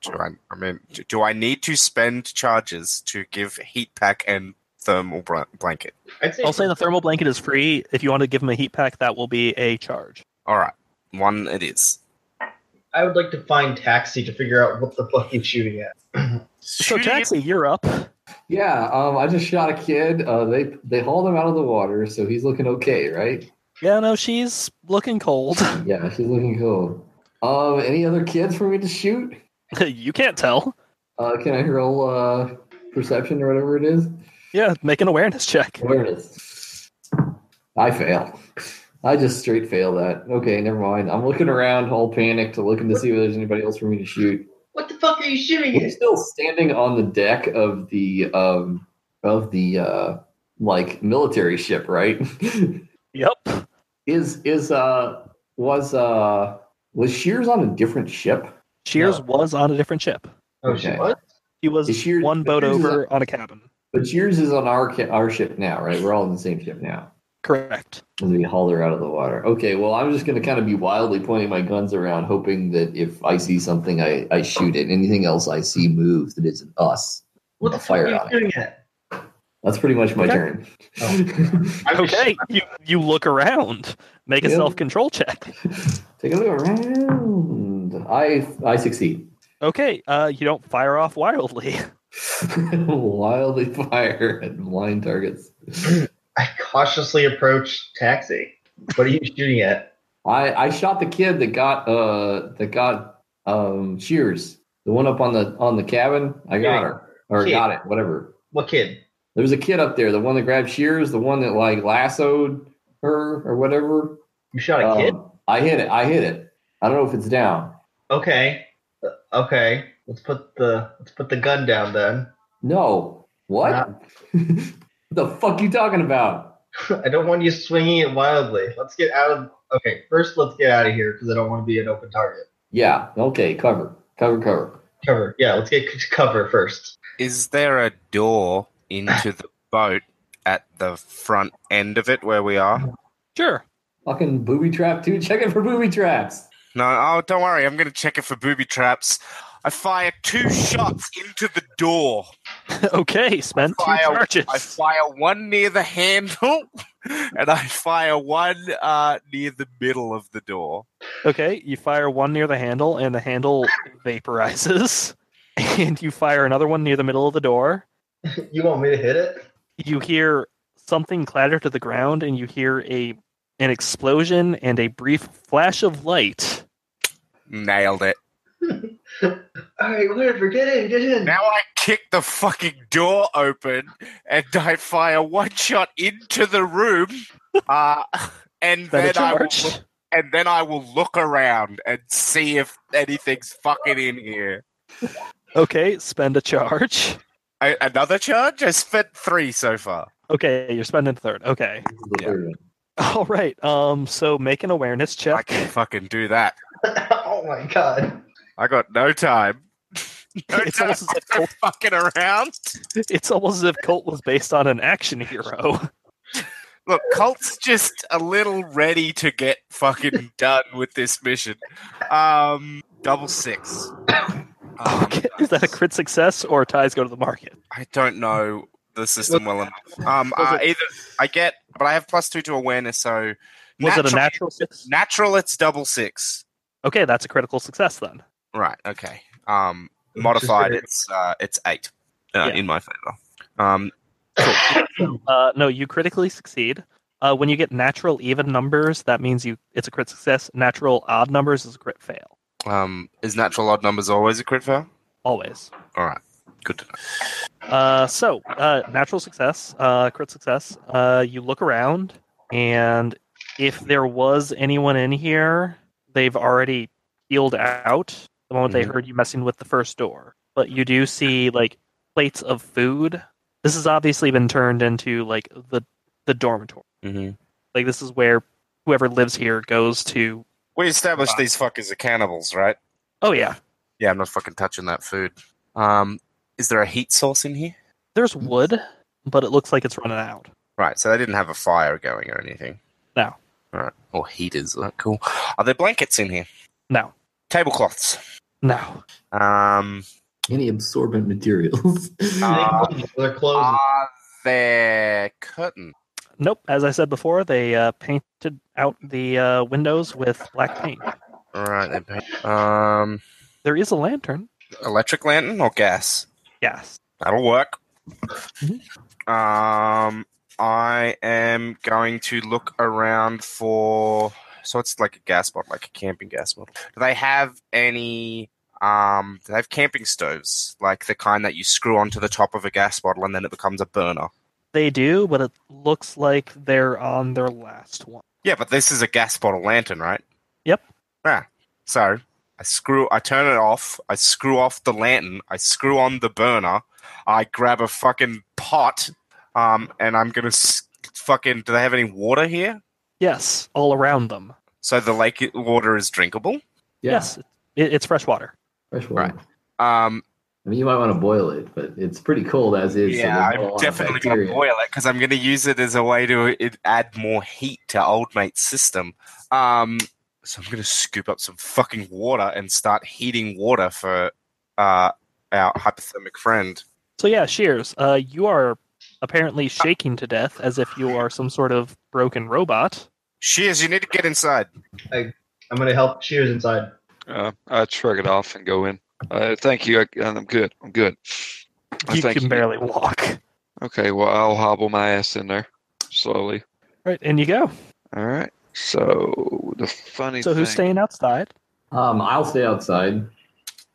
G: Do I? I mean, do I need to spend charges to give heat pack and thermal br- blanket?
D: I'd say
A: I'll say the thermal blanket is free. If you want to give him a heat pack, that will be a charge.
G: All right, one it is.
D: I would like to find Taxi to figure out what the fuck he's shooting at. (clears throat)
A: So, Taxi, you're up.
C: Yeah, um, I just shot a kid. Uh, they they hauled him out of the water, so he's looking okay, right?
A: Yeah, no, she's looking cold. (laughs)
C: Yeah, she's looking cool. Um, any other kids for me to shoot?
A: you can't tell.
C: Uh, can I roll uh, perception or whatever it is?
A: Yeah, make an awareness check.
C: Awareness. I fail. I just straight fail that. Okay, never mind. I'm looking around, all panicked, looking to see if there's anybody else for me to shoot.
D: What the fuck are you shooting
C: We're
D: at?
C: still standing on the deck of the um of the uh like military ship, right? (laughs)
A: Yep.
C: is is uh was uh was Shears on a different ship?
A: Shears
D: No.
A: was on a different ship.
D: Oh, shit.
C: Okay.
D: What?
A: He was
C: Is Shears-
A: one boat
C: Shears is
A: over on a cabin.
C: But Shears is on our ca- our ship now, right? We're all in the same ship now.
A: Correct.
C: And we haul her out of the water. Okay, well, I'm just going to kind of be wildly pointing my guns around, hoping that if I see something, I, I shoot it. Anything else I see move that isn't us,
D: What
C: I'll
D: the
C: fire
D: fuck are you
C: on it.
D: shooting at?
C: That's pretty much my
A: Okay.
C: turn.
A: Okay, you, you look around. Make a
C: Yeah.
A: self control check.
C: (laughs) Take a look around. I I succeed. (laughs)
A: Okay, uh, you don't fire off wildly. (laughs)
C: Wildly fire at blind targets.
D: I cautiously approach Taxi. What are you shooting at?
C: I I shot the kid that got uh that got um Shears, the one up on the on the cabin. I got
D: Yeah.
C: her or
D: Kid.
C: got it, whatever.
D: What kid?
C: There was a kid up there, the one that grabbed Shears, the one that like lassoed her or whatever.
D: You shot a kid?
C: Um, I hit it. I hit it. I don't know if it's down.
D: Okay. Okay, let's put the let's put the gun down then. (laughs)
C: No. What? what (laughs) the fuck you talking about?
D: I don't want you swinging it wildly. Let's get out of. Okay, first let's get out of here because I don't want to be an open target.
C: Yeah. Okay. Cover. Cover. Cover.
D: Cover. Yeah, let's get c- cover first. (laughs)
G: Is there a door into the boat at the front end of it where we are?
A: Sure.
C: Fucking booby trap too. Check it for booby traps.
G: No, oh, don't worry. I'm going to check it for booby traps. I fire two shots into the door.
A: okay, spent two
G: Fire-
A: charges.
G: I fire one near the handle, (laughs) and I fire one uh, near the middle of the door.
A: Okay, you fire one near the handle, and the handle vaporizes. (laughs) And you fire another one near the middle of the door.
D: You want me to hit it?
A: You hear something clatter to the ground, and you hear a an explosion and a brief flash of light.
G: Nailed it.
D: All right, whatever. Get in. Get (laughs) in.
G: Now I kick the fucking door open, and (laughs) I fire one shot into the room, uh, (laughs) and
A: Is that a
G: then I will
A: charge?
G: look, and then I will look around and see if anything's fucking in here.
A: Okay, spend a charge.
G: I, another charge? I spent three so far.
A: Okay, you're spending a third.
G: (laughs)
A: Okay.
C: This is the
G: Yeah.
C: third one.
A: All right. Um. So make an awareness
G: I
A: check.
G: can fucking do that.
D: oh my god.
G: I got no time. (laughs) No
A: It's
G: time
A: almost as if
G: for
A: Colt-
G: fucking around.
A: (laughs) It's almost as if Colt was based on an action hero. (laughs)
G: Look, Colt's just a little ready to get
A: (laughs)
G: fucking done with this mission. Um, double six. Um,
A: Is that a crit success or ties go to the market?
G: I don't know the system well enough. Um, uh, either I get, but I have plus two to awareness, so
A: Was it a
G: natural?
A: natural six?
G: Natural, it's double six.
A: Okay, that's a critical success then.
G: Right. Okay. Um, modified,
D: Just-
G: it's uh, it's eight uh,
A: Yeah.
G: in my favor. Um,
A: Uh, no, you critically succeed. Uh, when you get natural even numbers, that means you it's a crit success. Natural odd numbers is a crit fail.
G: um, is natural odd numbers always a crit fail?
A: Always.
G: All right. Good to know.
A: Uh, so uh, natural success, uh, crit success. Uh, you look around, and if there was anyone in here, they've already peeled out the moment they
G: Mhm.
A: heard you messing with the first door. But you do see like plates of food. This has obviously been turned into like the the dormitory.
G: Mm-hmm.
A: Like this is where whoever lives here goes to.
G: We established these fuckers are cannibals, right?
A: Oh yeah,
G: Yeah, I'm not fucking touching that food. Um, is there a heat source in here?
A: there's wood, but it looks like it's running out.
G: Right, so they didn't have a fire going or anything.
A: No.
G: All right, or heaters. Is that cool? Are there blankets in here?
A: No,
G: Tablecloths.
A: no.
G: Um,
C: Any absorbent materials? (laughs)
G: Uh,
D: They're closing.
G: are there curtain?
A: Nope. As I said before, they uh, painted out the uh, windows with black paint.
G: All right, they paint. Um,
A: There is a lantern.
G: electric lantern or gas?
A: Yes.
G: That'll work. Um, I am going to look around for. So it's like a gas bottle, like a camping gas bottle. Do they have any? Um, do they have camping stoves, like the kind that you screw onto the top of a gas bottle and then it becomes a burner.
A: They do, but it looks like they're on their last one.
G: Yeah, but this is a gas bottle lantern, right?
A: Yep.
G: Ah, so I screw, I turn it off. I screw off the lantern. I screw on the burner. I grab a fucking pot, um, and I'm gonna s- fucking. Do they have any water here?
A: Yes, all around them.
G: So the lake i- water is drinkable.
C: Yeah,
A: Yes, it, it's fresh water.
C: Fresh water.
G: Um,
C: I mean, you might want to boil it, but it's pretty cold as is. so
G: yeah,
C: there's not a
G: I'm
C: lot of
G: definitely gonna
C: bacteria.
G: boil it because I'm gonna use it as a way to it, add more heat to old mate's system. Um, so I'm gonna scoop up some fucking water and start heating water for uh our hypothermic friend.
A: So yeah, Shears, uh, you are apparently shaking to death as if you are some sort of broken robot.
G: Shears, you need to get inside.
D: I'm gonna help Shears inside.
F: Uh, I shrug it off and go in. Uh, thank you. I, I'm good. I'm good. I
A: You
F: thank
A: can
F: you.
A: barely walk.
F: Okay, well, I'll hobble my ass in there slowly.
A: Right, in you go.
F: All right. So the funny
A: So
F: thing.
A: who's staying outside?
C: Um, I'll stay outside.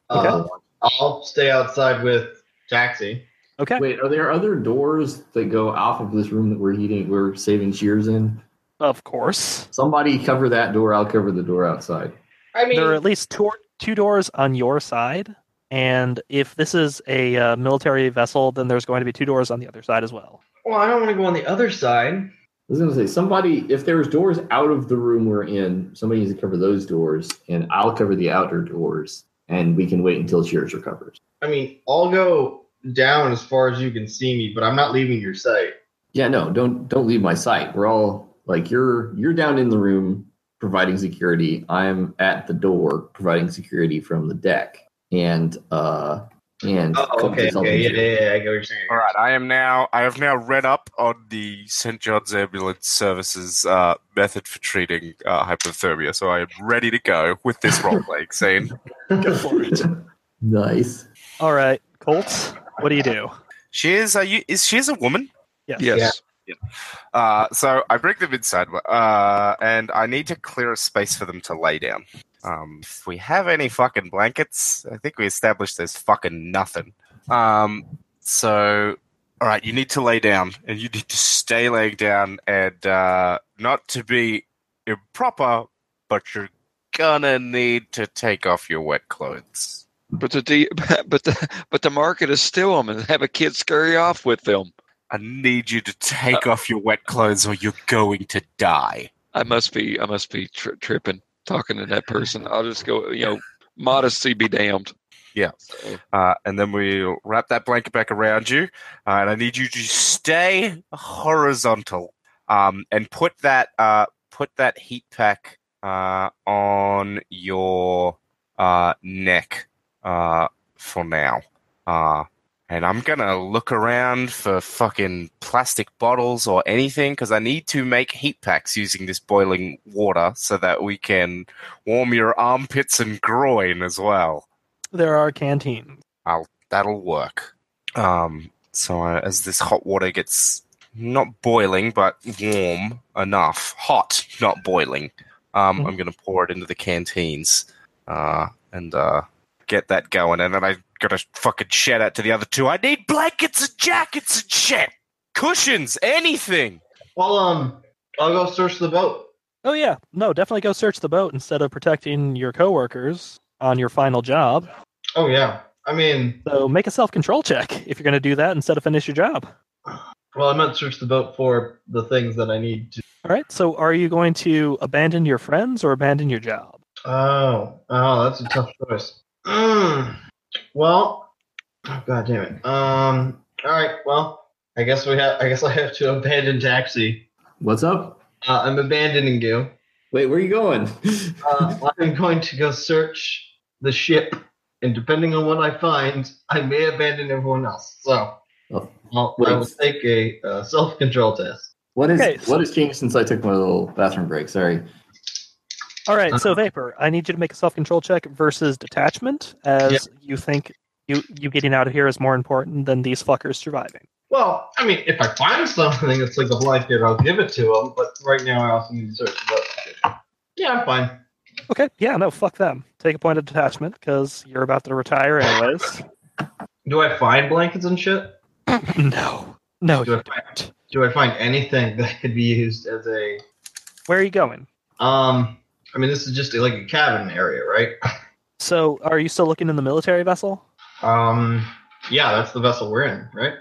D: Uh, I'll stay outside with Taxi.
A: Okay.
C: Wait, are there other doors that go off of this room that we're heating? We're saving shears in.
A: Of course.
C: Somebody cover that door. I'll cover the door outside.
D: I mean,
A: There are at least two or, two doors on your side, and if this is a uh, military vessel, then there's going to be two doors on the other side as well.
D: Well, I don't want to go on the other side.
C: was gonna say somebody. If there's doors out of the room we're in, somebody needs to cover those doors, and I'll cover the outer doors, and we can wait until Cheers recovers.
D: I mean, I'll go down as far as you can see me, but I'm not leaving your sight.
C: Yeah, no, don't don't leave my sight. We're all like you're you're down in the room providing security. I'm at the door providing security from the deck, and uh and
D: Oh, okay,
C: Clint is
D: okay, yeah,
C: helping you.
D: yeah, yeah, I get what you're saying.
G: All right, I am now. I have now read up on the St. John's Ambulance Services uh, method for treating uh, hypothermia, so I am ready to go with this role playing scene.
C: (laughs) nice.
A: All right, Colts, what do you do?
G: She is. Are you, is she is a woman?
A: Yes.
F: Yes.
G: Uh, so I bring them inside, uh, and I need to clear a space for them to lay down. Um, if we have any fucking blankets, I think we established there's fucking nothing. Um, so, all right, you need to lay down, and you need to stay laying down, and uh, not to be improper, but you're gonna need to take off your wet clothes.
F: But the de- (laughs) but the, but the market is still them and have a kid scurry off with them.
G: I need you to take off your wet clothes, or you're going to die.
F: I must be I must be tri- tripping talking to that
G: (laughs)
F: person. I'll just go you know modesty be damned.
G: Yeah.
F: So,
G: Uh, and then we wrap that blanket back around you. Uh, and I need you to stay horizontal um, and put that uh, put that heat pack uh, on your uh, neck uh, for now. Uh, and I'm gonna look around for fucking plastic bottles or anything because I need to make heat packs using this boiling water so that we can warm your armpits and groin as well
A: There are canteens.
G: that'll work. Um, so uh, as this hot water gets not boiling but warm enough, hot, not boiling, um,
A: Mhm.
G: I'm going to pour it into the canteens uh, and uh, get that going. And then I got to fucking shout out to the other two. I need blankets and jackets and shit, cushions, anything.
D: Well, um, I'll go search the boat.
A: Oh yeah, no, definitely go search the boat instead of protecting your coworkers on your final job.
D: Oh yeah, I mean,
A: So make a self-control check if you're going to do that instead of finish your job.
D: well, I meant search the boat for the things that I need to.
A: All right, so are you going to abandon your friends or abandon your job?
D: Oh, oh, that's a tough choice. Mm. Well, oh, god damn it. Um, all right, well, I guess we have. I guess I have to abandon taxi.
C: What's up?
D: Uh, I'm abandoning you.
C: Wait, where are you going?
D: Uh, (laughs) I'm going to go search the ship, and depending on what I find, I may abandon everyone else. So
C: Oh,
D: I'll, I will
C: wait.
D: take a uh, self-control test.
C: what is
A: Okay, so-
C: what has changed since I took my little bathroom break? Sorry.
A: All right, so Vapor, I need you to make a self-control check versus detachment, as you think you you getting out of here is more important than these fuckers surviving.
D: Well, I mean, if I find something that's like the blind kid, I'll give it to him. But right now, I also need to search the boat. Yeah, I'm fine.
A: Okay, yeah, no, fuck them. Take a point of detachment because you're about to retire anyways.
D: Do I find blankets and shit?
A: no, no,
D: Do
A: you
D: I find,
A: don't.
D: do I find anything (laughs) that could be used as a
A: Where are you going?
D: um? I mean, this is just like a cabin area, right?
A: So, are you still looking in the military vessel?
D: Um, yeah, that's the vessel we're in, right?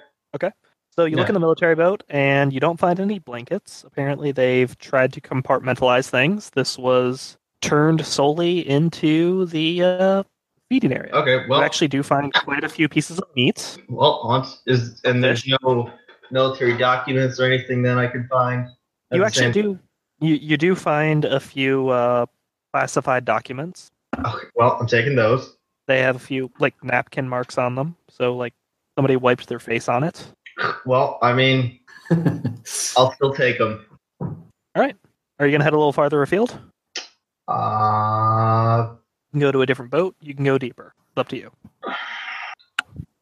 A: So you look
D: Yeah.
A: in the military boat and you don't find any blankets. Apparently, they've tried to compartmentalize things. This was turned solely into the uh, feeding area.
D: Okay, well,
A: you actually do find quite a few pieces of meat.
D: well, once is and there's no military documents or anything that I could find. at
A: You
D: the
A: actually
D: same-
A: do you, you do find a few uh, classified documents.
D: Okay, well, I'm taking those.
A: They have a few like napkin marks on them, so like somebody wiped their face on it.
D: Well, I mean, I'll still take them.
A: Are you gonna head a little farther afield?
D: Uh,
A: You can go to a different boat. You can go deeper. It's up to you.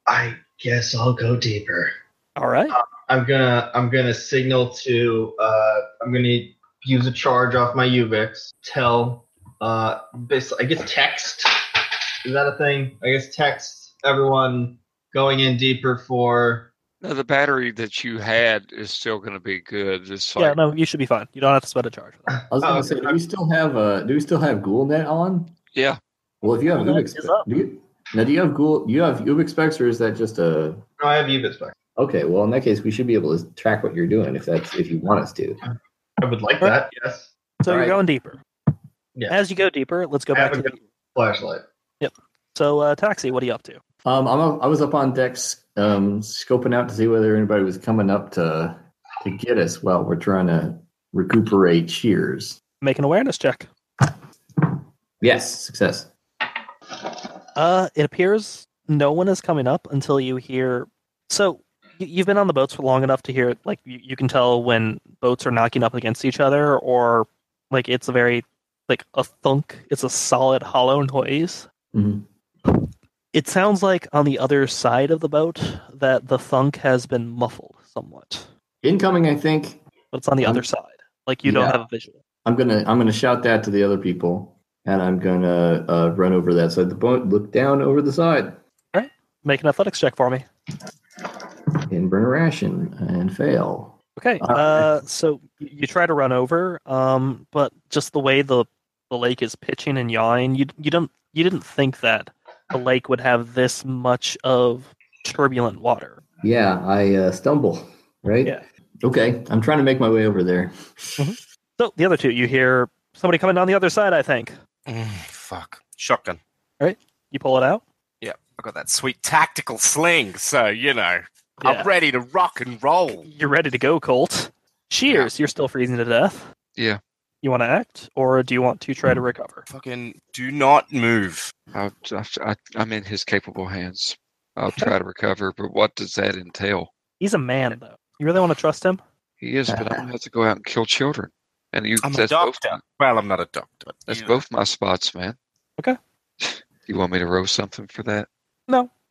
D: I guess I'll go deeper.
A: All right.
D: I'm gonna I'm gonna signal to uh I'm gonna use a charge off my Uvix. Tell uh bas I guess text is that a thing? I guess text everyone going in deeper for
F: now the battery that you had is still going to be good. It's like,
A: Yeah. No, you should be
D: Ah,
A: fine. You don't have to spend a charge. For that.
C: I was gonna
D: Oh,
C: say, do
D: okay.
C: we still have uh do we still have Ghoulnet on?
F: yeah,
C: Well, if you have
A: Well, that
C: Ubix,
A: is up.
C: do you, now do you have Ghoul? You have Ubix specs, or is that just a?
D: No, I have Ubis back.
C: Okay, well, in that case, we should be able to track what you're doing if that's if you want us to.
D: I would like that. Yes.
A: So
C: Right.
A: you're going deeper.
D: Yeah.
A: As you go deeper, let's go
D: I
A: back to
D: have a
A: the,
D: good flashlight.
A: so uh, taxi. What are you up to?
C: Um, I'm up, I was up on decks, um, scoping out to see whether anybody was coming up to to get us while we're trying to recuperate cheers.
A: Make an awareness check.
C: Yes, success.
A: Uh, it appears no one is coming up until you hear. So you, you've been on the boats for long enough to hear, like you, you can tell when boats are knocking up against each other, or like it's a very like a thunk. It's a solid hollow noise.
C: Mhm.
A: It sounds like on the other side of the boat that the thunk has been muffled somewhat,
C: Incoming, I think.
A: but it's on the
C: Um,
A: other side. Like you don't
C: yeah.
A: have a visual.
C: I'm gonna I'm gonna shout that to the other people, and I'm gonna uh, run over that side of the boat, look down over the side,
A: Make an athletics check for me.
C: and burn a ration and fail.
A: Okay.
C: All
A: Uh, so you you try to run over, um, but just the way the the lake is pitching and yawing, you you don't you didn't think that the lake would have this much of turbulent water.
C: Yeah, I uh, stumble. Right.
A: Yeah.
C: Okay, I'm trying to make my way over there.
A: So the other two, you hear somebody coming down the other side. I think
G: Mm, fuck. Shotgun.
A: you pull it out.
G: I got that sweet tactical sling, so you know
A: Yeah.
G: I'm ready to rock and roll.
A: You're ready to go, Colt. Cheers. You're still freezing to death.
F: Yeah.
A: You want to act, or do you want to try to recover?
G: Fucking do not move.
F: I, I, I'm in his capable hands. I'll try to recover, but what does that entail?
A: He's a man, though. You really want to trust him?
F: He is, but I'm gonna have to go out and kill children. And you,
G: I'm a
F: that's both,
G: doctor. Well, I'm not a doctor. but
F: that's
G: you know.
F: both my spots, man.
A: Okay.
F: (laughs) You want me to row something for that?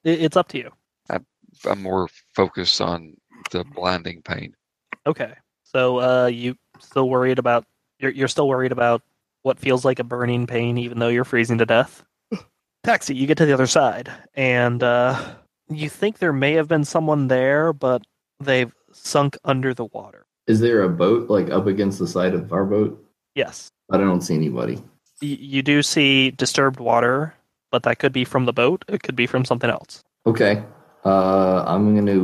A: It, it's up to you.
F: I'm more focused on the blinding pain.
A: Okay. So uh you still worried about you're you're still worried about what feels like a burning pain even though you're freezing to death. Taxi, you get to the other side and uh you think there may have been someone there but they've sunk under the water.
C: Is there a boat like up against the side of our boat?
A: Yes.
C: But I don't see anybody.
A: Y- you do see disturbed water, but that could be from the boat, it could be from something else.
C: Okay. Uh, I'm going to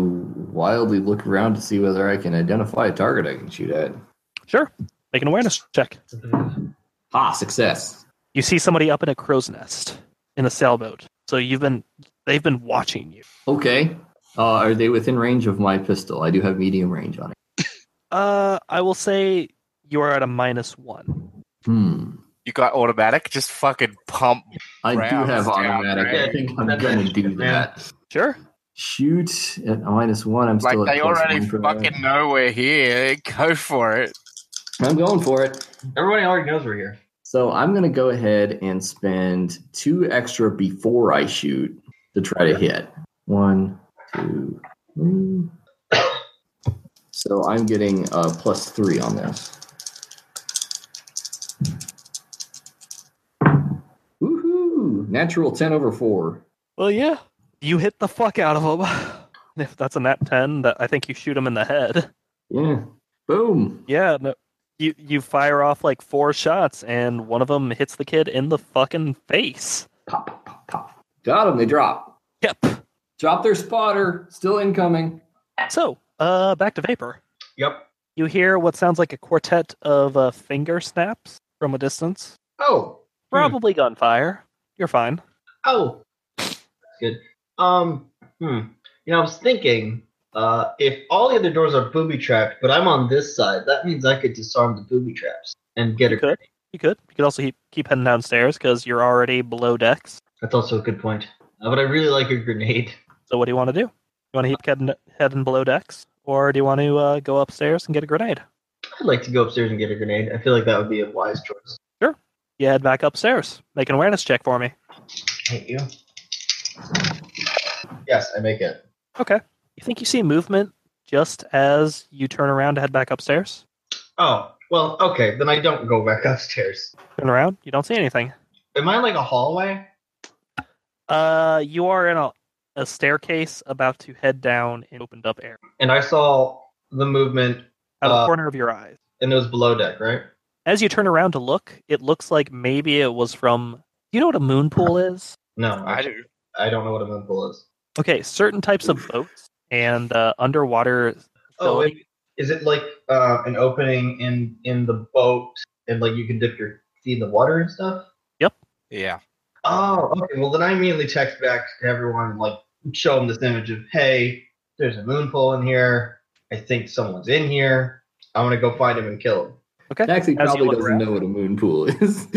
C: wildly look around to see whether I can identify a target I can shoot at.
A: Sure. Make an awareness check.
C: Ah, success.
A: You see somebody up in a crow's nest in a sailboat. So you've been they've been watching you.
C: Okay. Uh, are they within range of my pistol? I do have medium range on it.
A: Uh, I will say you are at a minus one.
C: Hmm.
G: You got automatic? Just fucking pump.
C: I
G: Rounds
C: do have
G: down,
C: automatic.
G: right?
C: I think I'm
D: That's
C: going to
D: it,
G: (laughs)
C: do
D: man.
C: that.
A: Sure.
C: Shoot at minus one. I'm
G: Like
C: still at
G: they
C: plus
G: already
C: one for that.
G: fucking know we're here. Go for it.
C: I'm going for it.
D: Everybody already knows we're here.
C: So I'm going to go ahead and spend two extra before I shoot to try to hit. One, two, three. So I'm getting uh, plus three on this. Woohoo! Natural 10 over four.
A: Well, yeah. You hit the fuck out of him. (laughs) If that's a nat ten, that I think you shoot him in the head.
C: Yeah. Boom.
A: Yeah. No, you you fire off like four shots, and one of them hits the kid in the fucking face.
C: Pop, pop, pop, pop. Got them. They drop.
A: Yep.
C: Drop their spotter. Still incoming.
A: So, uh, back to vapor.
D: Yep.
A: You hear what sounds like a quartet of uh, finger snaps from a distance.
D: Oh.
A: Probably gunfire. You're fine.
D: Oh. That's good. Um. Hmm. You know, I was thinking. Uh, if all the other doors are booby trapped, but I'm on this side, that means I could disarm the booby traps and get
A: You
D: a.
A: could. You could. You could also keep, keep heading downstairs because you're already below decks.
D: That's also a good point. Uh, but I really like your grenade. (laughs)
A: So what do you want to do? You want to keep heading, heading below decks, or do you want to uh, go upstairs and get a grenade?
D: I'd like to go upstairs and get a grenade. I feel like that would be a wise choice.
A: You head back upstairs. Make an awareness check for me.
D: Hate you. Yes, I make it.
A: You think you see movement just as you turn around to head back upstairs?
D: Oh, well, okay, then I don't go back (laughs) upstairs.
A: Turn around, you don't see anything.
D: Am I in like a hallway?
A: Uh, you are in a, a staircase about to head down in opened up air
D: And I saw the movement,
A: out of the
D: Uh,
A: corner of your eyes.
D: and it was below deck, right?
A: As you turn around to look, it looks like maybe it was from You know what a moon pool is?
D: No,
G: I
D: actually,
G: do.
D: I don't know what a moonpool is.
A: Okay, certain types of boats and uh, underwater.
D: Oh,
A: facility-
D: wait, is it like uh, an opening in in the boat and like you can dip your feet in the water and stuff?
G: Yeah.
D: Oh, okay. Well, then I immediately text back to everyone and like show them this image of hey, there's a moonpool in here. I think someone's in here. I'm gonna go find him and kill him.
A: okay. As
C: Maxie
A: you
C: probably
A: look
C: doesn't
A: around.
C: know what a moon pool is.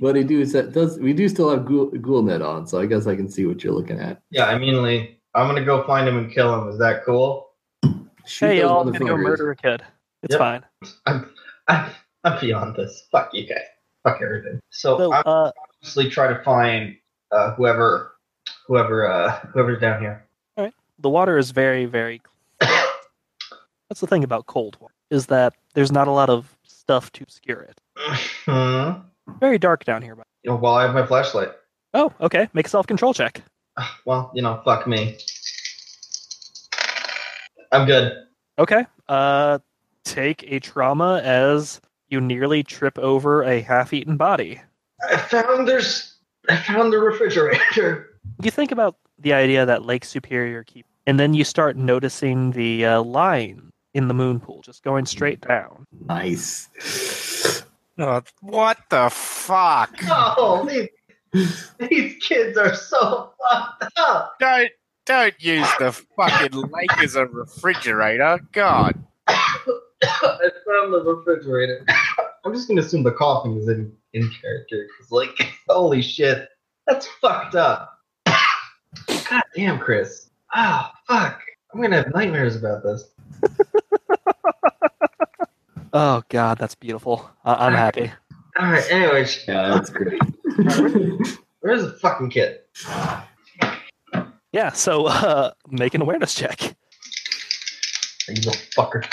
C: (laughs) what I do is that does we do still have Ghoul, GhoulNet on, so I guess I can see what you're looking at.
D: Yeah, I immediately I'm gonna go find him and kill him. Is that cool? (laughs)
C: Shoot
A: Hey,
C: those
A: y'all, I'm gonna go
C: motherfuckers.
A: murder a kid. It's
D: Yep.
A: fine.
D: I'm I'm, I'm beyond this. Fuck you guys. Fuck everything. So,
A: So,
D: I'm
A: uh,
D: obviously try to find uh, whoever whoever uh, whoever's down here. (laughs)
A: the water is very, very. clean. That's the thing about cold water is that there's not a lot of stuff to obscure it.
D: Hmm.
A: Very dark down here. By-
D: You know, well, I have my flashlight.
A: oh, okay. Make a self control check.
D: Well, you know, fuck me. I'm good.
A: Okay. Uh, take a trauma as you nearly trip over a half-eaten body.
D: I found there's I found the (laughs) refrigerator.
A: You think about the idea that Lake Superior keep, and then you start noticing the uh, line in the moon pool just going straight down.
C: Nice.
G: what the fuck?
D: Oh, these, these kids are so fucked up.
G: Don't don't use the fucking lake as a refrigerator. God.
D: I found the refrigerator. I'm just gonna assume the coughing is in in character because, like, (laughs) holy shit, that's fucked up. God damn, Chris. Oh, fuck. I'm gonna have nightmares about this.
A: Oh God, that's beautiful. I- I'm happy.
D: All right. Anyways,
C: Yeah, that's great.
D: where's the fucking kid?
A: Yeah. So (laughs) uh, make an awareness check.
D: You little fucker.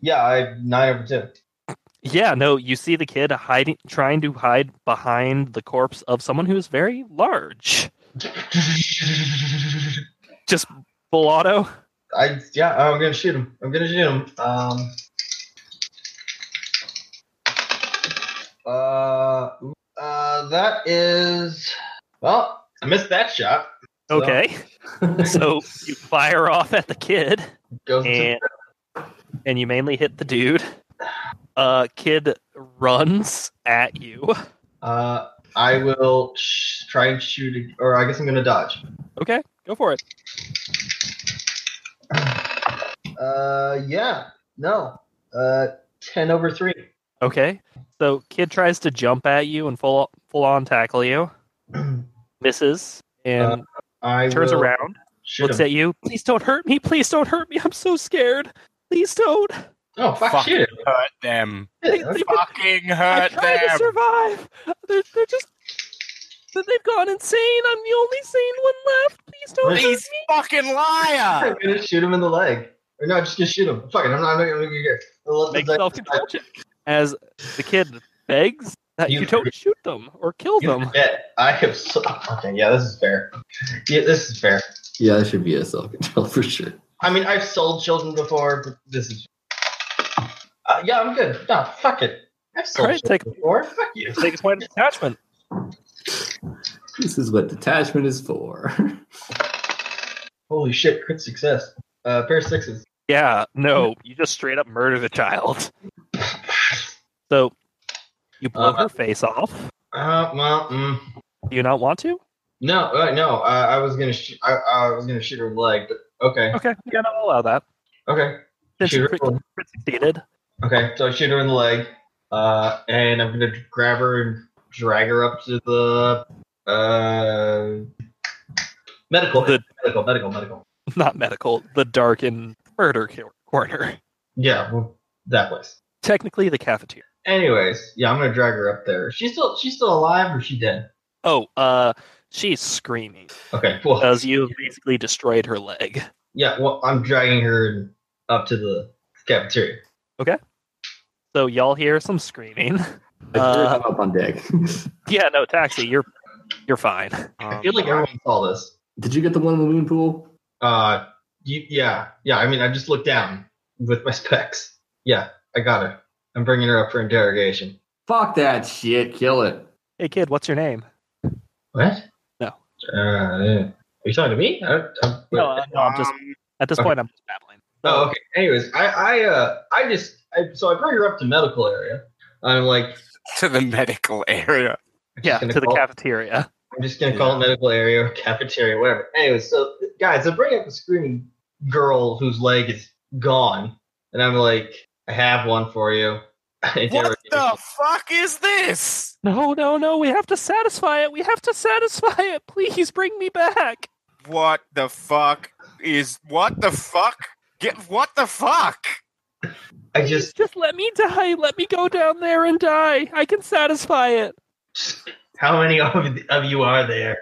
D: Yeah, I nine over two.
A: Yeah. No, you see the kid hiding, trying to hide behind the corpse of someone who is very large.
D: (laughs)
A: Just full auto.
D: I yeah, I'm gonna shoot him. I'm gonna shoot him. Um. Uh, uh, that is well. I missed that shot. So-
A: Okay. so you fire off at the kid.
D: Goes to,
A: and and you mainly hit the dude. Uh, kid runs at you.
D: uh, I will sh- try and shoot, ag- or I guess I'm gonna dodge.
A: Okay, go for it.
D: Uh, yeah, no. Uh, ten over three.
A: Okay, so kid tries to jump at you and full full on tackle you, misses and
D: I
A: turns
D: will
A: around,
D: Shoot
A: looks
D: him.
A: at you. Please don't hurt me. Please don't hurt me. I'm so scared. Please don't.
D: oh fuck,
G: Fuck.
D: shoot him.
A: (laughs)
G: Hurt them.
A: They-
D: Yeah,
A: they-
G: Fucking
A: I'm
G: hurt
A: trying to
G: them.
A: survive. They're, they're just. They've gone insane. I'm the only sane one left. Please don't hurt
G: These
A: me.
G: fucking
D: I'm
G: liar.
D: gonna shoot him in the leg. Or no, I'm just gonna shoot him. Fuck it, I'm not, I'm not gonna make it. Let
A: make
D: the-
A: self control check as the kid begs that you,
D: You-
A: don't shoot them or kill
D: You
A: them.
D: forget, I have. So, okay, yeah, this is fair. Yeah, this is fair.
C: Yeah, that should be a self control (laughs) for sure.
D: I mean, I've sold children before, but this is. Uh, yeah, I'm good. No, fuck it. I've sold
A: Alright,
D: children before. Fuck you.
A: Take a point of detachment.
C: This is what detachment is for. (laughs)
D: Holy shit, crit success. Uh, pair of sixes.
A: Yeah, no,
D: Mm-hmm.
A: you just straight up murder the
D: (sighs)
A: child. So you blow
D: Uh,
A: her face off.
D: Uh, well, mm,
A: Do you not want to?
D: no, uh, no. Uh, I was gonna shoot. I, I was gonna shoot her in the leg, but okay,
A: Okay, yeah, no, I'll allow that.
D: okay.
A: Since
D: Shoot
A: you
D: her
A: crit,
D: in the
A: crit succeeded.
D: Okay, so I shoot her in the leg, uh, and I'm gonna grab her and drag her up to the uh, medical,
A: The-
D: medical, medical, medical.
A: (laughs) Not medical, the dark and murder cor- corner. (laughs)
D: Yeah, well, that place.
A: Technically, the cafeteria.
D: Anyways, yeah, I'm gonna drag her up there. She's still, she's still alive, or she dead?
A: Oh, uh, she's screaming
D: Okay, cool.
A: because you have basically destroyed her leg.
D: yeah, well, I'm dragging her up to the cafeteria.
A: So y'all hear some screaming. (laughs)
C: I
A: Uh,
C: am up on deck. (laughs)
A: Yeah, no, taxi. You're you're fine.
D: I feel like everyone saw this.
C: Did you get the one in the moon pool?
D: Uh, you, yeah, yeah. I mean, I just looked down with my (laughs) specs. Yeah, I got her. I'm bringing her up for interrogation.
C: Fuck that shit. Kill it.
A: Hey, kid, what's your name?
D: What?
A: No.
D: Uh, yeah. Are you talking to me? I don't, I'm,
A: No, uh, no, I'm just
G: Um,
A: at this
D: okay.
A: point. I'm just babbling.
D: Oh, okay. Anyways, I, I, uh, I just, I, so I bring her up to medical area. I'm like,
G: to the medical area.
A: Yeah,
D: gonna
A: to the
D: call-
A: cafeteria.
D: I'm just gonna call it medical area or (laughs) cafeteria, whatever. Anyways, so guys, I bring up the screaming girl whose leg is gone, and I'm like, I have one for you. (laughs) I
G: What
D: interrogate
G: the
D: her.
G: fuck is this?
A: No, no, no. We have to satisfy it. We have to satisfy it. Please bring me back.
G: What the fuck is what the fuck? Get what the fuck?
D: I just,
A: just let me die. Let me go down there and die. I can satisfy it.
D: how many of, of you are there?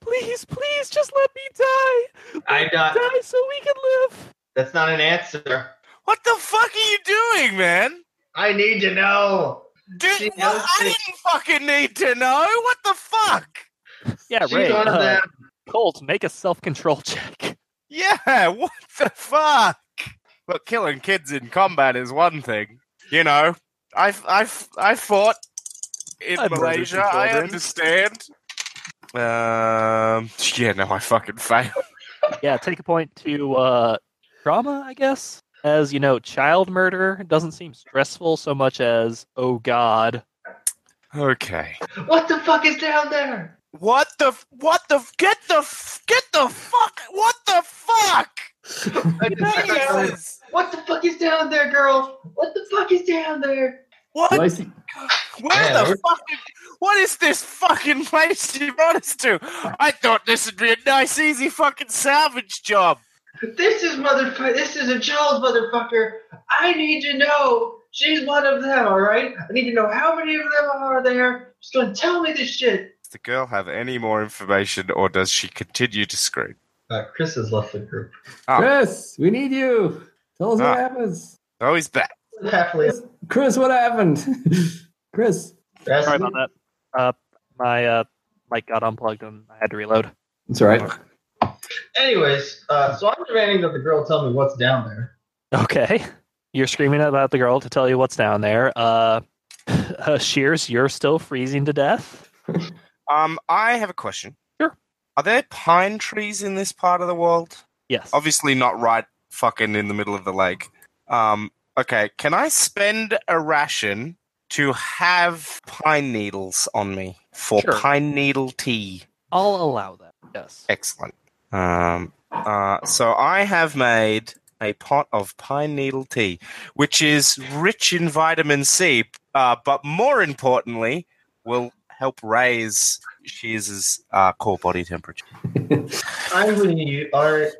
A: Please, please, just let me die.
D: I'm not.
A: Die so we can live.
D: That's not an answer.
G: What the fuck are you doing, man?
D: I need to know. She
G: Dude, well,
D: knows that-
G: I didn't fucking need to know. What the fuck?
A: Yeah, uh,
D: She's one of them.
A: Colt, make a self-control (laughs) check.
G: Yeah, (laughs) what the fuck? But killing kids in combat is one thing. You know, I I I fought in
A: I murdered
G: Malaysia.
A: some
G: I
A: children.
G: understand. Um, yeah, no, I fucking failed. (laughs)
A: Yeah, take a point to uh, trauma, I guess. As you know, child murder doesn't seem stressful so much as oh god.
G: Okay.
D: What the fuck is down there?
G: What the? f- What the? f- Get the? f- Get the fuck! What the fuck?
D: I just- I
G: This
D: just-
G: is-
D: what the fuck is down there, girl? What the fuck is down there?
G: What?
C: Do I see?
G: Where
D: Yeah,
G: the
D: we're-
G: fucking? What is this fucking place you brought us to? I thought this would be a nice, easy fucking salvage job.
D: This is motherfucker. This is a child, motherfucker. I need to know. She's one of them, all right. I need to know how many of them are there. She's gonna tell me this shit.
G: Does the girl have any more information, or does she continue to scream?
D: Uh, Chris has left the group.
G: Oh.
C: Chris, we need you. Tell us
G: Ah.
C: what happens.
G: Oh, he's back.
D: Happily,
C: Chris, Chris what happened? (laughs) Chris,
D: that's
A: Sorry about that. Uh, my uh, mic got unplugged and I had to reload. (laughs)
C: it's all right.
D: Anyways, uh, so I'm demanding that the girl tell me what's down there.
A: Okay. You're screaming about the girl to tell you what's down there. Uh, (laughs) uh Shears, you're still freezing to death.
G: Um, I have a question.
A: Sure.
G: Are there pine trees in this part of the world?
A: Yes.
G: obviously not right fucking in the middle of the lake. Um, okay, can I spend a ration to have pine needles on me for
A: Sure.
G: pine needle tea?
A: I'll allow that. Yes.
G: Excellent. Um, uh, so I have made a pot of pine needle tea, which is rich in vitamin C, uh, but more importantly, will help raise Shears' uh, core body temperature.
D: I will use, I,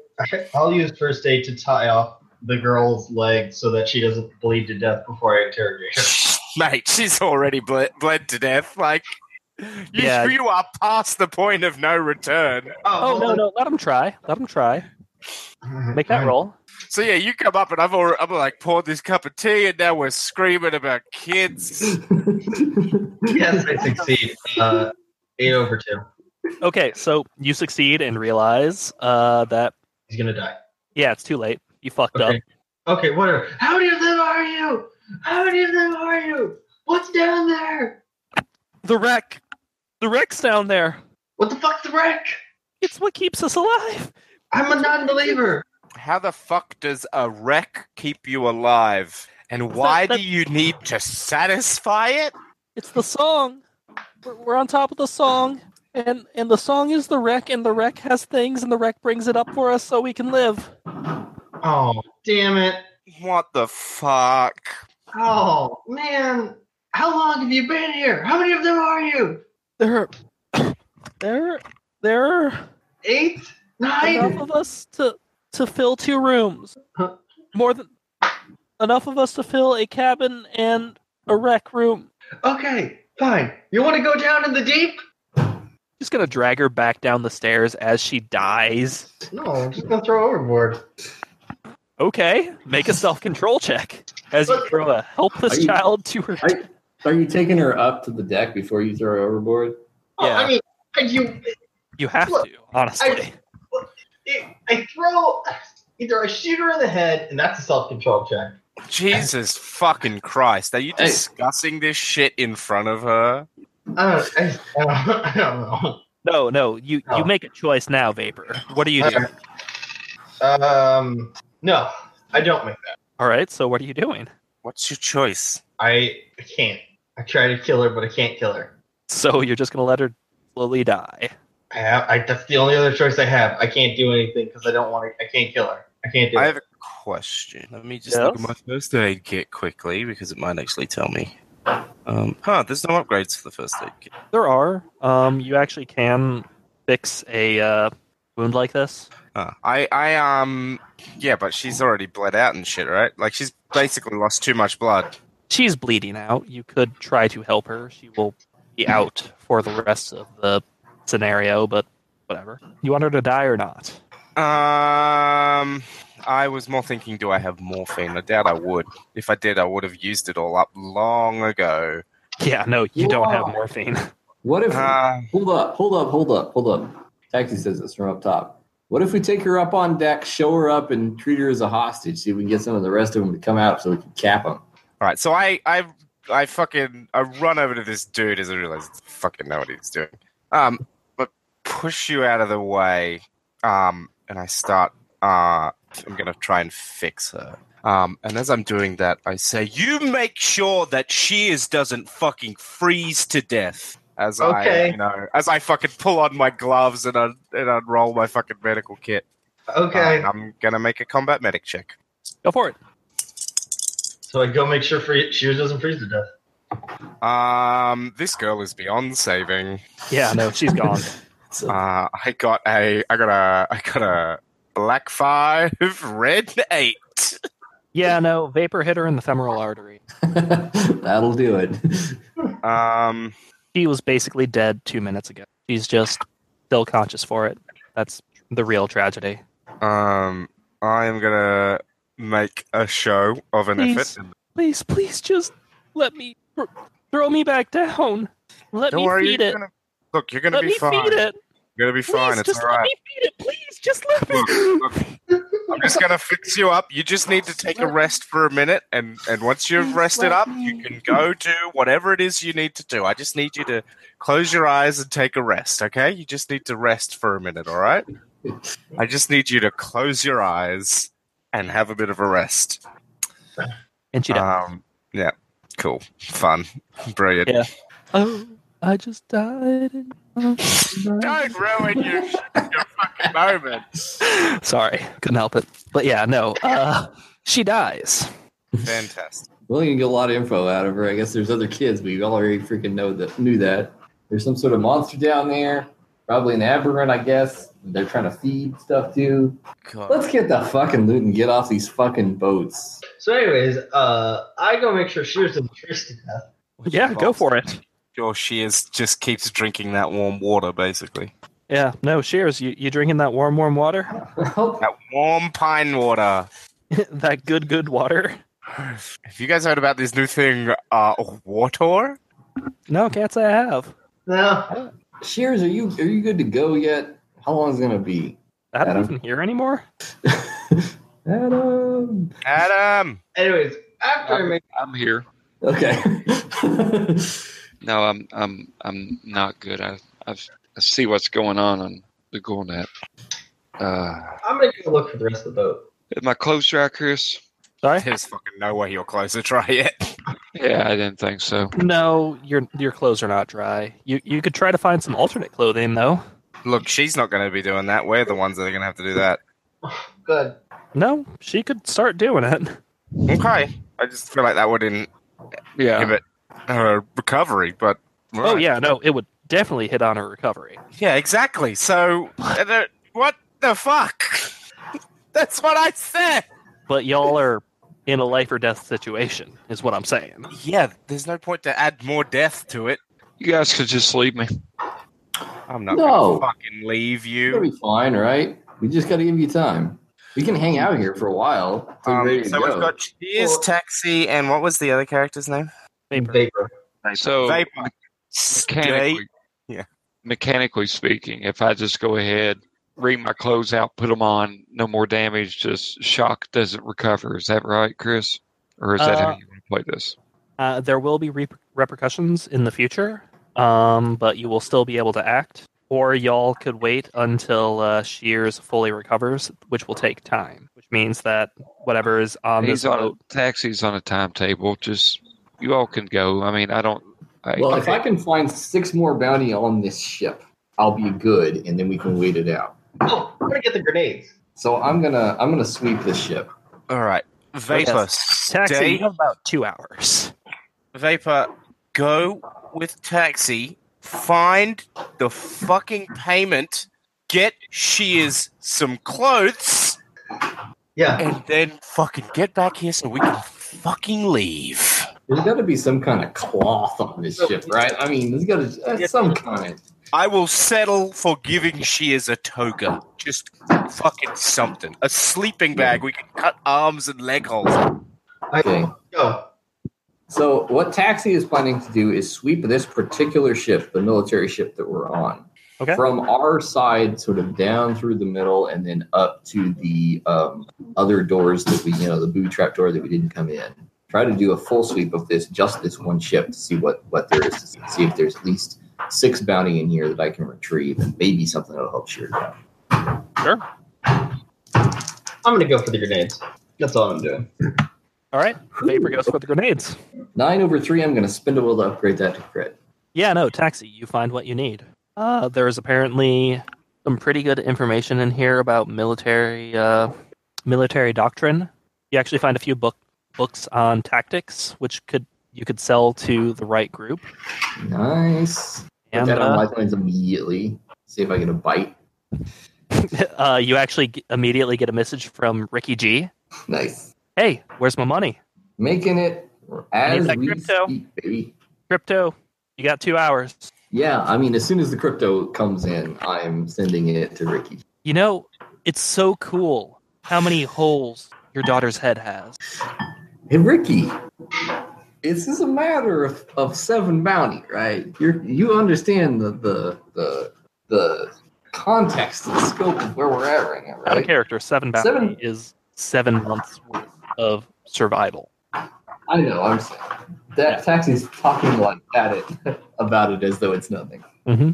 D: I'll use first aid to tie off the girl's leg so that she doesn't bleed to death before I interrogate her.
G: (laughs) Mate, she's already bled, bled to death. Like, you,
A: Yeah.
G: you are past the point of no return.
A: Oh no, no. Let him try. Let him try.
D: (laughs) no!
A: Make that roll.
G: So yeah, you come up and I've already, I'm like poured this cup of tea, and now we're screaming about
A: (laughs)
G: kids.
D: Yes, I succeed. Uh, eight over two.
A: Okay. So you succeed and realize uh, that
D: He's gonna die.
A: yeah, it's too late. You fucked
D: Okay.
A: up.
D: Okay, whatever. How many of them are you? How many of them are you? What's down there?
A: The wreck. The wreck's down there.
D: What the fuck's the wreck?
A: It's what keeps us alive.
D: I'm a non-believer.
G: How the fuck does a wreck keep you alive? And why
A: that-
G: do you need to satisfy it?
A: It's the song. We're, we're on top of the song, and and the song is the wreck, and the wreck has things, and the wreck brings it up for us so we can live.
D: Oh, damn it.
G: What the fuck?
D: Oh man, how long have you been here? How many of them are you?
A: There, (coughs) there, there are
D: Eight,
A: enough
D: nine.
A: of us to to fill two rooms.
D: Huh.
A: More than enough of us to fill a cabin and a rec room.
D: Okay, fine. You want to go down in the deep?
A: Just gonna drag her back down the stairs as she dies.
D: No, I'm just gonna throw overboard.
A: Okay, make a self control check as you throw a helpless
C: Are you-
A: child to her.
C: Are you, are you taking her up to the deck before you throw her overboard?
D: Oh,
A: Yeah.
D: I mean, and you
A: You have
D: Look,
A: to, honestly.
D: it, I throw either I shoot her in the head, and that's a self control check.
G: Jesus fucking Christ! Are you
C: Hey.
G: discussing this shit in front of her?
D: I don't, (laughs) I, I don't, I don't know.
A: No, no. You
D: Oh.
A: you make a choice now, Vapor. What do you do?
D: Um, no, I don't make that.
A: All right. So what are you doing?
G: What's your choice?
D: I, I can't. I try to kill her, but I can't kill her.
A: So you're just gonna let her slowly die.
D: I have. I, that's the only other choice I have. I can't do anything because I don't want to. I can't kill her. I can't do
G: I
D: it.
G: have a question. Let me just look at
A: Yes?
G: my first aid kit quickly because it might actually tell me. Um, huh, there's no upgrades for the first aid kit.
A: There are. Um, you actually can fix a uh, wound like this.
G: Uh, I, I, um, yeah, but she's already bled out and shit, right? Like she's basically lost too much blood.
A: She's bleeding out. You could try to help her. She will be out for the rest of the scenario, but whatever. You want her to die or not?
G: Um, I was more thinking, do I have morphine? I doubt I would. If I did, I would have used it all up long ago.
A: Yeah, no, you don't have
C: Why?
A: morphine. (laughs)
C: What if?
G: Uh,
C: hold up! Hold up! (laughs) Hold up! Hold up! Taxi says this from up top. What if we take her up on deck, show her up, and treat her as a hostage? See if we can get some of the rest of them to come out so we can cap them.
G: All right, so I, I, I fucking, I run over to this dude as I realize I fucking know what he's doing. Um, but push you out of the way. Um, and I start. Uh, I'm gonna try and fix her. Um, and as I'm doing that, I say, "You make sure that she is doesn't fucking freeze to death." As I,
D: Okay.
G: you know, as I fucking pull on my gloves and un- and unroll my fucking medical kit.
D: okay.
G: Uh, I'm gonna make a combat medic check.
A: Go for it.
D: so I go make sure free, she doesn't freeze to death.
G: Um, this girl is beyond saving.
A: Yeah, no, she's gone.
C: So,
G: Uh, I got a, I got a, I got a black five, (laughs) red eight.
A: (laughs) Yeah, no, vapor hit her in the femoral artery.
C: that'll do it.
G: Um,
A: She was basically dead two minutes ago. She's just still conscious for it. That's the real tragedy.
G: um, I am gonna make a show of an
A: Please.
G: effort.
A: Please, please, just let me throw me back down. Let
G: Don't
A: me
G: worry,
A: feed
G: you're
A: it.
G: gonna- look, you're gonna
A: Let
G: be
A: me
G: fine.
A: feed it.
G: You're gonna be
A: Please,
G: fine. It's
A: just
G: all
A: let
G: right.
A: me feed it. Please, just let me.
G: I'm just gonna fix you up. You just need to take a rest for a minute, and and once you've
A: Please
G: rested
A: let
G: up,
A: me.
G: you can go do whatever it is you need to do. I just need you to close your eyes and take a rest. Okay, you just need to rest for a minute. All right. I just need you to close your eyes and have a bit of a rest.
A: And she died.
G: Um, yeah, cool, fun, brilliant.
A: Yeah. oh, I just died. in my mind.
G: Don't ruin your, your fucking moment.
A: (laughs) Sorry, couldn't help it. But yeah, no. Uh, she dies.
G: Fantastic.
C: well, you can get a lot of info out of her. I guess there's other kids, but you already freaking know that knew that. There's some sort of monster down there, probably an aberrant, I guess. They're trying to feed stuff to. Let's get the fucking loot and get off these fucking boats. (laughs)
D: So, anyways, uh, I go make sure she doesn't freeze to death.
A: (laughs) Yeah, go for it.
G: Sure, she is just keeps drinking that warm water, basically.
A: Yeah, no, Shears, you, you drinking that warm, warm water? (laughs)
C: Well,
G: That warm pine water.
A: that good, good water?
G: Have you guys heard about this new thing, uh, Wator?
A: No, can't say I have.
D: No,
C: Shears, are you are you good to go yet? How long is it gonna be?
A: I don't
C: Adam?
A: even hear anymore.
C: Adam.
G: Adam!
D: Anyways, after I
F: Um,
D: make
F: I'm here.
C: Okay. (laughs)
F: No, I'm I'm I'm not good. I I've, I see what's going on on the Gornet. Uh,
D: I'm gonna go look for the rest of the boat.
F: am I close, dry, Chris?
A: Sorry?
G: There's fucking no way you're close to try yet.
F: Yeah, I didn't think so.
A: No, your your clothes are not dry. You you could try to find some alternate clothing though.
G: Look, she's not going to be doing that. We're the ones that are going to have to do that.
D: Good.
A: No, she could start doing it.
G: Okay. I just feel like that would inhibit
F: Yeah,
G: her recovery, but.
A: Oh
G: right.
A: yeah, no, it would definitely hit on her recovery.
G: Yeah, exactly. So, uh, the- what the fuck? (laughs) That's what I said!
A: But y'all are in a life or death situation, is what I'm saying.
G: Yeah, there's no point to add more death to it.
F: you guys could just leave me.
G: I'm not
C: No.
G: going to fucking leave you.
C: It'll be fine, right? We just gotta give you time. We can hang out here for a while. till you're
G: Um,
C: ready to
G: so
C: go.
G: we've got Cheers,
D: Well-
G: Taxi, and what was the other character's name?
A: Vapor.
D: Vapor.
F: So
G: Vapor.
F: mechanically,
G: Yeah.
F: mechanically speaking, if I just go ahead, read my clothes out, put them on, no more damage, just shock doesn't recover. Is that right, Chris? Or is that how
A: Uh,
F: you want to play this?
A: Uh, there will be re- repercussions in the future, um, but you will still be able to act. or y'all could wait until uh, Shears fully recovers, which will take time. Which means that whatever is on
F: He's
A: this
F: on a
A: boat,
F: taxi's on a timetable. Just you all can go. I mean, I don't. I,
C: Well, if I can find six more bounty on this ship, I'll be good, and then we can wait it out.
D: Oh, I'm gonna get the grenades.
C: So I'm gonna I'm gonna sweep this ship.
G: All right, Vapor,
A: taxi, you
G: stay-
A: have about two hours.
G: Vapor, go with taxi. Find the fucking payment. Get Shears some clothes,
D: Yeah.
G: and then fucking get back here so we can fucking leave.
C: There's got to be some kind of cloth on this ship, right? I mean, there's got to uh, some kind.
G: I will settle for giving Shears a toga. Just fucking something. A sleeping bag. We can cut arms and leg holes.
D: I,
C: Okay.
D: Go.
C: So what Taxi is planning to do is sweep this particular ship, the military ship that we're on,
A: Okay.
C: from our side, sort of down through the middle, and then up to the um, other doors that we, you know, the booby trap door that we didn't come in. Try to do a full sweep of this, just this one ship, to see what what there is, to see, see if there's at least six bounty in here that I can retrieve, and maybe something that'll help Sheer out.
D: I'm gonna go for the grenades. That's all I'm doing.
A: All right, Vapor goes for the grenades.
C: Nine over three. I'm going to spend a will to upgrade that to crit.
A: Yeah, no, taxi. You find what you need. Uh, there is apparently some pretty good information in here about military uh, military doctrine. You actually find a few book books on tactics, which could you could sell to the right group.
C: Nice. Put
A: And
C: that on
A: uh,
C: my plans immediately. See if I get a bite.
A: uh, (laughs) you actually g- immediately get a message from Ricky G.
C: Nice.
A: Hey, where's my money?
C: Making it as
A: that
C: we
A: crypto.
C: speak, baby.
A: Crypto. You got two hours.
C: Yeah, I mean, as soon as the crypto comes in, I'm sending it to Ricky.
A: You know, it's so cool how many holes your daughter's head has.
C: Hey, Ricky, this is a matter of, of seven bounty, right? You you understand the the the the context and scope of where we're at right now,
A: Out of
C: right?
A: character, seven bounty
C: Seven.
A: is seven months worth of survival.
C: I know. I'm saying that taxi's talking like that (laughs) it, about it as though it's nothing.
A: Mm-hmm.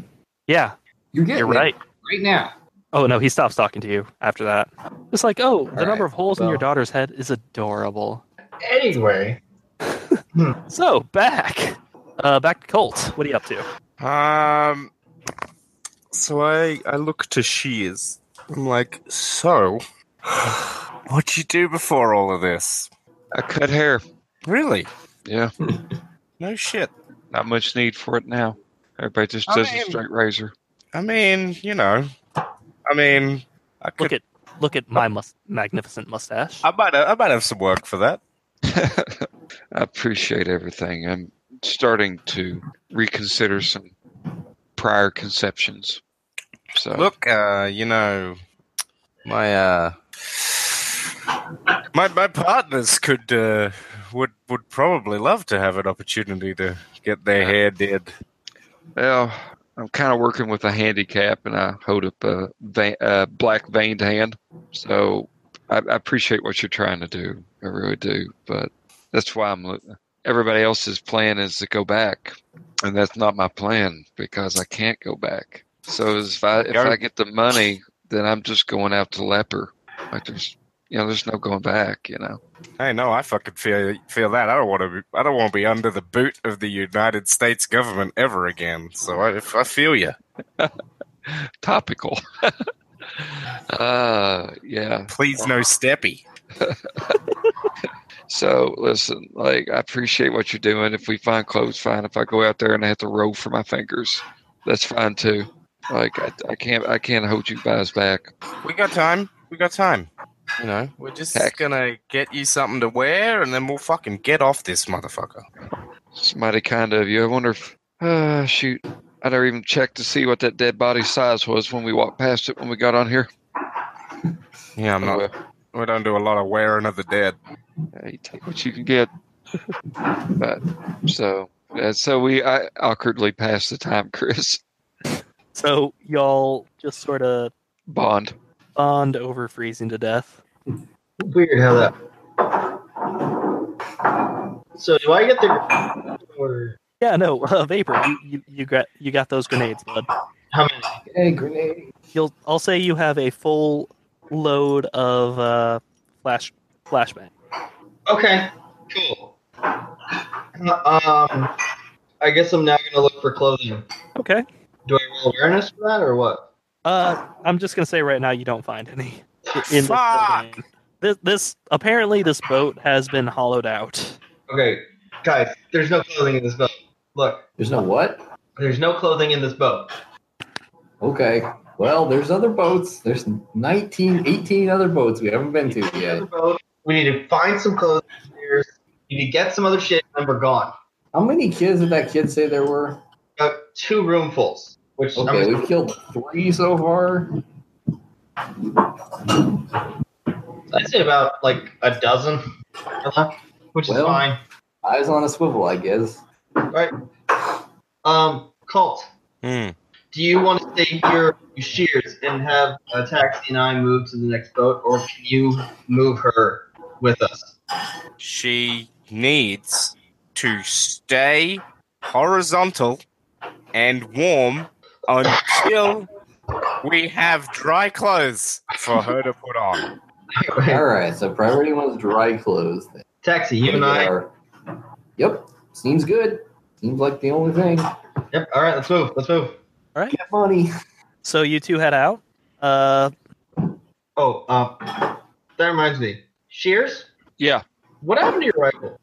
A: Yeah,
C: You're getting
A: you're
C: it
A: right.
C: right now.
A: Oh no, he stops talking to you after that. It's like, oh, the
C: All
A: number
C: right,
A: of holes in your
C: well.
A: daughter's head is adorable. (laughs)
D: Anyway,
A: So back, uh, back to Colt. What are you up to?
G: Um. So I I look to Shears. I'm like, so, what'd you do before all of this?
F: I cut hair.
G: Really?
F: Yeah,
G: No shit.
F: not much need for it now. Everybody just
G: I
F: does
G: mean-
F: a straight razor. (laughs)
G: I mean, you know, I mean, I
A: Look
G: could.
A: at look at my mus- magnificent mustache.
G: I might. I might have some work for that.
F: I appreciate everything. I'm starting to reconsider some prior conceptions. So
G: Look, uh, you know, my uh, my my partners could uh, would would probably love to have an opportunity to get their hair did.
F: Well, I'm kind of working with a handicap, and I hold up a, vein, a black veined hand. So I, I appreciate what you're trying to do. I really do. But that's why I'm. looking. Everybody else's plan is to go back, and that's not my plan because I can't go back. So as if I if
G: Yeah.
F: I get the money, then I'm just going out to leper. Like there's, you know, there's no going back. You know.
G: Hey, no, I fucking feel feel that. I don't want to. Be, I don't want to be under the boot of the United States government ever again. So I, if I feel you,
F: Topical. (laughs) uh, yeah.
G: please no steppy.
F: So listen, like I appreciate what you're doing. If we find clothes, fine. If I go out there and I have to roll for my fingers, that's fine too. Like I, I can't, I can't hold you guys back.
G: We got time. We got time. You know, we're just
F: Heck.
G: gonna get you something to wear, and then we'll fucking get off this motherfucker.
F: It's mighty kind of you. I wonder if, uh, shoot, I never even checked to see what that dead body size was when we walked past it when we got on here.
G: Yeah, I'm not. We don't do a lot of wearing of the dead.
F: Yeah, you take what you can get. but so, yeah, so we I awkwardly passed the time, Chris.
A: So y'all just sort of
F: Bond.
A: bond over freezing to death.
D: weird how that. So do I get the or
A: (laughs) Yeah, no, uh, vapor. You, you you got you got those grenades, bud.
D: How many?
C: Hey, grenade.
A: You'll. I'll say you have a full load of uh, flash flashbang.
D: Okay, cool. Uh, Um, I guess I'm now gonna look for clothing.
A: Okay.
D: Do I roll awareness for that or what?
A: Uh, I'm just gonna say right now you don't find any. In
G: Fuck!
A: This, this this apparently this boat has been hollowed out.
D: Okay, guys, there's no clothing in this boat. Look,
C: There's no what?
D: there's no clothing in this boat.
C: Okay. Well, there's other boats. There's 19, 18 other boats we haven't been to yet.
D: We need to find some clothing. Upstairs. We need to get some other shit, and we're gone.
C: How many kids did that kid say there were?
D: Got two roomfuls, which I'm
C: Okay, we've killed three so far.
D: I'd say about like a dozen, which is
C: Well.
D: fine.
C: Eyes on a swivel, I guess.
D: Um, Colt,
G: Hmm.
D: do you want to stay here, you shears, and have uh, Taxi and I move to the next boat, or can you move her with us?
G: She needs to stay horizontal and warm until we have dry clothes for her to put on.
C: All right, so priority one is dry clothes. Then.
D: Taxi, you and I.
C: Are- Yep, seems good. Seems like the only thing.
D: Yep. All right, let's move. Let's move.
C: Get money.
A: So you two head out. Uh,
D: Oh, um, that reminds me, shears.
F: Yeah,
D: What happened to your rifle?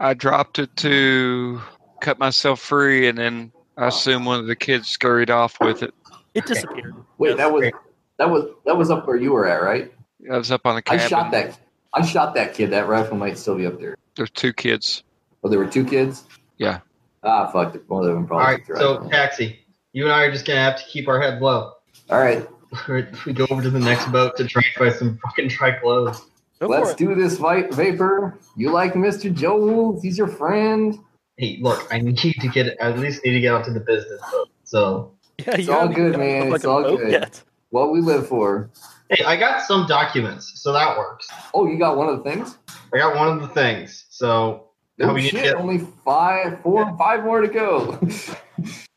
F: I dropped it to cut myself free, and then I assume one of the kids scurried off with it.
A: it disappeared.
C: Wait, that was that was that was up where you were at, right?
F: I was up on the
C: I
F: cabin.
C: shot that. I shot that kid. That rifle might still be up there.
F: There's two kids.
C: Oh, there were two kids.
F: Yeah.
C: Ah, fuck. One of them
D: All
C: probably.
D: right,
C: took the
D: so
C: rifle.
D: taxi, you and I are just gonna have to keep our heads low. (laughs)
C: all right,
D: If we go over to the next boat to try and find some fucking dry clothes.
A: Go
C: let's
A: for it.
C: do this, vi- Vapor. You like Mr. Joel? He's your friend.
D: Hey, look, I need to get. I at least need to get onto the business boat. So
A: yeah,
C: It's
A: you
C: all
A: haven't
C: good,
A: even
C: man.
A: looked
C: It's
A: a
C: all
A: boat
C: good.
A: yet.
C: What we live for.
D: Hey, I got some documents, so that works.
C: Oh, you got one of the things.
D: I got one of the things, so now
C: Oh
D: we need to
C: shit!
D: get
C: Only five, four, five more to go.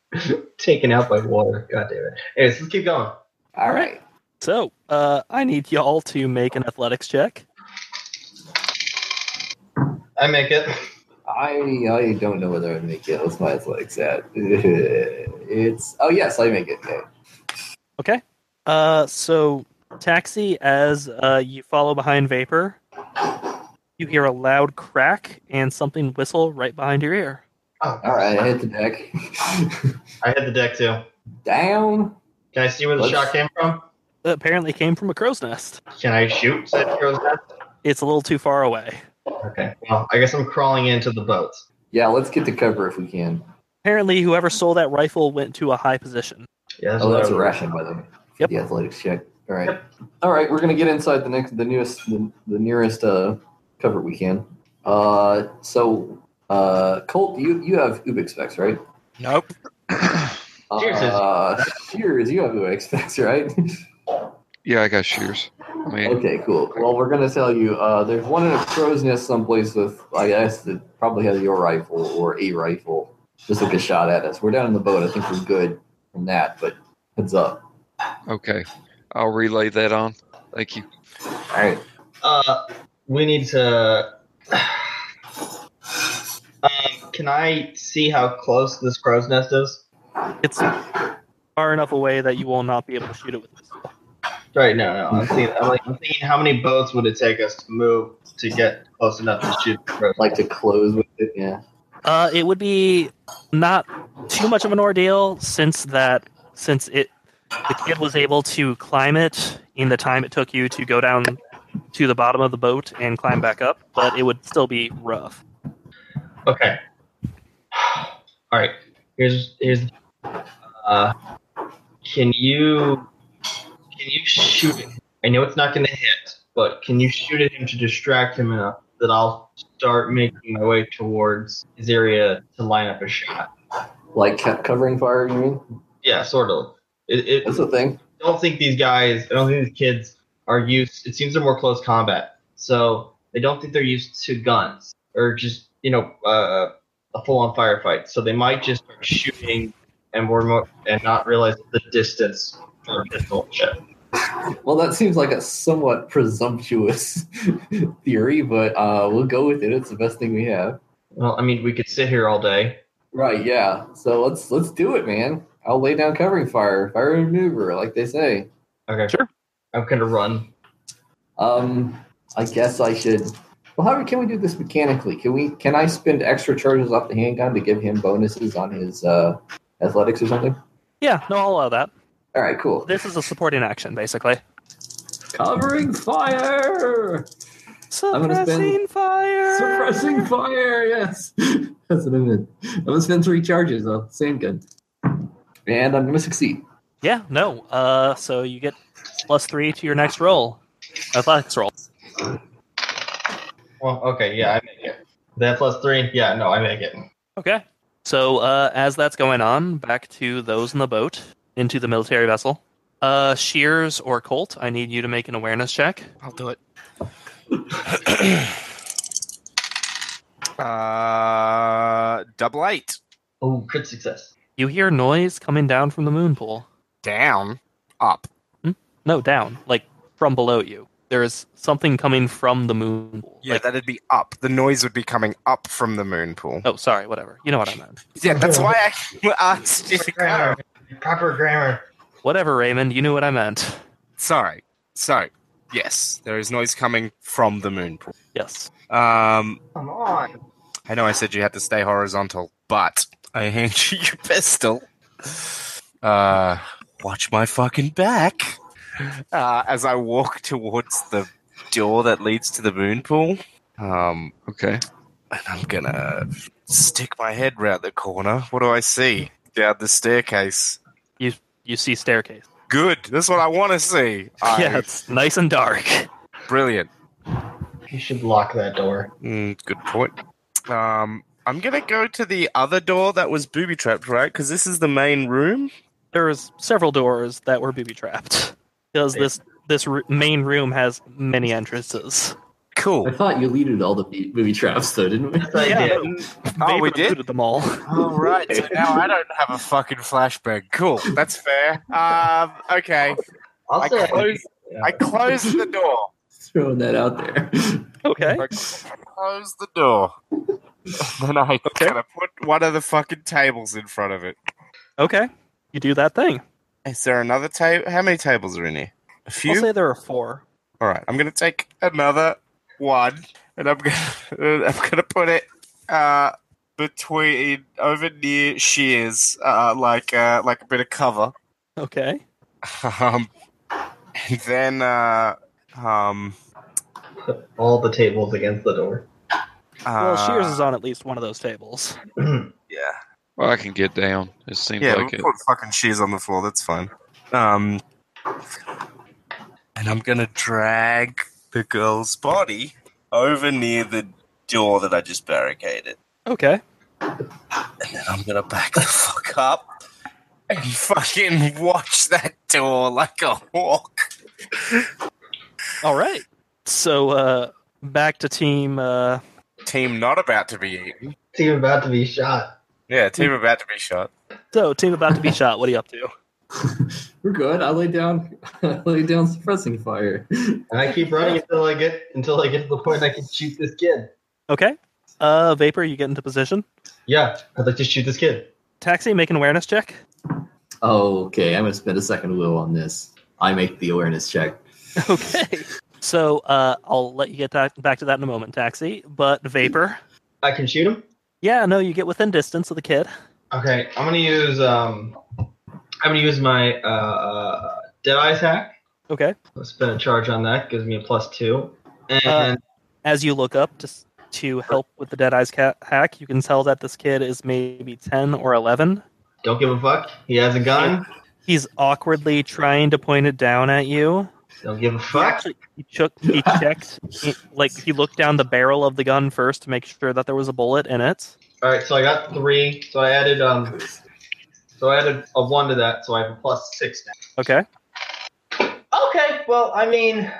C: (laughs)
D: taken out by water. God damn it. Anyways, let's keep going.
C: All right.
A: So uh, I need y'all to make an athletics check.
D: I make it.
C: I I don't know whether I make it. What's my athletics at? (laughs) It's oh yes, I make it. Okay.
A: Uh, so taxi as uh, you follow behind Vapor, you hear a loud crack and something whistle right behind your ear.
D: Oh,
C: All right, I hit the deck. (laughs)
D: I hit the deck too.
C: Down.
D: Can I see where the
C: Let's-
D: shot came from?
A: It apparently came from a crow's nest.
D: Can I shoot? Said Crow's Nest.
A: It's a little too far away.
D: Okay. Well, I guess I'm crawling into the boat.
C: Yeah, let's get to cover if we can.
A: Apparently, whoever stole that rifle went to a high position.
D: Yeah,
C: Oh, that's a
D: what I-
C: ration, by the way.
A: Yep.
C: The athletics check. All right.
D: Yep.
C: All right. We're gonna get inside the next, the newest, the, the nearest uh, cover we can. Uh, so uh, Colt, you you have Ubix specs, right?
G: Nope.
D: Cheers,
C: Uh, cheers. You have Ubix specs, right? (laughs)
F: Yeah, I got shears. I mean,
C: okay, cool. Well, we're gonna tell you. Uh, there's one in a crow's nest someplace with, I guess, that probably has your rifle or a rifle. Just took a shot at us. We're down in the boat. I think we're good from that. But heads up.
F: okay. I'll relay that on. Thank you.
C: All right.
D: Uh, we need to. (sighs) Um, can I see how close this crow's nest is?
A: It's far enough away that you will not be able to shoot it with this.
D: Right, no, no. I'm thinking, I'm, like, I'm thinking how many boats would it take us to move to get close enough to shoot the crow's
C: Like to close with it. Yeah.
A: Uh, it would be not too much of an ordeal since that since it the kid was able to climb it in the time it took you to go down to the bottom of the boat and climb back up, but it would still be rough.
D: Okay. (sighs) All right. Here's here's. Uh, can you can you shoot it? I know it's not going to hit, but can you shoot at him to distract him enough that I'll start making my way towards his area to line up a shot?
C: Like co- covering fire, you mean?
D: Yeah, sort of. It, it,
C: That's the thing.
D: I don't think these guys, I don't think these kids are used. It seems they're more close combat, so I don't think they're used to guns or just you know uh, a full-on firefight. So they might just start shooting and we're mo- and not realize the distance for a pistol shot.
C: Well, that seems like a somewhat presumptuous (laughs) theory, but uh, we'll go with it. It's the best thing we have.
D: Well, I mean, we could sit here all day.
C: Right? Yeah. So let's let's do it, man. I'll lay down covering fire, fire and maneuver, like they say.
D: Okay.
A: Sure.
D: I'm gonna run.
C: Um, I guess I should. Well, how can we do this mechanically? Can we? Can I spend extra charges off the handgun to give him bonuses on his uh, athletics or something?
A: Yeah, no, I'll allow that.
C: All right, cool.
A: This is a supporting action, basically.
C: Covering fire, I'm gonna spend-
A: Suppressing fire.
C: suppressing fire. Yes, that's what I'm in. I'm gonna spend three charges on the sand gun, and I'm gonna succeed.
A: Yeah, no. Uh, so you get plus three to your next roll, athletics roll.
D: Well, okay, yeah, I make it. That plus three, yeah, no, I make it.
A: Okay. So uh, as that's going on, back to those in the boat into the military vessel. Uh, Shears or Colt, I need you to make an awareness check.
H: I'll do it.
G: Uh, double eight.
D: Oh, crit success.
A: You hear noise coming down from the moon pool. Hmm?
H: Down. Up.
A: No, down, like from below you. There is something coming from the moon pool.
G: Yeah,
A: Like-
G: that'd be up. The noise would be coming up from the moon pool.
A: oh, sorry, whatever. You know what I meant.
G: Yeah, that's why I (laughs) asked you to go.
D: Proper grammar.
A: Whatever, Raymond. You knew what I meant.
G: Sorry. So, yes, there is noise coming from the moon pool.
A: Yes.
G: Um,
D: Come on.
G: I know I said you had to stay horizontal, but I hand you (laughs) your pistol. Uh, watch my fucking back. Uh, as I walk towards the door that leads to the moon pool, um,
F: Okay.
G: and I'm gonna stick my head round the corner. What do I see down the staircase?
A: You see staircase.
G: Good. That's what I want to see. I-
A: Yeah, it's nice and dark.
G: brilliant.
D: You should lock that door.
G: Mm, good point. Um, I'm gonna go to the other door that was booby trapped, right? Because this is the main room.
A: There was several doors that were booby trapped because this this r- main room has many entrances.
G: Cool.
C: I thought you looted all the bee- booby traps, though, didn't we? (laughs)
D: Yes, I
A: Yeah,
D: did.
G: Oh, we
A: Vapor
G: did?
A: looted them all.
G: All right, so now I don't have a fucking flashback. Cool, that's fair. Um, okay,
D: I'll
G: I
D: say
G: close- I close the door.
C: Just throwing that out there. (laughs)
A: Okay.
G: I close the door. then I gotta put one of the fucking tables in front of it.
A: Okay. You do that thing.
G: Is there another table? How many tables are in here? A few.
A: I'll say there are four.
G: All right, I'm gonna take another one, and I'm gonna (laughs) I'm gonna put it uh, between over near Shears, uh, like uh, like a bit of cover.
A: Okay.
G: (laughs) Um, and then, uh, um,
D: all the tables against the door.
A: Well,
G: uh,
A: Shears is on at least one of those tables.
G: Yeah,
F: Well, I can get down. It seems
G: yeah.
F: like
G: we
F: it.
G: put fucking Shears on the floor. That's fine. Um, and I'm gonna drag the girl's body over near the door that I just barricaded,
A: Okay.
G: and then I'm gonna back the fuck up and fucking watch that door like a hawk.
A: All right. So uh back to team uh
G: Team not about to be eaten.
D: Team about to be shot.
G: Yeah,
A: Mm.
G: team about to be shot.
A: so team about (laughs) to be shot. What are you up to?
C: We're good. I laid down, (laughs) I laid down suppressing fire.
D: And I keep running until I get until I get to the point I can shoot this kid.
A: Okay. Uh Vapor, you get into position.
D: Yeah, I'd like to shoot this kid.
A: Taxi, make an awareness check.
C: Oh, okay. I'm gonna spend a second wheel on this. I make the awareness check.
A: Okay. So uh I'll let you get that, back to that in a moment, Taxi. But Vapor.
D: I can shoot him.
A: Yeah, no, you get within distance of the kid.
D: Okay, I'm gonna use um, I'm gonna use my uh, uh Deadeye's hack.
A: Okay.
D: I'll spend a charge on that. Gives me a plus two. And
A: Uh, As you look up to s- to help with the Dead Eyes cat hack, you can tell that this kid is maybe ten or eleven.
D: don't give a fuck. He has a gun.
A: He's awkwardly trying to point it down at you.
D: Don't give a
A: He
D: fuck.
A: actually he, took, he checked, he- like he looked down the barrel of the gun first to make sure that there was a bullet in it.
D: All right, so I got three. So I added um, so I added a one to that. So I have a plus six now.
A: Okay,
D: Okay, well, I mean,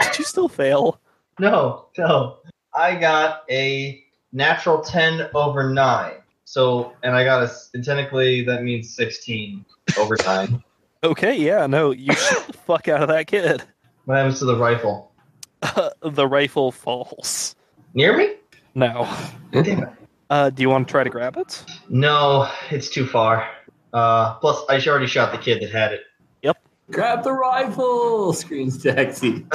A: did you still fail?
D: (laughs) no, no. I got a natural ten over nine. So, and I got a s- and technically that means 16 overtime.
A: Okay, yeah, no, you shoot the fuck out of that kid. (laughs)
D: what happens to the rifle?
A: the rifle falls.
D: Near me?
A: No.
D: Damn
A: Uh, do you want to try to grab it?
D: No, it's too far. Uh, plus, I already shot the kid that had it.
C: Grab the rifle! Screams Taxi.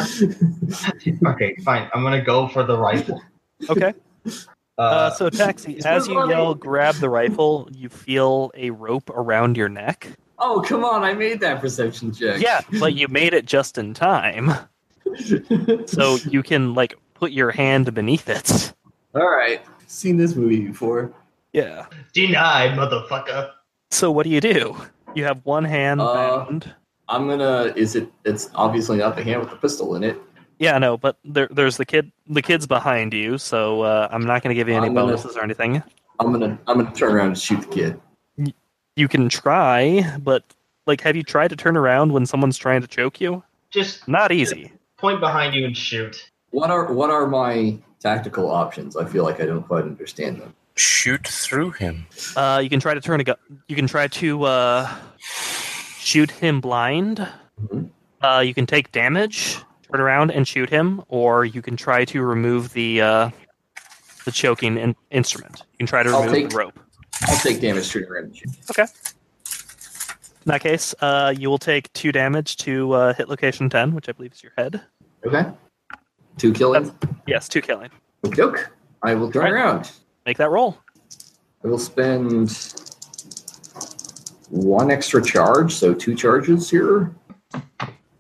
D: Okay, fine. I'm gonna go for the rifle.
A: Okay.
C: (laughs)
D: Uh,
A: Uh, so, Taxi,
C: it's
A: as
C: so
A: you
C: funny.
A: yell, grab the rifle, you feel a rope around your neck.
C: (laughs) oh, come on, I made that perception check. (laughs)
A: Yeah, but you made it just in time.
C: (laughs)
A: So you can, like, put your hand beneath it.
C: All right. Seen this movie before.
A: Yeah.
D: denied, motherfucker.
A: So, what do you do? You have one hand
C: Uh,
A: bound.
C: I'm gonna. Is it? It's obviously not the hand with the pistol in it.
A: Yeah, no, but there, there's the kid. The kid's behind you, so uh, I'm not going to give you any
C: I'm gonna-
A: bonuses or anything.
C: I'm gonna. I'm gonna turn around and shoot the kid.
A: you can try, but like, have you tried to turn around when someone's trying to choke you?
D: Just
A: Not easy.
D: point behind you and shoot.
C: What are What are my tactical options? I feel like I don't quite understand them.
G: Shoot through him.
A: Uh, you can try to turn a gun. You can try to uh, shoot him blind.
C: Mhm.
A: Uh, you can take damage, turn around and shoot him, or you can try to remove the uh, the choking in- instrument. You can try to
C: I'll
A: remove
C: take-
A: the rope.
C: I'll take damage turning around and shoot.
A: In that case, uh, you will take two damage to uh, hit location ten, which I believe is your head.
C: Okay. Two killings.
A: Yes, two killing.
C: Okie doke. I will turn
A: Right.
C: around.
A: Make that roll.
C: I will spend one extra charge, so two charges here.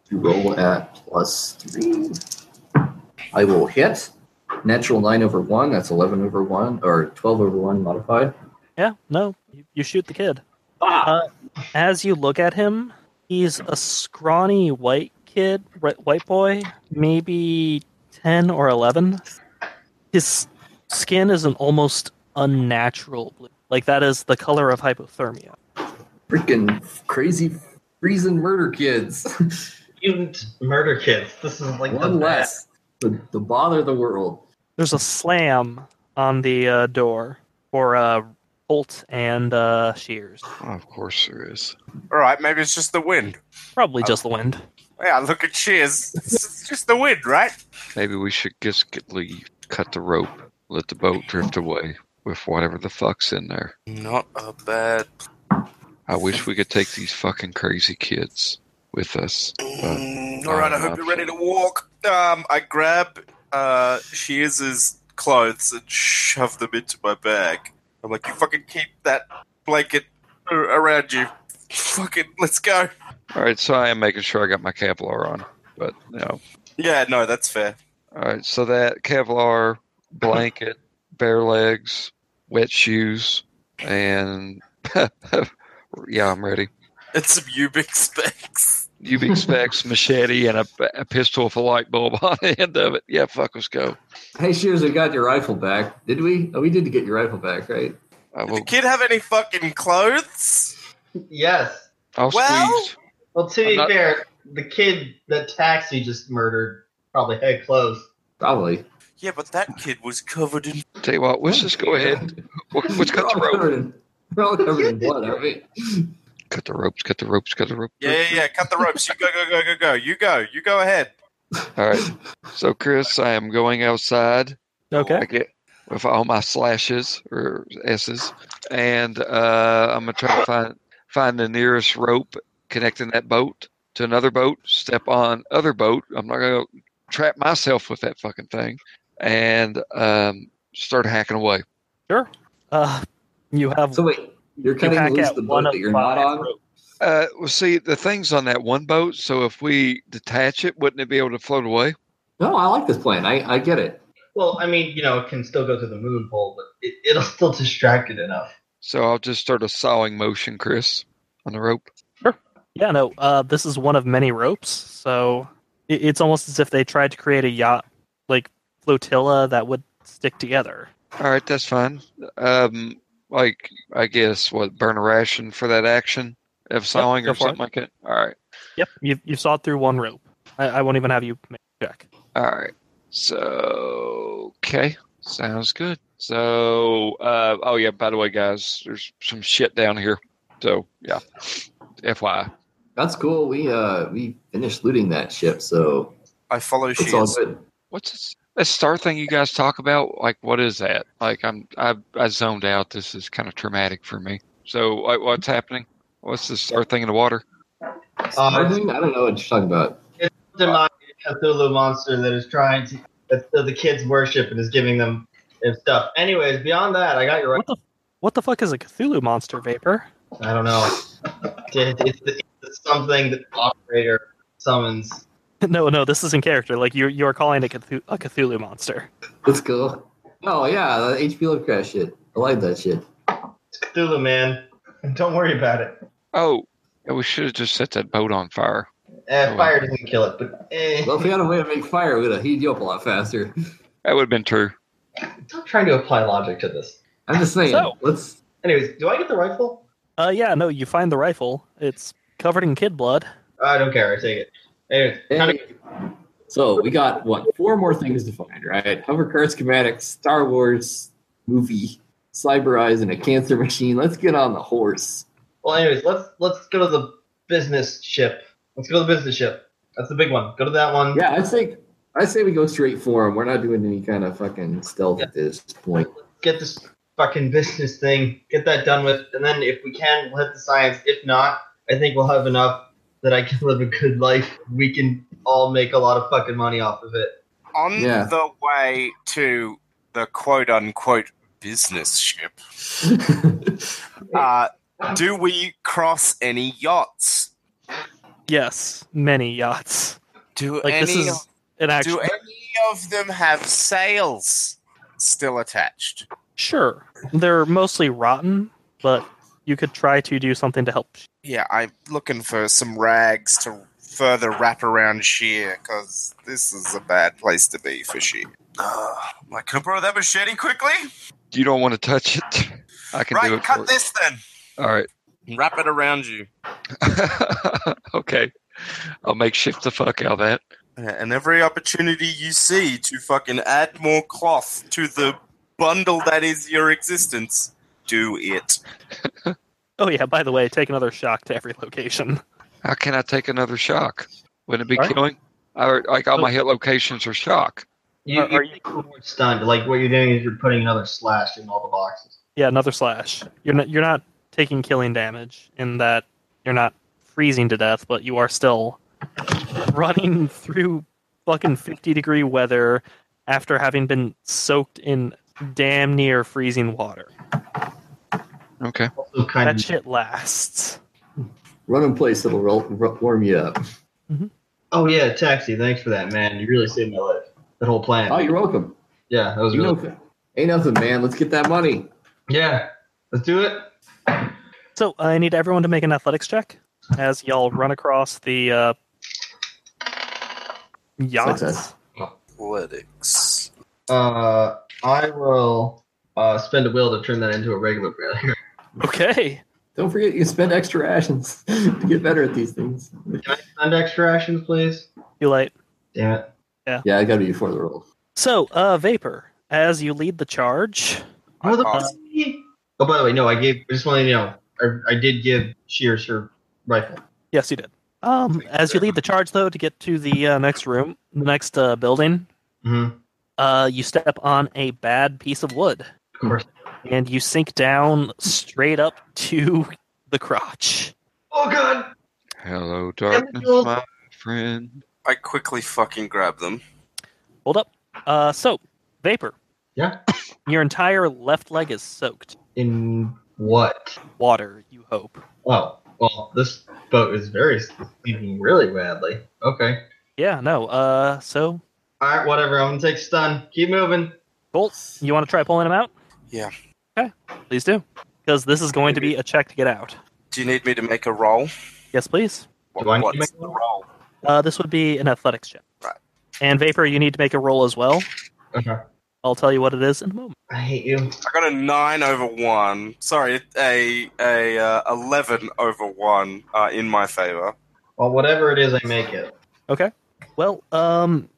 C: You roll at plus three. I will hit. Natural nine over one. That's eleven over one, or twelve over one modified.
A: Yeah, no, you, you shoot the kid. Uh, as you look at him, he's a scrawny white kid, ri- white boy, maybe 10 or 11. His skin is an almost unnatural blue. Like, that is the color of hypothermia.
C: Freaking crazy freezing murder kids. (laughs)
D: Mutant murder kids. This is like the
C: one less.
D: best.
C: The, the bother of the world.
A: There's a slam on the uh, door for uh, Holt and uh, Shears.
F: Oh, of course there is.
G: All right, maybe it's just the wind.
A: Probably just the wind.
G: Yeah, look at Cheers. It's just the wind, right?
F: Maybe we should just get leave, cut the rope, let the boat drift away with whatever the fuck's in there.
G: Not a bad.
F: I wish we could take these fucking crazy kids with us. but-
G: Mm, all right, I hope you're ready to walk. Um, I grab uh, Shears's clothes and shove them into my bag. I'm like, you fucking keep that blanket a- around you. Fucking, let's go.
F: All right, so I am making sure I got my Kevlar on, but no.
G: Yeah, no, that's fair.
F: All right, so that Kevlar blanket, (laughs) bare legs, wet shoes, and (laughs) yeah, I'm ready.
G: It's some Ubix specs.
F: UV specs, machete, and a, a pistol with a light bulb on the end of it. Yeah, fuck, let's go.
C: Hey Shears, we got your rifle back. Did we? Oh, we did get your rifle back, right?
F: I
G: Did the
F: will.
G: kid have any fucking clothes?
D: Yes.
F: I'll
G: Well-
F: squeeze.
D: Well, to be
F: I'm not-
D: fair, the kid that taxi just murdered probably had clothes.
C: Probably.
G: Yeah, but that kid was covered in.
F: Tell you what, let's just go ahead.
C: (laughs)
F: We'll- Let's
C: They're
F: cut the
C: all
F: rope.
C: covered in- They're all covered in blood, aren't we?
F: Cut the ropes. Cut the ropes. Cut the rope.
G: Yeah, yeah, yeah. Cut the ropes. You go, go, go, go, go. You go. You go ahead.
F: All right. So, Chris, I am going outside. I
A: Okay.
F: get with all my slashes or s's, and uh, I'm gonna try to find find the nearest rope connecting that boat to another boat. Step on other boat. I'm not gonna trap myself with that fucking thing, and um, start hacking away.
A: Uh, you have.
C: So wait, you're
A: you
C: cutting
A: hack
C: loose
A: at
C: the
A: one
C: boat
A: of
C: that you're
A: five
C: not on.
A: ropes.
F: Uh, well, see, the thing's on that one boat, so if we detach it, wouldn't it be able to float away?
C: No, I like this plan. I, I get it.
D: Well, I mean, you know, it can still go to the moon pole, but it, it'll (laughs) still distract it enough.
F: So I'll just start a sawing motion, Chris, on the rope.
A: Yeah, no. Uh, this is one of many ropes, so i- it's almost as if they tried to create a yacht like flotilla that would stick together.
F: All right, that's fine. Um, like I guess what burn a ration for that action of sawing
A: go
F: or
A: for it.
F: something like that. All right,
A: Yep, you you saw it through one rope. I, I won't even have you make a check.
F: all right. So okay, Sounds good. So, uh, oh yeah. By the way, guys, there's some shit down here. So yeah, FYI.
C: That's cool. We uh we finished looting that ship, so
G: I follow
C: it's all
G: Shears.
C: good.
F: What's this, that star thing you guys talk about? Like, what is that? Like, I'm I, I zoned out. This is kind of traumatic for me. So, like, what's happening? What's this star thing in the water?
D: Uh,
C: Starling? I don't know what you're talking about.
D: demonic Cthulhu monster that is trying to that the- the kids worship and is giving them and stuff. Anyways, beyond that, I got your right.
A: What the what the fuck is a Cthulhu monster vapor? (laughs)
D: I don't know. It- It's, the- it's something that the operator summons.
A: no, no, this is in character. Like you you're calling it Cthulhu, a Cthulhu monster.
C: That's cool. Oh yeah, the HP Lovecraft shit. I like that shit.
D: It's Cthulhu, man. Don't worry about it.
F: Oh, yeah, we should have just set that boat on fire.
D: Eh, fire doesn't kill it, but eh.
C: Well, if we had a way to make fire, we'd have heated you up a lot faster.
F: That would have been true.
D: Stop trying to apply logic to this.
C: I'm just saying.
A: So-
C: let's.
D: Anyways, do I get the rifle?
A: Uh, yeah, no, you find the rifle. It's covered in kid blood.
D: I don't care. I take it. Anyways, kinda-
C: Hey. So we got what four more things to find, right? Hovercart schematics, Star Wars movie, cyber eyes, and a cancer (laughs) machine. Let's get on the horse.
D: well, anyways, let's let's go to the business ship. Let's go to the business ship. That's the big one. Go to that one.
C: Yeah, I think I say we go straight for him. We're not doing any kind of fucking stealth at this point. (laughs)
D: get this fucking business thing, get that done with, and then if we can, we'll hit the science. If not, I think we'll have enough that I can (laughs) live a good life. We can all make a lot of fucking money off of it.
G: On
C: Yeah.
G: the way to the quote unquote business ship, uh, do we cross any yachts?
A: Yes, many yachts.
G: Do
A: Like
G: any
A: this is an
G: do
A: actual
G: any of them have sails still attached?
A: sure. They're mostly rotten, but you could try to do something to help.
G: Yeah, I'm looking for some rags to further wrap around sheer because this is a bad place to be for sheer. Uh, I can borrow that machete quickly.
F: You don't want to touch it. I can do
G: Right,
F: it. for
G: cut
F: you.
G: this then.
F: All right. (laughs)
G: Wrap it around you.
F: okay. I'll make shift the fuck out of that.
G: And every opportunity you see to fucking add more cloth to the bundle that is your existence, do it.
A: Oh yeah, by the way, take another shock to every location.
F: How can I take another shock? Wouldn't it be
A: All right.
F: killing? I, like all my hit locations are shock.
D: You,
A: Are- are
D: you more stunned. Like what you're doing is you're putting another slash in all the boxes.
A: Yeah, another slash. You're not you're not taking killing damage in that you're not freezing to death, but you are still running (laughs) through fucking 50 degree weather after having been soaked in damn near freezing water.
F: Okay.
D: Also, kind
A: That
D: of.
A: shit lasts.
C: Run in place; it'll roll, ro- warm you up.
D: Oh yeah, taxi. Thanks for that, man. You really saved my life. That whole plan.
C: Oh, you're welcome.
D: yeah, that was
C: You
D: really.
C: know, ain't nothing, man. Let's get that money.
D: yeah, let's do it.
A: So uh, I need everyone to make an athletics check as y'all run across the uh, yachts.
C: Success.
G: Athletics.
D: Uh, I will uh, spend a will to turn that into a regular (laughs) failure.
A: Okay.
C: Don't forget, you can spend extra rations (laughs) to get better at these things.
D: Can I spend extra actions, please?
A: You like
D: Damn it.
C: Yeah, I got to be before the roll.
A: so uh, vapor as you lead the charge.
G: Awesome.
D: Uh, Oh, by the way, no, I gave. I just wanted to know. I, I did give Shears her rifle.
A: Yes, you did. Um, as you lead the charge, though, to get to the uh, next room, the next uh, building,
D: Mm-hmm.
A: uh, you step on a bad piece of wood,
D: Of course.
A: and you sink down straight up to the crotch.
D: Oh God!
F: Hello, darkness,
D: Samuel.
F: my friend.
G: I quickly fucking grab them.
A: Hold up. Uh, so, vapor.
D: Yeah.
A: Your entire left leg is soaked.
D: In what?
A: Water, you hope.
D: Oh, well, this boat is very sleeping really badly. Okay.
A: Yeah. No. Uh. So,
D: All right, whatever. I'm gonna take stun. Keep moving.
A: Bolt, you want to try pulling him out?
G: Yeah.
A: Okay. Please do, because this is going to be a check to get out.
G: Do you need me to make a roll?
A: Yes, please.
D: Do I need to
G: What's
D: make a
G: the roll?
A: Uh, this would be an athletics check.
G: Right.
A: And Vapor, you need to make a roll as well.
D: Okay.
A: I'll tell you what it is in a moment.
D: I hate you.
G: I got a nine over one. Sorry, a a uh, eleven over one uh, in my favor.
D: Well, whatever it is, I make it. (laughs)
A: Well, um,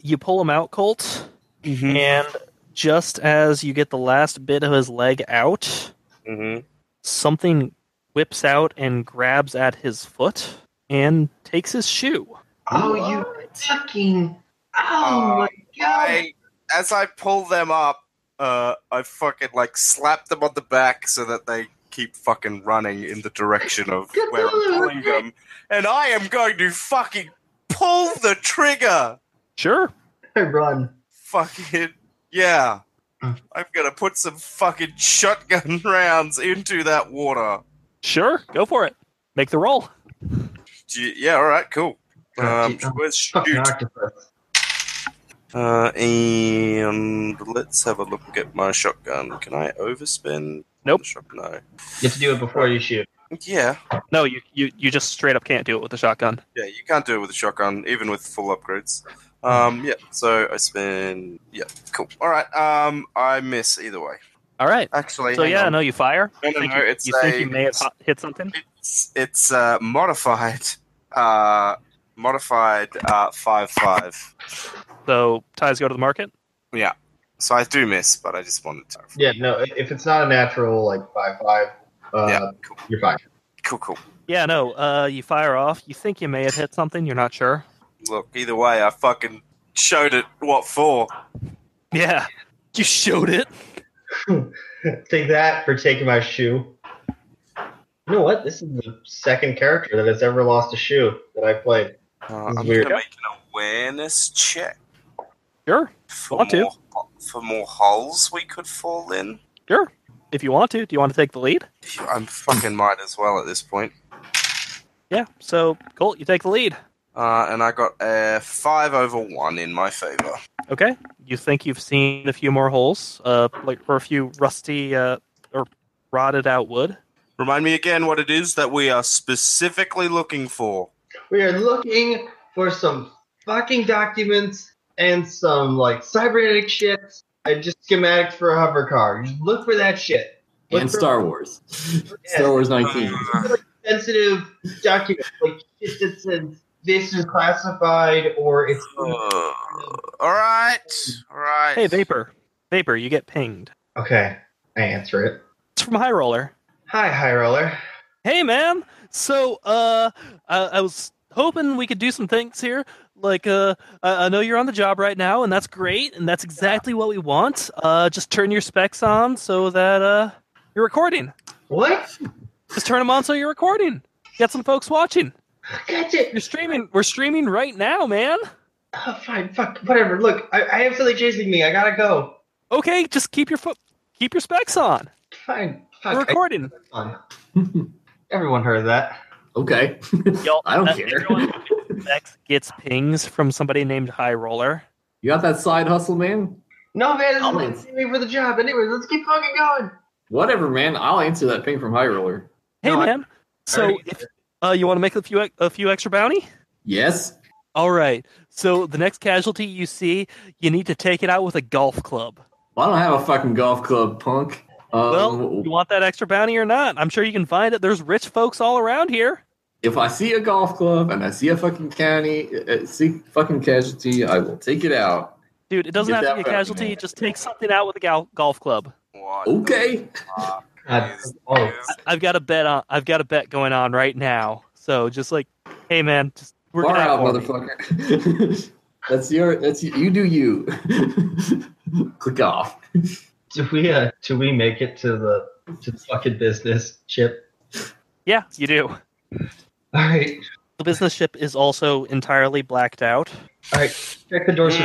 A: you pull him out, Colt, and just as you get the last bit of his leg out,
G: Mm-hmm.
A: something whips out and grabs at his foot and takes his shoe.
D: Oh, you fucking!
G: Oh,
D: Oh my god!
G: I, as I pull them up, uh, I fucking like slap them on the back so that they keep fucking running in the direction of
D: Good
G: where I'm
D: boy.
G: pulling them, and I am going to fucking pull the trigger.
A: Sure.
D: I run.
G: Fucking yeah.
D: Mm.
G: I'm gonna put some fucking shotgun (laughs) rounds into that water.
A: Sure. Go for it. Make the roll.
G: Do you- yeah, all right, cool.
D: Oh,
G: Um,
D: gee, I'm
G: let's
D: Fucking
G: shoot.
D: octopus.
G: Uh, and let's have a look at my shotgun. Can I overspin?
A: Nope.
G: Shot- No.
D: You have to do it before you shoot.
G: Yeah.
A: No, you, you, you just straight up can't do it with a shotgun.
G: Yeah, you can't do it with a shotgun, even with full upgrades. Um, yeah, so I spin. Yeah, cool. All right, um, I miss either way.
A: All right.
G: Actually,
A: So
G: hang
A: yeah,
G: on.
A: no, you fire.
G: No, no,
A: think
G: no,
A: you,
G: it's
A: you think
G: a-
A: you may have hot- hit something?
G: it's, it's uh, modified, uh, modified uh, five five.
A: So ties go to the market.
G: So I do miss, but I just wanted to.
D: Yeah, no. i- If it's not a natural like five five, uh,
G: Yeah, cool,
D: you're fine. (laughs)
G: cool, cool.
A: Yeah, no. Uh, you fire off. You think you may have hit something. You're not sure.
G: Look, either way, I fucking showed it what for.
A: Yeah. You showed it.
D: Take that for taking my shoe. You know what? This is the second character that has ever lost a shoe that I played.
G: Uh,
D: This is
G: I'm
D: weird.
G: gonna make an awareness check
A: Sure.
G: for
A: Want to.
G: more for more holes we could fall in.
A: If you want to, do you want to take the lead?
G: I'm fucking might as well at this point.
A: Yeah. So Colt, you take the lead.
G: Uh, and I got a five over one in my favor.
A: Okay. You think you've seen a few more holes, uh, like or a few rusty uh, or rotted out wood.
G: Remind me again what it is that we are specifically looking for.
D: We are looking for some fucking documents and some like cybernetic shit and just schematics for a hover car. Just look for that shit. Look
C: and
D: for
C: Star Wars. Star Wars 19.
D: sensitive documents like shit that says this is classified or it's
G: all right, all right.
A: Hey, Vapor. Vapor, you get pinged.
D: okay. I answer it.
A: It's from High Roller.
D: Hi, high roller.
A: hey man so uh I, I was hoping we could do some things here like uh I, I know you're on the job right now and that's great and that's exactly what we want uh just turn your specs on so that uh you're recording
D: What?
A: just turn them on so you're recording got some folks watching
D: Gotcha.
A: you're streaming we're streaming right now man
D: Oh, fine, fuck, whatever. Look, I, I have something chasing me. I gotta go.
A: okay just keep your foot keep your specs on
D: Fine,
A: we're
D: fuck. I-
A: recording
D: fine. (laughs) Everyone heard that.
C: okay. (laughs)
A: Y'all,
C: I don't
A: uh,
C: care.
A: everyone with specs gets pings from somebody named high roller
C: (laughs) You got that side hustle, man?
D: No, man,
C: Oh.
D: this is me for the job. Anyways, let's keep fucking going.
C: Whatever, man. I'll answer that ping from High Roller.
A: Hey,
D: No, I-
A: man. so,
D: already-
A: if, uh, you want to make a few a few extra bounty?
C: Yes.
A: All right. So the next casualty you see, you need to take it out with a golf club.
C: Well, I don't have a fucking golf club, punk.
D: Uh,
C: Um,
A: well, you want that extra bounty or not? I'm sure you can find it. There's rich folks all around here.
C: if I see a golf club and I see a fucking county, uh, see fucking casualty, I will take it out.
A: Dude, it doesn't have
C: Get
A: to
C: that
A: be a
C: bounty,
A: casualty.
C: man.
A: Just take something out with a gal- golf club.
G: What the
C: Okay.
G: fuck
D: God,
G: is
D: oh,
G: this?
A: I've got a bet on. I've got a bet going on right now. So just like, hey, man, just work
C: Far
A: it out,
C: out,
A: for me.
C: motherfucker. (laughs) that's your. That's you, you do you. (laughs) Click off.
D: do we uh, do we make it to the to the fucking business chip?
A: Yeah, you do.
D: All right,
A: The business ship is also entirely blacked out.
D: check the doors.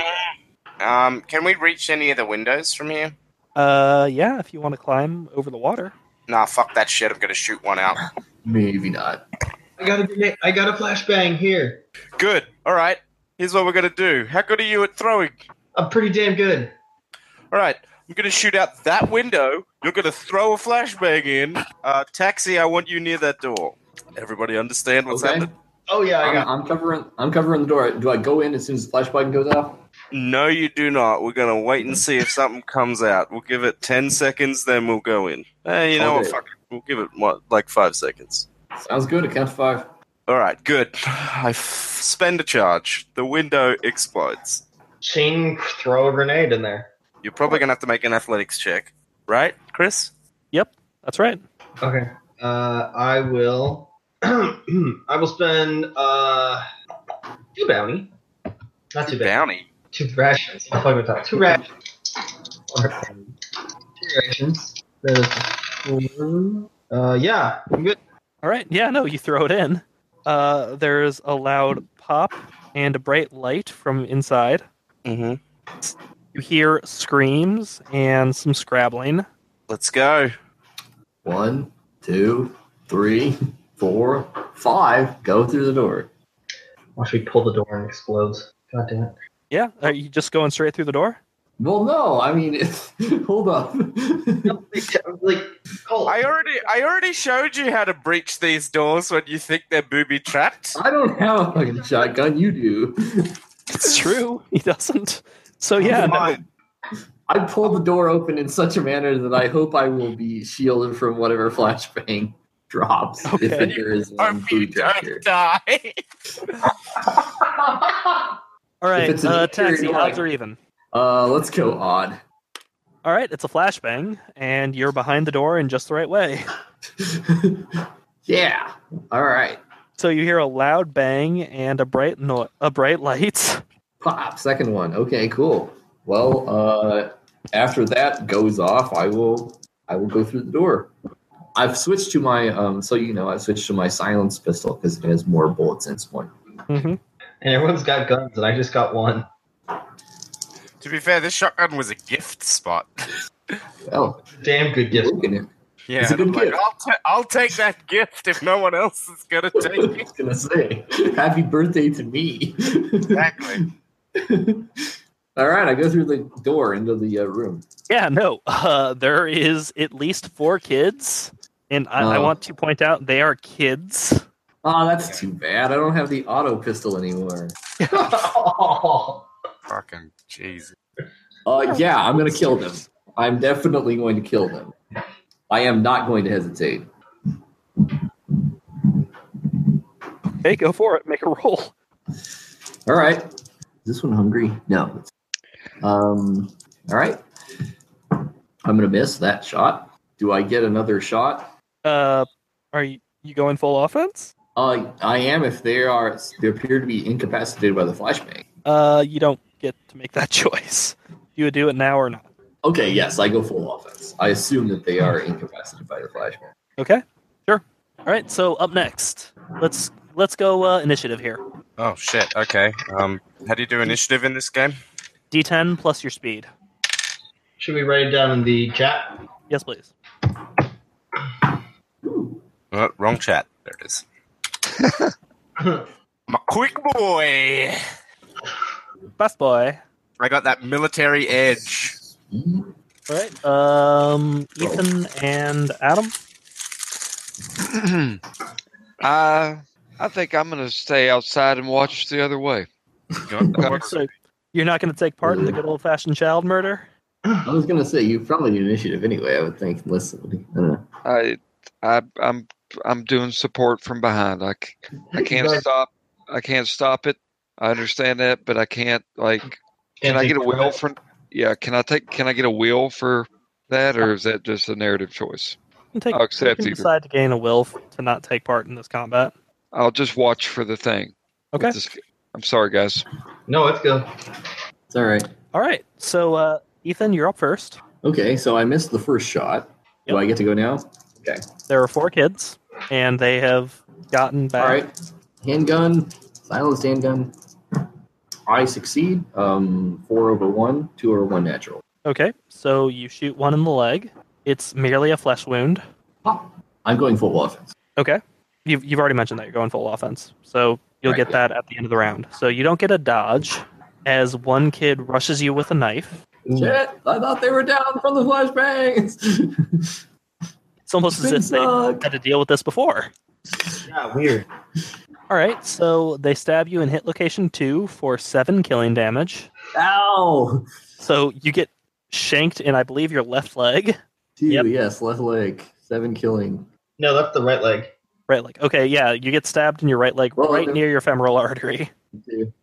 G: Um, can we reach any of the windows from here?
A: Uh, yeah, if you want to climb over the water.
G: Nah, fuck that shit. I'm gonna shoot one out.
C: Maybe not.
D: I got a I got a flashbang here.
G: Good. All right. Here's what we're gonna do. How good are you at throwing?
D: I'm pretty damn good.
G: All right, I'm gonna shoot out that window. You're gonna throw a flashbang in. Uh, taxi, I want you near that door. Everybody understand what's
C: Okay.
G: happening?
D: Oh yeah, I
C: I'm,
D: got.
C: I'm covering. I'm covering the door. Do I go in as soon as the flash button goes off?
G: No, you do not. We're gonna wait and see if something comes out. We'll give it ten seconds, then we'll go in. Hey, you know what?
C: Okay.
G: Fuck it. We'll give it what, like five seconds.
C: Sounds good. It counts five.
G: All right, good. (sighs) I f- spend a charge. The window explodes.
D: Shane, throw a grenade in there.
G: You're probably gonna have to make an athletics check, right, Chris?
A: That's right.
D: Okay. Uh, I will. (clears throat) I will spend uh, two bounty. Not too bad.
G: Bounty.
D: Two rations. I'm talking about two rations. Or, um, Two rations. That is four. Uh, yeah, I'm good.
A: All right. Yeah, no, you throw it in. Uh, there's a loud pop and a bright light from inside.
G: Mm-hmm.
A: You hear screams and some scrabbling.
G: Let's go.
C: One, two, three, four, five. Go through the door.
D: Watch me pull the door and it explodes. God damn it.
A: Yeah, are you just going straight through the door?
C: Well, no, I mean, it's, (laughs) hold up.
D: Like, oh,
G: I already I already showed you how to breach these doors when you think they're booby trapped.
C: I don't have a fucking shotgun. You do.
A: It's true. (laughs) He doesn't. So yeah, no-
C: I pull the door open in such a manner that I hope I will be shielded from whatever flashbang (laughs) drops.
A: Okay.
C: If there is one
G: Hope you
C: food drop here.
G: don't (laughs) die.
A: all right.
C: it's an
A: Uh,
C: interior
A: taxi
C: light.
A: odds are even.
C: Uh, let's go odd.
A: All right, it's a flashbang, and you're behind the door in just the right way.
C: yeah. All right.
A: So you hear a loud bang and a bright no- a bright light. (laughs)
C: Pop. Second one. Okay. Cool. Well, uh, after that goes off, I will. I will go through the door. I've switched to my. Um, so you know, I've switched to my silence pistol because it has more bullets in its one.
A: hmm
D: and everyone's got guns, and I just got one.
G: to be fair, this shotgun was a gift spot.
C: Well,
D: Damn good gift.
C: look at it.
G: Yeah,
C: It's a good
G: and I'm like,
C: gift.
G: I'll, ta- I'll take that (laughs) gift if no one else is gonna
C: I
G: take
C: (laughs)
G: it.
C: was gonna say, happy birthday to me. (laughs)
G: Exactly.
C: All right, I go through the door into the uh, room.
A: Yeah, no, uh, there is at least four kids, and I, I
C: Oh.
A: want to point out they are kids.
C: Oh, that's too bad. I don't have the auto pistol anymore.
G: Fucking Jesus.
C: Uh, yeah, I'm gonna kill them. I'm definitely going to kill them. I am not going to hesitate.
A: Hey, go for it. Make a roll.
C: All right. Is this one hungry? No. Um. All right. I'm gonna miss that shot. Do I get another shot?
A: Uh, are you, you going full offense?
C: Uh, I am if they are they appear to be incapacitated by the flashbang.
A: Uh, you don't get to make that (laughs) choice. You would do it now or not.
C: Okay, yes, I go full offense. I assume that they are incapacitated by the flashbang.
A: Okay, sure. All right, so up next, let's let's go uh, initiative here.
G: Oh shit. Okay. Um, how do you do initiative in this game?
A: D10 plus your speed.
D: Should we write it down in the chat?
A: Yes, please.
G: Oh, wrong chat. There
C: (laughs)
G: it is. (laughs) I'm a quick boy.
A: Fast boy.
G: I got that military edge.
A: All right. Um, Ethan and Adam.
F: uh, I think I'm going to stay outside and watch the other way.
G: Got
C: (laughs)
G: that works.
A: So you're not going to take part in the good old fashioned child murder.
C: I was gonna say you probably need initiative anyway. I would think. Listen, Uh, I don't know.
F: I, I, I'm, I'm doing support from behind. I, c-
D: (laughs)
F: I can't
D: Right.
F: stop. I can't stop it. I understand that, but I can't. Like, can
D: Can't
F: I
D: take
F: get a
D: part in
F: will
D: it.
F: for? Yeah, can I take? Can I get a will for that,
D: Uh.
F: or is that just a narrative choice?
A: You can take.
F: I'll accept
A: you can
F: either.
A: decide to gain a will f- to not take part in this combat.
F: I'll just watch for the thing.
A: Okay.
F: Just- I'm sorry, guys. (laughs)
D: No, it's good.
C: It's all right.
A: All right. So uh, Ethan, you're up first.
C: Okay, so I missed the first shot. Do
A: Yep.
C: I get to go now?
A: There are four kids, and they have gotten back.
C: All right. Handgun, silenced handgun. I succeed. Um, four over one, two over one natural.
A: Okay. So you shoot one in the leg. It's merely a flesh wound.
C: I'm going full offense.
A: Okay. You've, you've already mentioned that you're going full offense. So you'll
C: Right,
A: get
C: yeah.
A: that at the end of the round. So you don't get a dodge as one kid rushes you with a knife.
C: Shit! I thought they were down from the flashbangs. (laughs)
A: It's almost as
C: Big
A: if they
C: bug.
A: had to deal with this before.
D: Yeah, weird.
A: All right, so they stab you in hit location two for seven killing damage.
C: Ow!
A: So you get shanked in, I believe, your left leg.
C: Two,
A: Yep.
C: yes, left leg, seven killing.
D: No, that's the right leg.
A: Right leg. Okay, yeah, you get stabbed in your right leg,
C: Well,
A: right
C: then-
A: near your femoral artery.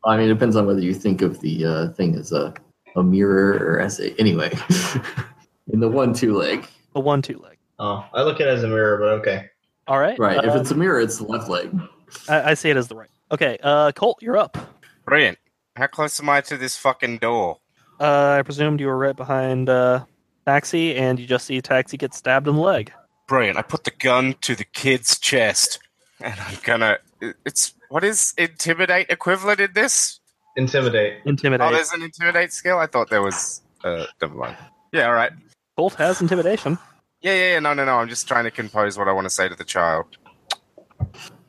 C: I mean, it depends on whether you think of the uh, thing as a a mirror or essay. Anyway, (laughs) in the one two leg.
A: The one two leg.
D: Oh, I look at it as a mirror, but okay.
A: All right.
C: Right. if
A: uh,
C: it's a mirror, it's the left leg.
A: I, I see it as the right. Okay. Uh, Colt, you're up.
G: Brilliant. How close am I to this fucking door?
A: Uh, I presumed you were right behind uh, Taxi, and you just see Taxi get stabbed in the leg.
G: Brilliant. I put the gun to the kid's chest, and I'm gonna. it- It's what is intimidate equivalent in this?
D: Intimidate.
G: Oh,
A: Intimidate.
G: there's an intimidate skill. I thought there was. Uh, never mind. Yeah, all right.
A: Colt has intimidation.
G: Yeah, yeah, yeah. No, no, no. I'm just trying to compose what I want to say to the child.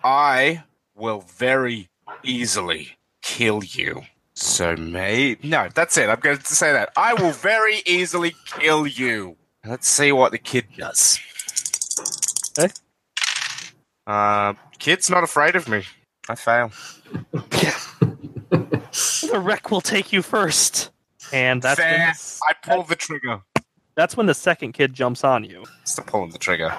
G: I will very easily kill you. So maybe no, that's it. I'm going to say that I will very easily kill you. Let's see what the kid does.
A: Okay.
G: Uh, kid's not afraid of me. I fail.
A: The wreck will take you first, and that's when,
G: Fair.
A: the-
G: I pull the trigger.
A: that's when the second kid jumps on you.
G: It's the pulling the trigger.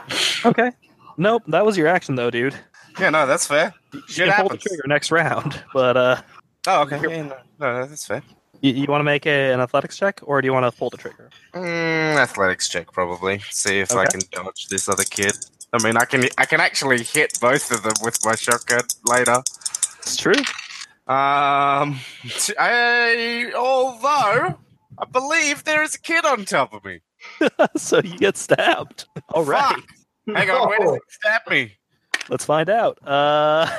A: Okay. Nope, that was your action though, dude.
G: Yeah, no, that's fair.
A: You
G: Shit
A: can pull the
G: happens.
A: trigger next round, but uh,
G: Oh, okay. Yeah, no, no, that's fair.
A: you, you want to make a, an athletics check, or do you want to pull the trigger?
G: Mm, athletics check probably. See if I
A: Okay.
G: can dodge this other kid. I mean, I can I can actually hit both of them with my shotgun later.
A: It's true. (laughs)
G: Um, (laughs) t- I- although I believe there is a kid on top of me.
A: so you get stabbed. All right,
G: Fuck. Hang
D: Oh,
G: on, where does it stab me?
A: let's find out. Uh,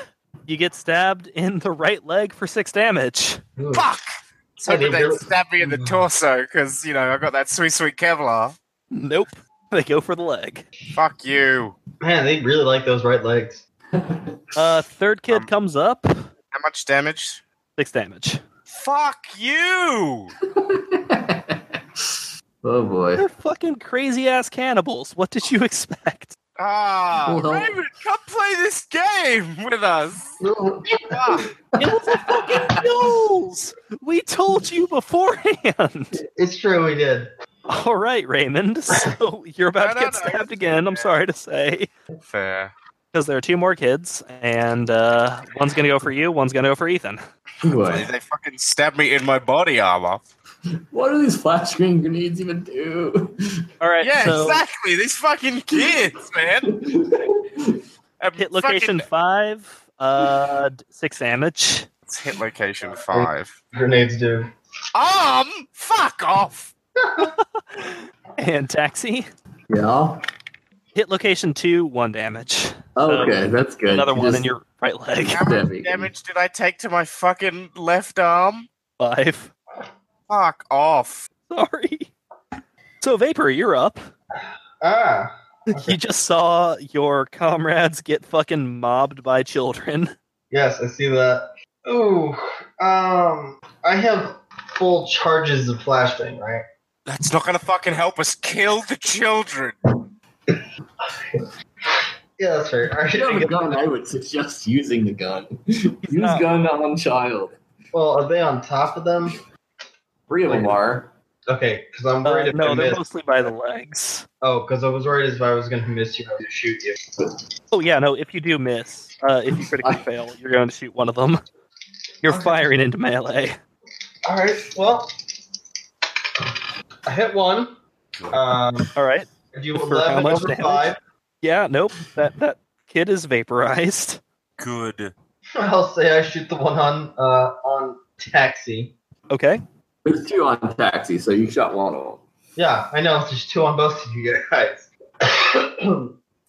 A: you get stabbed in the right leg for six damage.
D: Ooh.
G: Fuck. So
D: I
G: did
D: didn't
G: they
D: do it.
G: stab me in the torso? Because you know I got that sweet sweet Kevlar.
A: Nope, they go for the leg.
G: Fuck you.
D: Man, they really like those right legs.
A: Uh, third kid
G: Um,
A: comes up,
G: How much damage?
A: six damage.
G: Fuck you.
C: oh boy.
A: They're fucking crazy ass cannibals. What did you (laughs) expect?
G: Ah,
C: Well-
G: Raymond, come play this game with us. Fuck.
A: It was a fucking kills. We told you beforehand. (laughs)
D: It's true, we did.
A: All right, Raymond. (laughs) So you're about to
G: No, no,
A: get
G: no.
A: stabbed again. I'm sorry to say,
G: Fair.
A: because there are two more kids, and uh, one's gonna go for you, one's gonna go for Ethan. (laughs)
G: They,
C: What?
G: they fucking stabbed me in my body armor.
C: What do these flash green grenades even do? (laughs)
A: All right.
G: yeah,
A: so
G: exactly. These fucking kids, man. Um,
A: (laughs) Hit location
G: fucking-
A: five. Uh, d- six damage.
G: It's hit location five.
D: Grenades do.
G: Um, fuck off.
A: And taxi.
C: yeah.
A: Hit location two, one damage.
C: Oh,
A: So,
C: okay, that's good.
A: Another
C: You
A: one in
C: just-
A: your right leg. (laughs)
G: How
C: Debbie.
G: much damage did I take to my fucking left arm?
A: Five.
G: Fuck off.
A: Sorry. So Vapor, you're
D: (laughs)
A: up.
D: Ah.
A: You just saw your comrades get fucking mobbed by children.
D: Yes, I see that. Ooh. Um I have full charges of flashbang, right?
G: That's not gonna fucking help us kill the children.
D: Yeah, that's fair. All right,
C: If you have
D: I
C: a
D: guess-
C: gun, I would suggest using the gun. (laughs) Use
A: not.
C: gun on child.
D: well, are they on top of them?
C: Three of them are.
D: Okay, because I'm
A: Uh,
D: worried if
A: no,
D: I
A: they're
D: miss.
A: mostly by the legs.
D: Oh, because I was worried if I was going to miss you, I was going to shoot you.
A: Oh yeah, no. If you do miss, uh, if you critically fail, you're going to shoot one of them. (laughs) You're
D: Okay.
A: firing into melee.
D: All right. Well, I hit one. Um,
A: All right.
D: I do
A: For how
D: eleven
A: much
D: over
A: damage?
D: five.
A: Yeah. Nope. That that kid is vaporized.
G: Good.
D: (laughs) I'll say I shoot the one on uh, on taxi.
A: Okay.
C: There's two on taxi, so you shot one of them.
D: Yeah, I know. There's two on both of you guys. (coughs)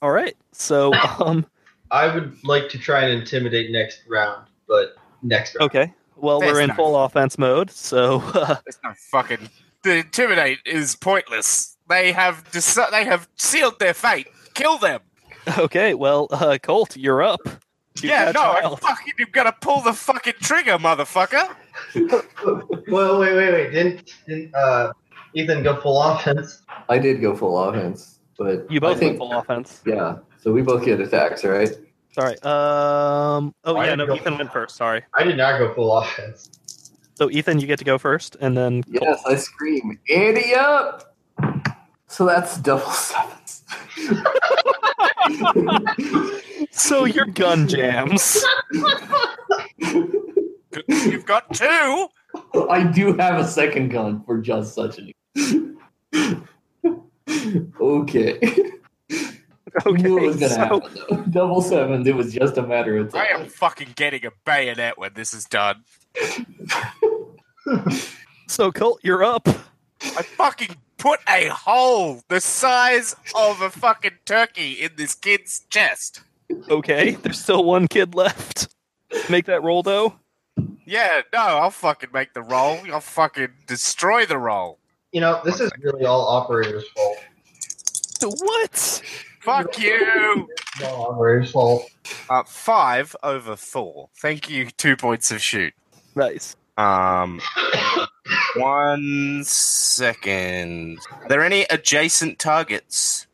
A: All right.
C: (laughs)
A: So um.
D: I would like to try and intimidate next round, but next round.
A: Okay. Well,
G: That's
A: we're in
G: nice.
A: full offense mode, so (laughs) uh,
G: There's no fucking. The intimidate is pointless. They have deci- They have sealed their fate. Kill them.
A: okay. Well, uh, Colt, you're up. Shoot
G: yeah,
A: that
G: no, I'm
A: child.
G: fucking. You've got to pull the fucking trigger, motherfucker.
D: Well, wait, wait, wait. Didn't, didn't uh, Ethan go full offense?
C: I did go full offense, but
A: You
C: I
A: both went
C: think,
A: full offense.
C: Yeah, so we both get attacks, right?
A: Sorry. Um. Oh
D: I
A: yeah.
D: didn't
A: No,
D: go-
A: Ethan went first. Sorry.
D: I did not go full offense.
A: So Ethan, you get to go first, and then Colt.
C: Yes, I scream, Andy up! So that's double (laughs) sevens.
A: So your gun jams.
G: You've got two.
C: I do have a second gun for just such an. (laughs) okay. (laughs)
A: Okay,
C: (laughs) Knew it was gonna
A: so-
C: happen.
A: (laughs)
C: Though. Double seven. It was just a matter of
H: I
C: time.
H: am fucking getting a bayonet when this is done.
A: So, Colt, you're up.
H: I fucking put a hole the size of a fucking turkey in this kid's chest.
A: Okay, (laughs) there's still one kid left. Make that roll, though.
H: Yeah, no, I'll fucking make the roll. I'll fucking destroy the roll.
D: You know, this is really all operators' fault.
A: What?
H: Fuck you!
D: It's all operators' fault.
G: Uh, five over four. Thank you. Two points of shoot.
A: Nice.
G: Um, one second. Are there any adjacent targets?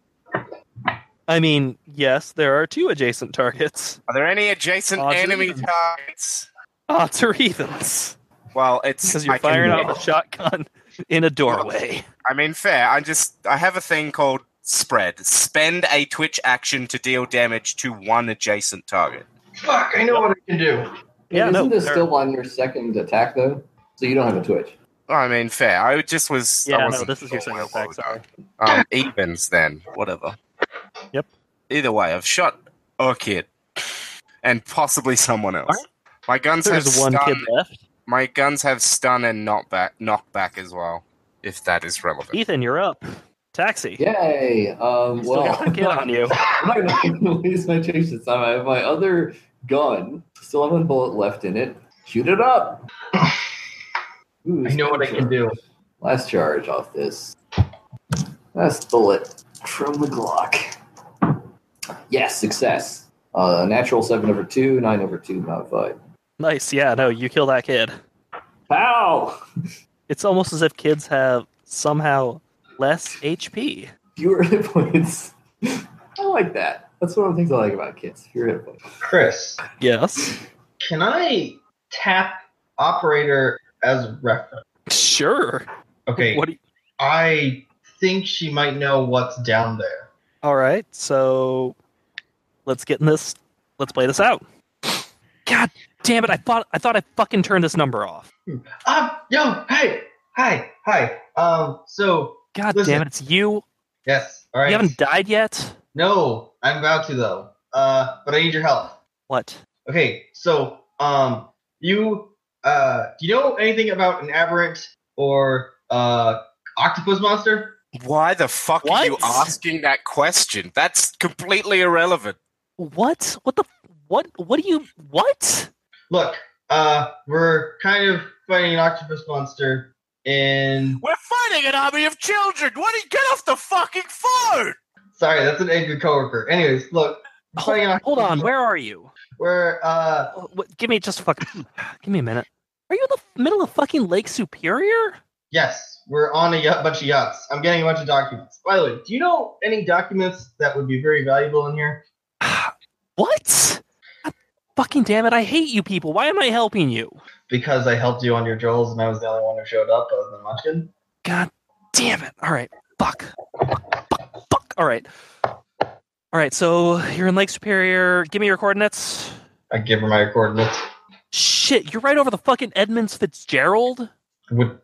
A: I mean, yes, there are two adjacent targets.
G: Are there any adjacent
A: Odds or
G: enemy
A: evens?
G: targets?
A: Odds or evens.
G: Well, it's
A: Because you're
G: I can-
A: firing off a shotgun in a doorway.
G: I mean, fair. I just I have a thing called spread. Spend a twitch action to deal damage to one adjacent target.
D: Fuck, I know what I can do.
A: Yeah,
C: Isn't
A: no,
C: this
A: there-
C: still on your second attack though? So you don't have a twitch.
G: I mean, fair. I just was. I
A: Yeah, no,
G: wasn't
A: this is your second
G: sure where I
A: attack.
G: was
A: Sorry.
G: Um, evens then, whatever.
A: Yep.
G: Either way, I've shot a kid and possibly someone else. My guns
A: There's
G: have
A: one
G: stun.
A: kid left.
G: My guns have stun and knockback, knockback as well, if that is relevant.
A: Ethan, you're up. Taxi.
C: Yay! Um,
A: Still
C: well,
A: got a kid on you.
C: (laughs) I'm not gonna (laughs) waste my change this time. I have my other gun. Still have one bullet left in it. Shoot it up. Ooh,
D: I know what I can do.
C: Last charge off this. Last bullet from the Glock. Yes, success. Uh, natural seven over two, nine over two, not five.
A: Nice. Yeah, no, you kill that kid.
C: How?
A: It's almost as if kids have somehow less HP.
C: Fewer (laughs) hit points. I like that. That's one of the things I like about kids. Fewer hit points.
D: Chris,
A: Yes.
D: can I tap operator as reference?
A: Sure.
D: Okay,
A: What do you-
D: I think she might know what's down there.
A: All right, so let's get in this. Let's play this out. God damn it! I thought I thought I fucking turned this number off.
D: Um, yo, hey, hi, hi. Um, so
A: God
D: Listen.
A: damn it! It's you.
D: yes, all right.
A: You haven't died yet.
D: No, I'm about to though. Uh, but I need your help.
A: What?
D: Okay, so um, you uh, do you know anything about an aberrant or uh octopus monster?
G: Why the fuck are you
A: What?
G: asking that question? That's completely irrelevant.
A: What? What the? What? What do you? What?
D: Look, uh, we're kind of fighting an octopus monster, and
H: We're fighting an army of children! What do you get off the fucking phone?
D: sorry, that's an angry coworker. Anyways, look, we're
A: Hold,
D: fighting an
A: hold
D: octopus
A: on. Where are you?
D: We're uh,
A: Uh, What, give me just a fucking. (sighs) Give me a minute. Are you in the middle of fucking Lake Superior? (sighs)
D: yes, we're on a yacht, bunch of yachts. I'm getting a bunch of documents. By the way, do you know any documents that would be very valuable in here?
A: What? God fucking damn it! I hate you people. Why am I helping you?
D: Because I helped you on your drills, and I was the only one who showed up other than Munchkin.
A: God damn it. All right. Fuck. Fuck, Fuck. Fuck. All right. All right. So you're in Lake Superior. Give me your coordinates.
D: I give her my coordinates.
A: Shit. You're right over the fucking Edmonds Fitzgerald.
D: Would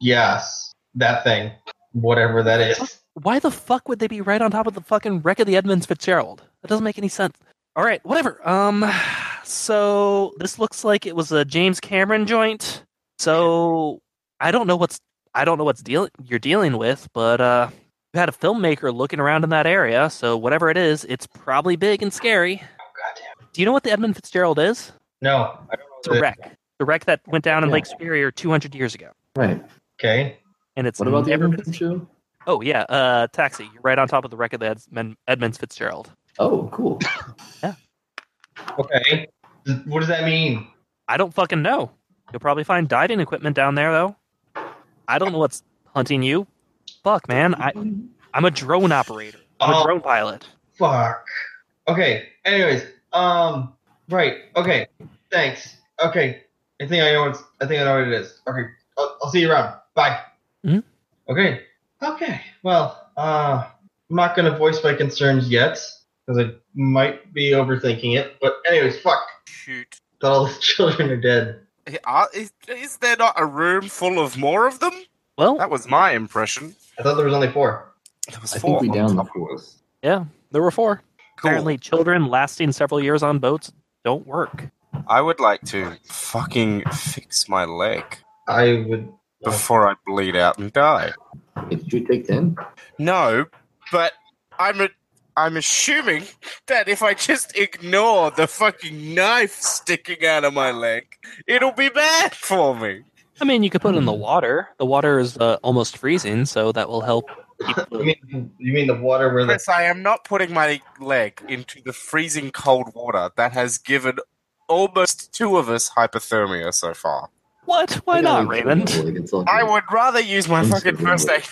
D: yes, that thing, whatever that is.
A: Why the fuck would they be right on top of the fucking wreck of the Edmonds Fitzgerald? That doesn't make any sense. All right. Whatever. Um. So this looks like it was a James Cameron joint. So I don't know what's I don't know what's deal you're dealing with, but uh, you had a filmmaker looking around in that area. So whatever it is, it's probably big and scary.
D: Goddamn.
A: Do you know what the Edmund Fitzgerald is?
D: No, I don't know.
C: Uh,
A: It's a
D: that-
A: wreck. The wreck that went down in Lake Superior 200 years ago.
C: Right. Mm-hmm.
D: Okay.
A: And it's
C: What about the
A: never
C: other
A: been-
C: show?
A: Oh yeah, uh, taxi. You're right on top of the wreck of the Edmund, Edmund Fitzgerald.
C: Oh, cool.
D: Okay. Th- What does that mean?
A: I don't fucking know. You'll probably find diving equipment down there though. I don't know what's hunting you. Fuck, man. I I'm a drone operator. I'm
D: Oh.
A: a drone pilot.
D: Fuck. Okay. Anyways, um, right. Okay. Thanks. Okay. I think I know what's. I think I know what it is. Okay. I'll, I'll see you around. Bye.
A: Mhm.
D: Okay. Okay. Well, uh, I'm not gonna voice my concerns yet because I might be overthinking it. But anyways, fuck.
H: Shoot.
D: (laughs) That all the children are dead.
G: Are- Is, uh, is there not a room full of more of them?
A: Well,
G: That was my impression.
D: I thought there was only four.
G: There was
C: I
G: four
C: think we
G: on
C: down the
G: top of us.
C: fourth.
A: there were four.
G: Cool.
A: Apparently, children lasting several years on boats don't work.
G: I would like to fucking fix my leg
D: I would.
G: before I bleed out and die.
C: Hey, did you take ten?
G: No, but I'm a. I'm assuming that if I just ignore the fucking knife sticking out of my leg, it'll be bad for me.
A: I mean, you could put it in the water. The water is uh, almost freezing, so that will help. keep the-
D: You mean you mean the water where the
G: Chris, I am not putting my leg into the freezing cold water that has given almost two of us hypothermia so far.
A: what? Why
C: I got
A: not,
C: like
A: Raymond?
C: three, like, it's all
G: I
C: good.
G: would rather use my
C: I'm
G: fucking
C: sorry,
G: first
C: but-
G: aid.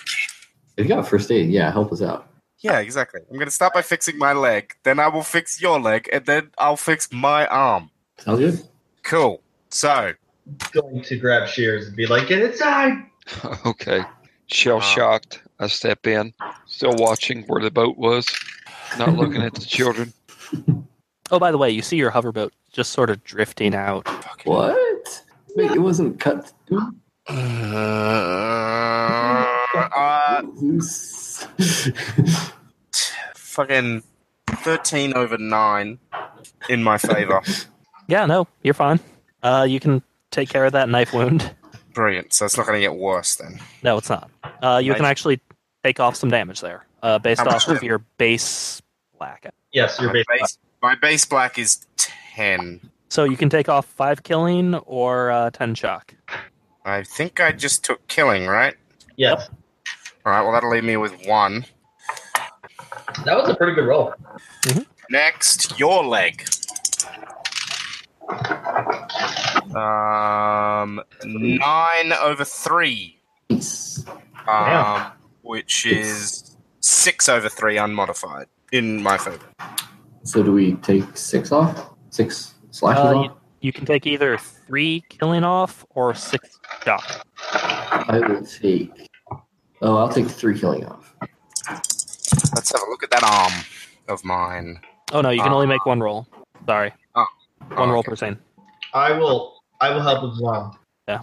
C: If you got first aid, yeah, help us out.
G: Yeah, exactly. I'm going to start by fixing my leg, then I will fix your leg, and then I'll fix my arm.
C: Sounds good.
G: Cool.
D: (laughs)
G: So,
D: going to grab shears and be like, get inside.
F: Okay. Shell
D: Uh.
F: shocked, I step in, still watching where the boat was, not looking at the children.
A: Oh, by the way, you see your hoverboat just sort of drifting out.
C: What? Wait, it wasn't cut.
G: uh,
C: loose. (laughs)
G: fucking 13 over 9 in my favor.
A: Yeah, no, you're fine. Uh, you can take care of that knife
G: (laughs)
A: wound.
G: Brilliant. So it's not going to get worse then.
A: No, it's not. Uh, you can
G: Nice.
A: actually take off some damage there, uh, based
G: How much
A: off of
G: damage?
A: your base black.
D: Yes, your
G: my
D: base.
G: base, my base black is 10.
A: So you can take off five killing or uh, ten shock.
G: I think I just took killing, right?
D: Yes,
G: All right, well, that'll leave me with one.
D: that was a pretty good roll.
G: Mm-hmm. Next, your leg. Um, nine over three,
C: Nice.
G: um, which is six over three unmodified in my favor.
C: So do we take six off? Six slashes
A: Uh,
C: off?
A: You can take either three killing off or six shock.
C: I will take. Oh, I'll take the three killing off.
G: Let's have a look at that arm of mine.
A: Oh no, you can only make one roll. Sorry,
G: Oh.
A: one roll per scene.
D: I will. I will help with Zom.
G: Do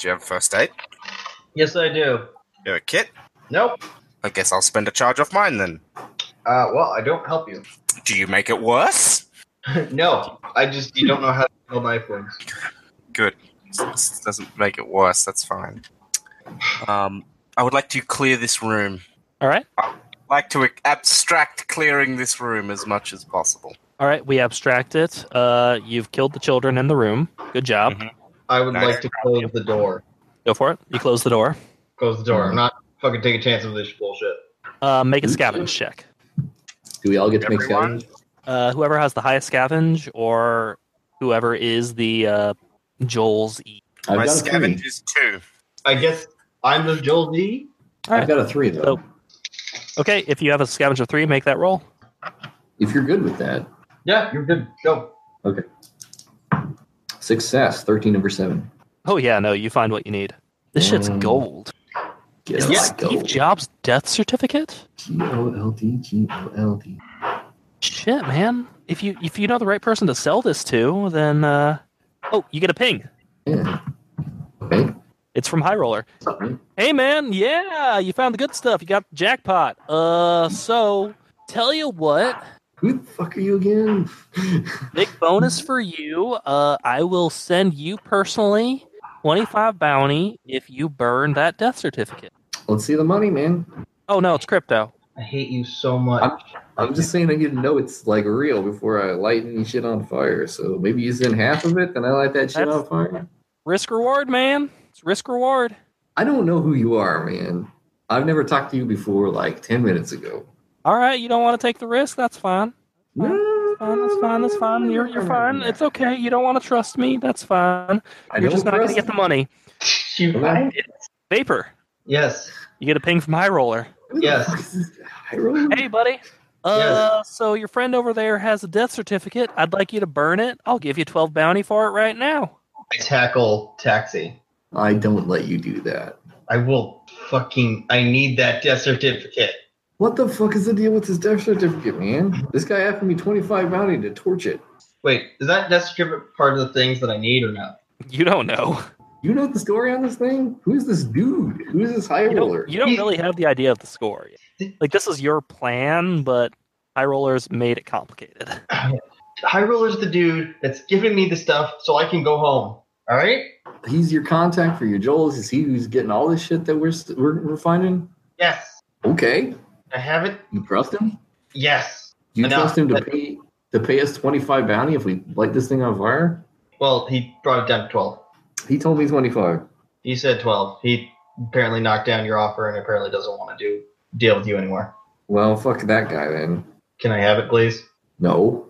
G: you have a first aid?
D: Yes, I do.
G: You have a kit?
D: Nope.
G: I guess I'll spend a charge off mine then.
D: Uh, well, I don't help you. (laughs)
G: Do you make it worse?
D: no, I just you don't know how to handle knife wounds.
G: Good. This doesn't make it worse. That's fine. Um, I would like to clear this room.
A: All right,
G: Like to abstract clearing this room as much as possible.
A: all right. We abstract it. Uh, you've killed the children in the room. Good job.
G: Mhm.
D: I would
G: Nice.
D: like to close the door.
A: Go for it. You close the door.
D: Close the door. I'm not fucking taking chances with this bullshit.
A: Uh, make a scavenge check.
C: Do we all get to make
G: Everyone?
C: scavenge?
A: Uh, whoever has the highest scavenge or whoever is the uh, Joel's E.
C: I've
G: My
C: got a
G: scavenge
C: three.
G: is two.
D: I guess I'm the Joel D.
C: I've got a three though.
A: So- Okay, if you have a scavenge of three, make that roll.
C: If you're good with that,
D: Yeah, you're good. Go.
C: success. Thirteen over seven.
A: Oh yeah, no, you find what you need. This shit's
C: Mm.
A: gold.
C: Get
A: Is
C: a
A: this
C: lot
A: Steve
C: gold.
A: Jobs' death certificate?
C: G O L D G O L D.
A: Shit, man. If you if you know the right person to sell this to, then uh oh, you get a ping.
C: Yeah. Okay.
A: It's from High Roller.
C: Alright.
A: Hey man, yeah, you found the good stuff. You got the jackpot. Uh, so tell you what,
C: Who the fuck are you again? (laughs)
A: big bonus for you. Uh, I will send you personally twenty five bounty if you burn that death certificate.
C: Let's see the money, man.
A: Oh no, it's crypto.
D: I hate you so much.
C: I'm just saying I need to know it's like real before I light any shit on fire. So maybe you send half of it, then I light that shit
A: That's-
C: on fire.
A: Risk reward, man. It's risk reward.
C: I don't know who you are, man. I've never talked to you before like ten minutes ago.
A: All right, you don't want to take the risk. That's fine. Fine, that's fine. That's fine. You're you're fine. It's okay. You don't want to trust me. That's fine.
C: I
A: You're
C: don't
A: just not going to
C: trust
A: get the money.
D: You-
C: Hello?
A: Vapor.
D: Yes.
A: You get a ping from High Roller.
C: Who the
D: Yes.
C: fuck is this guy, bro?
A: Hey, buddy. Uh, so your friend over there has a death certificate. I'd like you to burn it. I'll give you twelve bounty for it right now.
D: I tackle taxi.
C: I don't let you do that.
D: I will fucking. I need that death certificate.
C: What the fuck is the deal with this death certificate, man? This guy offered me 25 bounty to torch it.
D: Wait, is that death certificate part of the things that I need or not?
A: You don't know.
C: You know the story on this thing? Who's this dude? Who's this high
A: You
C: roller?
A: don't, you don't really have the idea of the score. yet. Like this is your plan, but High Rollers made it complicated. (laughs)
D: High Roller's the dude that's giving me the stuff so I can go home. All right?
C: He's your contact for your Joel's. Is he who's getting all this shit that we're st- we're, we're finding?
D: Yes.
C: Okay,
D: I have it.
C: you trust him?
D: Yes.
C: Do you
D: Enough.
C: trust him to
D: But-
C: pay to pay us twenty five bounty if we light this thing on fire?
D: Well, he brought it down to 12.
C: He told me twenty five.
D: He said 12. He apparently knocked down your offer and apparently doesn't want to do deal with you anymore.
C: Well, fuck that guy then.
D: Can I have it, please?
C: No.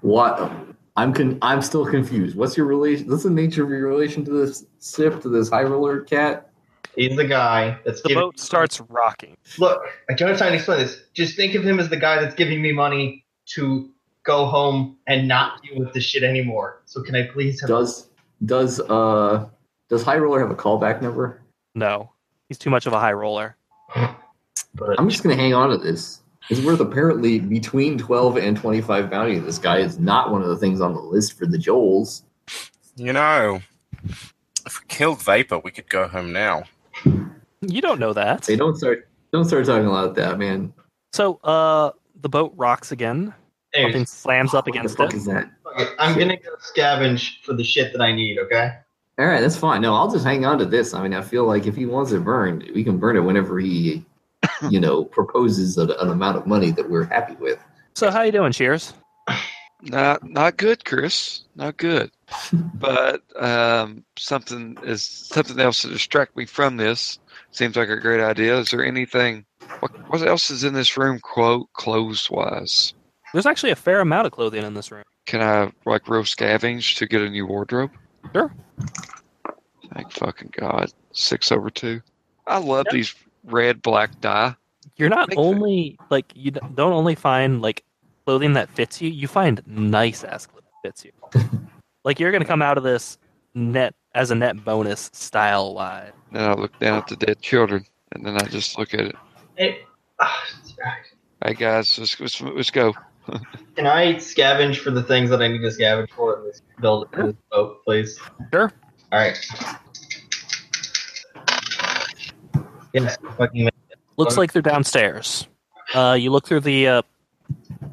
C: What? I'm con- I'm still confused. What's your relation? What's the nature of your relation to this sip to this high roller cat?
D: He's the guy that's
A: The
D: giving
A: boat starts rocking.
D: Look, I don't have time to explain this. Just think of him as the guy that's giving me money to go home and not deal with this shit anymore. So can I please have
C: Does does uh does high roller have a callback number?
A: No, he's too much of a high roller.
D: But
C: I'm just gonna hang on to this. It's worth apparently between twelve and twenty five bounty. This guy is not one of the things on the list for the Joels.
G: You know, if we killed Vapor, we could go home now.
A: You don't know that.
C: They don't start don't start talking about that, man.
A: So, uh, the boat rocks again.
D: anyways,
A: Something slams up
C: What the
A: against
C: fuck
A: it.
C: is that?
D: fuck it. I'm gonna go scavenge for the shit that I need, okay?
C: All right, that's fine. No, I'll just hang on to this. I mean, I feel like if he wants it burned, we can burn it whenever
A: (laughs)
C: he, you know, proposes an, an amount of money that we're happy with.
A: So, how you doing, Cheers?
F: Not not good, Chris. Not good. but um, something is something else to distract me from this. Seems like a great idea. Is there anything? What, what else is in this room? Quote clothes wise.
A: There's actually a fair amount of clothing in this room.
F: Can I like real scavenge to get a new wardrobe?
A: Sure.
F: Thank fucking god. Six over two. I love these red black dye.
A: You're not
F: Makes sense.
A: only like you d- don't only find like clothing that fits you. You find nice ass clothing that fits you. like you're gonna come out of this net as a net bonus style wise.
F: Then I look down at the dead children, and then I just look at it.
D: Hey, (sighs) ah,
F: Hey guys, let's let's, let's go.
D: Can I scavenge for the things that I need to scavenge for in this build in this boat, please?
A: Sure.
D: All right. Yes, fucking
A: Looks
D: Okay.
A: like they're downstairs. Uh, you look through the uh,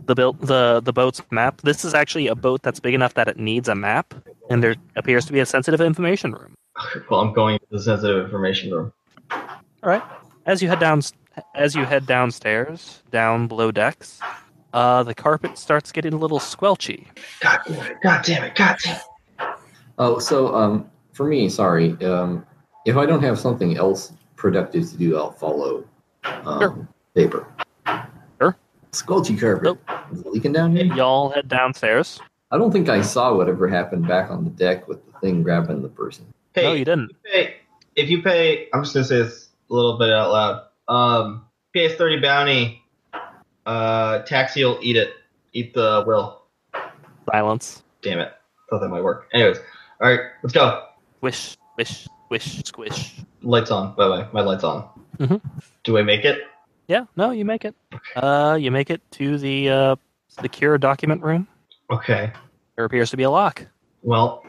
A: the built the the boat's map. This is actually a boat that's big enough that it needs a map, and there appears to be a sensitive information room.
D: well, I'm going to the sensitive information room.
A: As you head down, as you head downstairs, down below decks, uh, the carpet starts getting a little squelchy.
D: God damn it! God damn it! God damn it!
C: Oh, so um, for me, sorry, um, if I don't have something else productive to do, I'll follow um,
A: Sure.
C: paper.
A: Sure.
C: Squelchy carpet. Is it leaking down here?
A: Y'all head downstairs.
C: I don't think I saw whatever happened back on the deck with the thing grabbing the person.
D: Hey,
A: No, you didn't.
D: pay, if you pay, I'm just gonna say this a little bit out loud. Um, pays thirty bounty. Uh, taxi will eat it. Eat the will.
A: Silence.
D: Damn it! Thought that might work. Anyways, all right, let's go.
A: Squish, squish, squish, squish.
D: Lights on. By the way, my lights on.
A: Mhm.
D: Do I make it?
A: Yeah, no, you make it. Uh, you make it to the uh, secure document room.
D: Okay.
A: There appears to be a lock.
D: Well,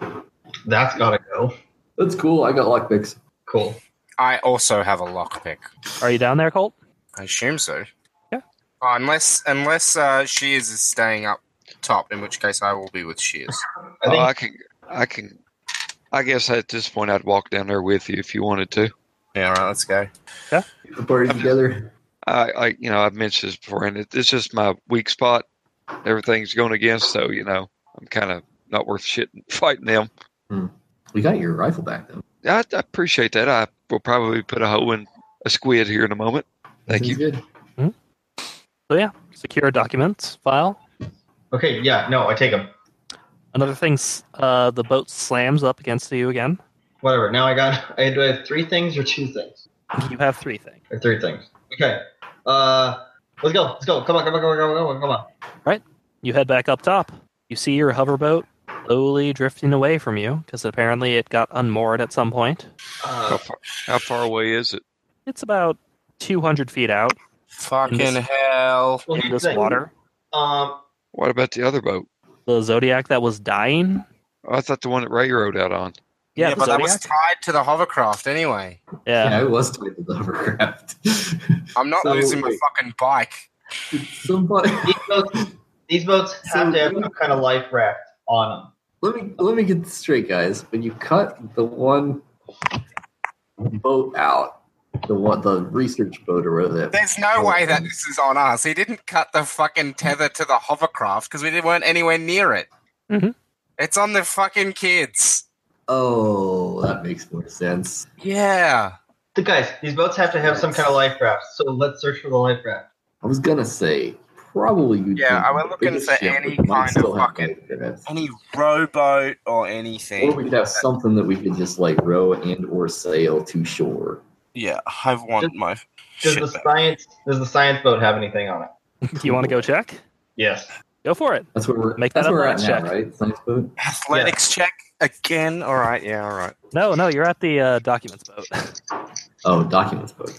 D: that's gotta go.
C: That's cool. I got lockpicks.
D: Cool.
G: I also have a lockpick.
A: Are you down there, Colt?
G: I assume so.
A: Yeah.
G: Oh, unless unless uh, Shears is staying up top, in which case I will be with Shears.
D: I
F: oh,
D: think
F: I can, I can. I guess at this point I'd walk down there with you if you wanted to.
G: (laughs) yeah, all right, let's go.
C: Get The party together.
F: I, I you know, I've mentioned this before, and it, it's just my weak spot. Everything's going against, so you know, I'm kind of not worth shit (laughs) fighting them.
C: We got your rifle back though.
F: I, I appreciate that. I will probably put a hoe in a squid here in a moment. Thank
C: Seems
F: you.
C: Good.
A: So yeah, secure documents file.
D: Okay, yeah, no, I take them.
A: Another thing, s- uh, the boat slams up against you again.
D: Whatever. Now I got. (laughs) I do I have three things or two things
A: You have three things.
D: or three things. Okay. Uh, let's go. Let's go. Come on. Come on. Come on. Come on. Come on. Come on.
A: You head back up top. You see your hoverboat slowly drifting away from you because apparently it got unmoored at some point.
F: How
D: Uh,
F: far, how far away is it?
A: It's about 200 feet out
G: Fucking
A: this-
G: hell!
D: well,
A: in
D: here's
A: this
D: the thing.
A: water.
D: Um,
F: What about the other boat?
A: The Zodiac that was dying
F: Oh, I thought the one that Ray rode out on.
A: Yeah, the
G: but that was
A: Zodiac.
G: tied to the hovercraft anyway.
A: yeah.
C: I was tied to the (laughs) hovercraft.
G: I'm not
C: So,
G: losing my
C: wait.
G: fucking bike.
C: Somebody,
D: These boats, these boats have
C: So-
D: to have some kind of life raft on them.
C: let me let me get this straight, guys. When you cut the one boat out, the one the research boat or whatever, that-
G: There's no way that this is on us. He didn't cut the fucking tether to the hovercraft because we didn't- weren't anywhere near it.
A: Mhm.
G: It's on the fucking kids.
C: oh, that makes more sense.
G: Yeah.
D: The guys, these boats have to have some kind of life raft. So let's search for the life raft.
C: I was gonna say probably you.
G: Yeah, I was looking for any kind of fucking- Any rowboat or anything.
C: Or we could have something that we could just like row and or sail to shore.
G: yeah, I want my
D: Does
G: shit
D: the
G: back.
D: science does the science boat have anything on it?
A: Do you want to go check?
D: Yes.
A: Go for it.
C: That's where we're.
A: Make that
C: that's
A: up
C: where we're at
A: on that
C: now,
A: check.
C: right? Science boat.
G: Athletics check again. All right. Yeah. All right.
A: No, no, you're at the uh, documents boat. (laughs)
C: Oh, documents boat.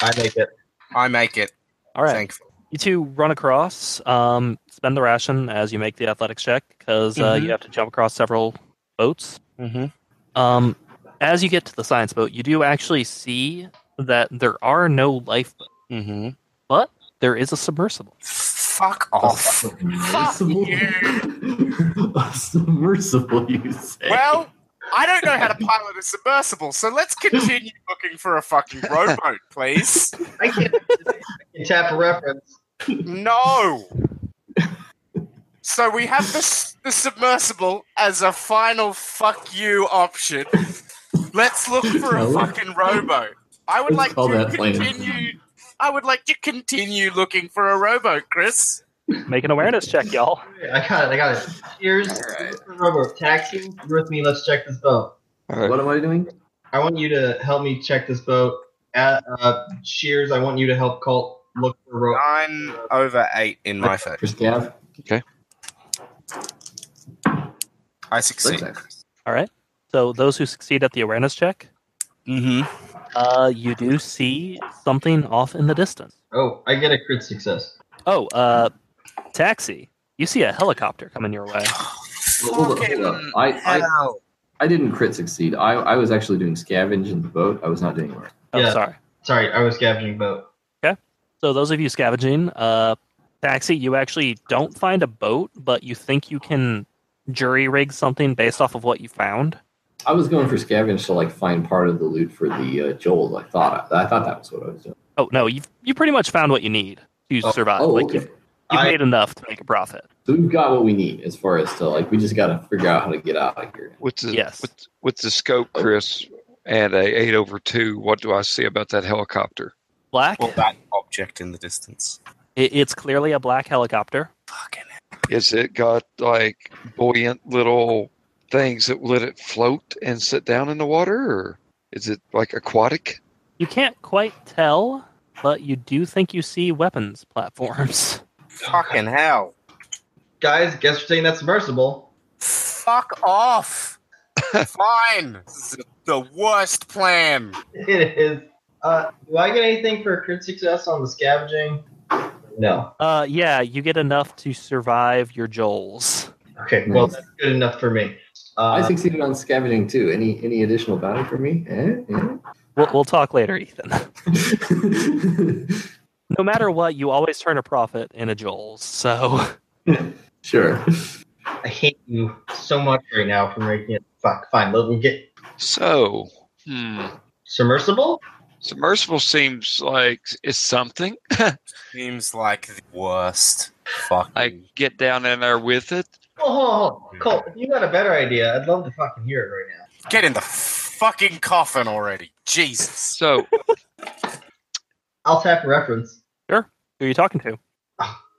D: I make it.
G: I make it.
A: All right.
G: Thankful.
A: You two run across, um, spend the ration as you make the athletics check because uh, you have to jump across several boats.
G: Mm-hmm.
A: Um, as you get to the science boat, you do actually see that there are no lifeboats.
G: Mm-hmm.
A: There is a submersible.
G: Fuck off.
C: submersible. A submersible, you say?
H: Well, I don't know how to pilot a submersible, so let's continue looking for a fucking rowboat, please.
D: I (laughs) can, I can tap a reference.
H: No. So we have the, s- the submersible as a final fuck you option. Let's look for a
C: No.
H: fucking rowboat. I would
C: Let's
H: like
C: call
H: to
C: that plan.
H: continue. I would like to continue looking for a rowboat, Chris.
A: Make an awareness check, y'all.
D: I got it. I got it. Cheers.
C: Alright.
D: Robert, tag team, you're with me. Let's check this boat.
F: All right.
C: what am I doing?
D: I want you to help me check this boat. Uh, uh, Shears, I want you to help Colt look for rope.
G: Nine over eight in my favor.
C: For scav.
G: I succeed.
A: All right. So those who succeed at the awareness check,
G: Mm-hmm.
A: uh, you do see something off in the distance.
D: Oh, I get a crit success.
A: Oh, uh, taxi. You see a helicopter coming your way.
C: Well, hold up, hold up. I,
G: uh,
C: I, I didn't crit succeed. I, I was actually doing scavenge in the boat. I was not doing work.
A: Oh,
D: Yeah.
A: sorry.
D: Sorry, I was scavenging boat.
A: So those of you scavenging, uh, taxi, you actually don't find a boat, but you think you can jury rig something based off of what you found.
C: I was going for scavenge to like find part of the loot for the uh, Joel. I thought I, thought that was what I was doing.
A: Oh no, you you pretty much found what you need to
C: Oh,
A: survive.
C: oh,
A: like
C: okay.
A: you've, you've
D: I-
A: made enough to make a profit.
C: So we've got what we need as far as to like we just got to figure out how to get out of here.
F: What's the
A: Yes.
F: what's, what's the scope, Chris? And a eight over two. What do I see about that helicopter?
A: Black.
G: Well, that object in the distance.
A: It, it's clearly a black helicopter.
G: Fucking
F: Is it got like buoyant little things that let it float and sit down in the water, or is it like aquatic?
A: You can't quite tell, but you do think you see weapons platforms. (laughs)
G: Fucking hell.
D: Guys, guess we're taking that submersible. (laughs)
G: Fuck (laughs) off. Fine. This is the worst plan.
D: It is. Uh, do I get anything for a crit success on the scavenging? No.
A: Uh, yeah, you get enough to survive your Joel's.
D: Okay, well,
C: Nice.
D: that's good enough for me. Uh,
C: I succeeded on scavenging too. Any any additional bounty for me? Eh? Eh?
A: We'll, we'll talk later, Ethan. (laughs)
C: Eh?
A: No matter what, you always turn a profit in a Joel's. So
C: (laughs)
A: (laughs)
C: sure.
D: I hate you so much right now for making it. Fuck, fine. Let me get
F: So, hmm,
D: submersible.
F: submersible seems like it's something.
G: Seems like the worst. Fuck.
F: I get down in there with it.
D: Oh, hold on, hold on. Colt, if you got a better idea, I'd love to fucking hear it right now.
G: Get in the fucking coffin already. Jesus.
F: So,
D: I'll tap a reference.
A: who are you talking to?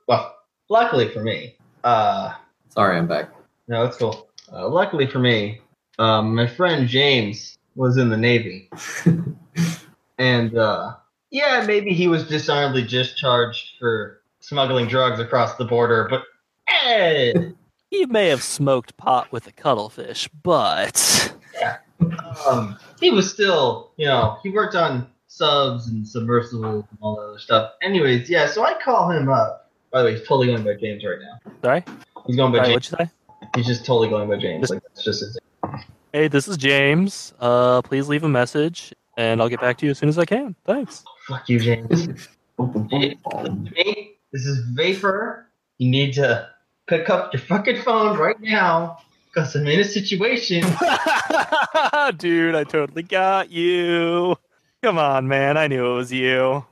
D: Well, luckily for me, uh,
C: Sorry, I'm back.
D: no, it's cool. Uh, luckily for me, um, my friend James was in the Navy, and uh, yeah, maybe he was dishonorably discharged for smuggling drugs across the border, but hey,
A: He may have smoked pot with a cuttlefish, but
D: um, he was still, you know, he worked on subs and submersibles and all that other stuff. Anyways, yeah, so I call him up. By the way, he's totally owned by James right now.
A: sorry.
D: He's going by
A: Sorry,
D: James.
A: what'd you say?
D: He's just totally going by James.
A: Just-
D: Like that's just his
A: Hey, this is James. Uh, please leave a message, and I'll get back to you as soon as I can. Thanks.
D: Fuck you, James.
C: (laughs)
D: Me? This is Vapor. You need to pick up your fucking phone right now because I'm in a situation.
A: (laughs) Dude, I totally got you. Come on, man. I knew it was you.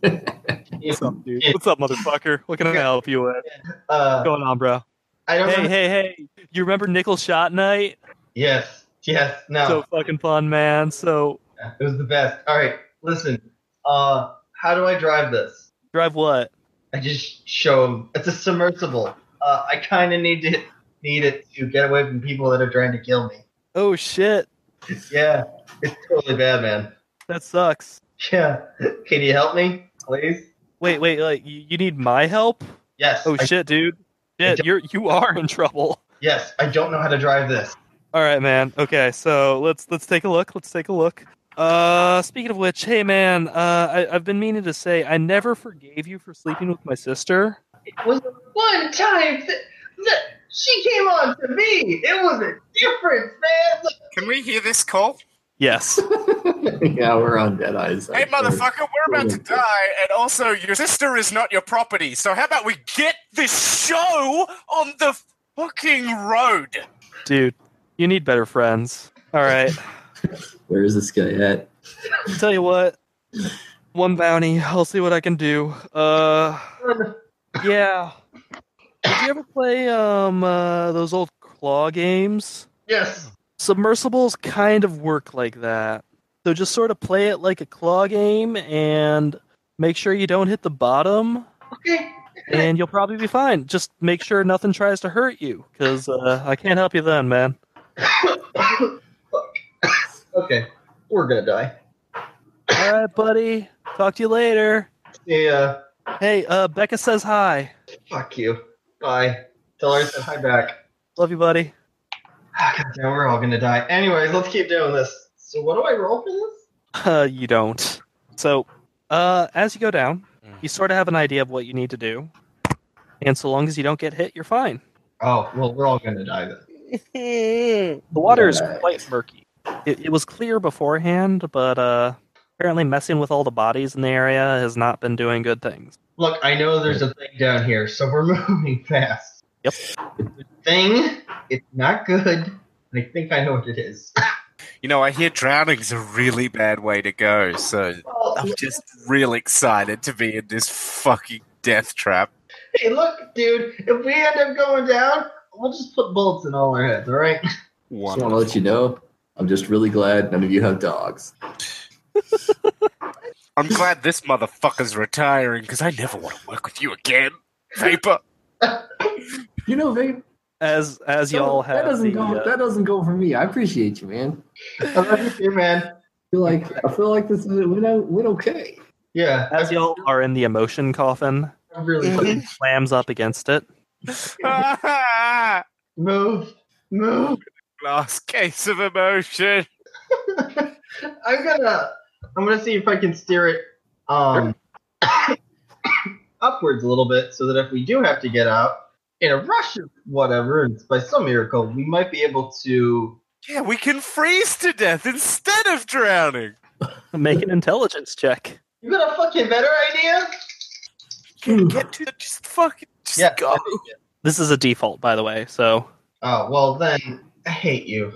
A: What's up, dude? What's up, motherfucker? What can I help you with? What's
D: Uh,
A: going on, bro?
D: I don't
A: Hey,
D: know.
A: hey, hey. You remember Nickel Shot Night?
D: Yes, yes, no.
A: So fucking fun, man. So,
D: it was the best. All right, listen. Uh, how do I drive this?
A: drive what?
D: I just show him. It's a submersible. Uh, I kind of need to need it to get away from people that are trying to kill me.
A: Oh, shit.
D: Yeah, it's totally bad, man.
A: That sucks.
D: Yeah. Can you help me, please?
A: Wait, wait. Like, you, you need my help?
D: Yes.
A: Oh,
D: I-
A: shit, dude.
D: I
A: Shit,
D: don't-
A: you're, you are in trouble.
D: Yes, I don't know how to drive this.
A: All right, man. Okay, so let's let's take a look. Let's take a look. Uh, speaking of which, hey man, uh, I, I've been meaning to say I never forgave you for sleeping with my sister.
D: It was the one time that, that she came on to me. It was a difference, man. Look,
G: Can we hear this call?
A: Yes.
C: yeah, we're on dead eyes.
G: Hey, motherfucker, we're about to die, and also your sister is not your property. So how about we get this show on the fucking road?
A: (laughs) Dude, you need better friends. All right.
C: Where is this guy at?
A: I'll tell you what. One bounty. I'll see what I can do. Uh, yeah. Did you ever play um uh, those old claw games?
D: yes.
A: submersibles kind of work like that. So just sort of play it like a claw game and make sure you don't hit the bottom,
D: Okay.
A: and you'll probably be fine. Just make sure nothing tries to hurt you, because uh, I can't help you then, man.
D: Fuck. (coughs) okay. We're gonna die.
A: All right, buddy. Talk to you later.
D: Yeah.
A: Hey, uh, Becca says hi.
D: Fuck you. Bye. Tell her I said hi back.
A: Love you, buddy. (laughs)
D: Ah, God damn, we're all gonna die. Anyways, let's keep doing this. So what do I roll for this?
A: Uh, you don't. So, uh, as you go down, you sort of have an idea of what you need to do, and so long as you don't get hit, you're fine.
D: Oh, well, we're all gonna die then.
A: (laughs) The water is
C: Right.
A: quite murky. It, it was clear beforehand, but uh, apparently messing with all the bodies in the area has not been doing good things.
D: Look, I know there's a thing down here, so we're (laughs) moving fast.
A: Yep.
D: It's a thing. It's not good. And I think I know what it is.
A: (laughs)
G: You know, I hear drowning's a really bad way to go, so
D: Well,
G: I'm just real excited to be in this fucking death trap.
D: Hey, look, dude, if we end up going down, we'll just put bullets in all our heads, all right? (laughs)
C: Just want to let you know, I'm just really glad none of you have dogs.
G: I'm glad this motherfucker's retiring because I never want to work with you again, Vapor. (laughs)
C: You know, babe,
A: As as y'all
C: that,
A: have
C: doesn't
A: the,
C: go.
A: uh,
C: That doesn't go for me. I appreciate you, man.
D: I love you too, man.
C: I feel like I feel like this is went out- went okay.
D: Yeah,
A: as
D: I-
A: y'all Mm-hmm. are in the emotion coffin,
D: I really
A: slams up against it.
G: Last
D: move, move.
G: case of emotion.
D: I'm gonna, I'm gonna see if I can steer it um (coughs) upwards a little bit, so that if we do have to get out in a rush of whatever, and by some miracle, we might be able to.
G: Yeah, we can freeze to death instead of drowning.
A: Make an intelligence check.
D: You got a fucking better idea?
G: Get, get to the, just fucking just
D: Yeah.
G: go.
A: This is a default, by the way. So,
D: Oh well, then I hate you.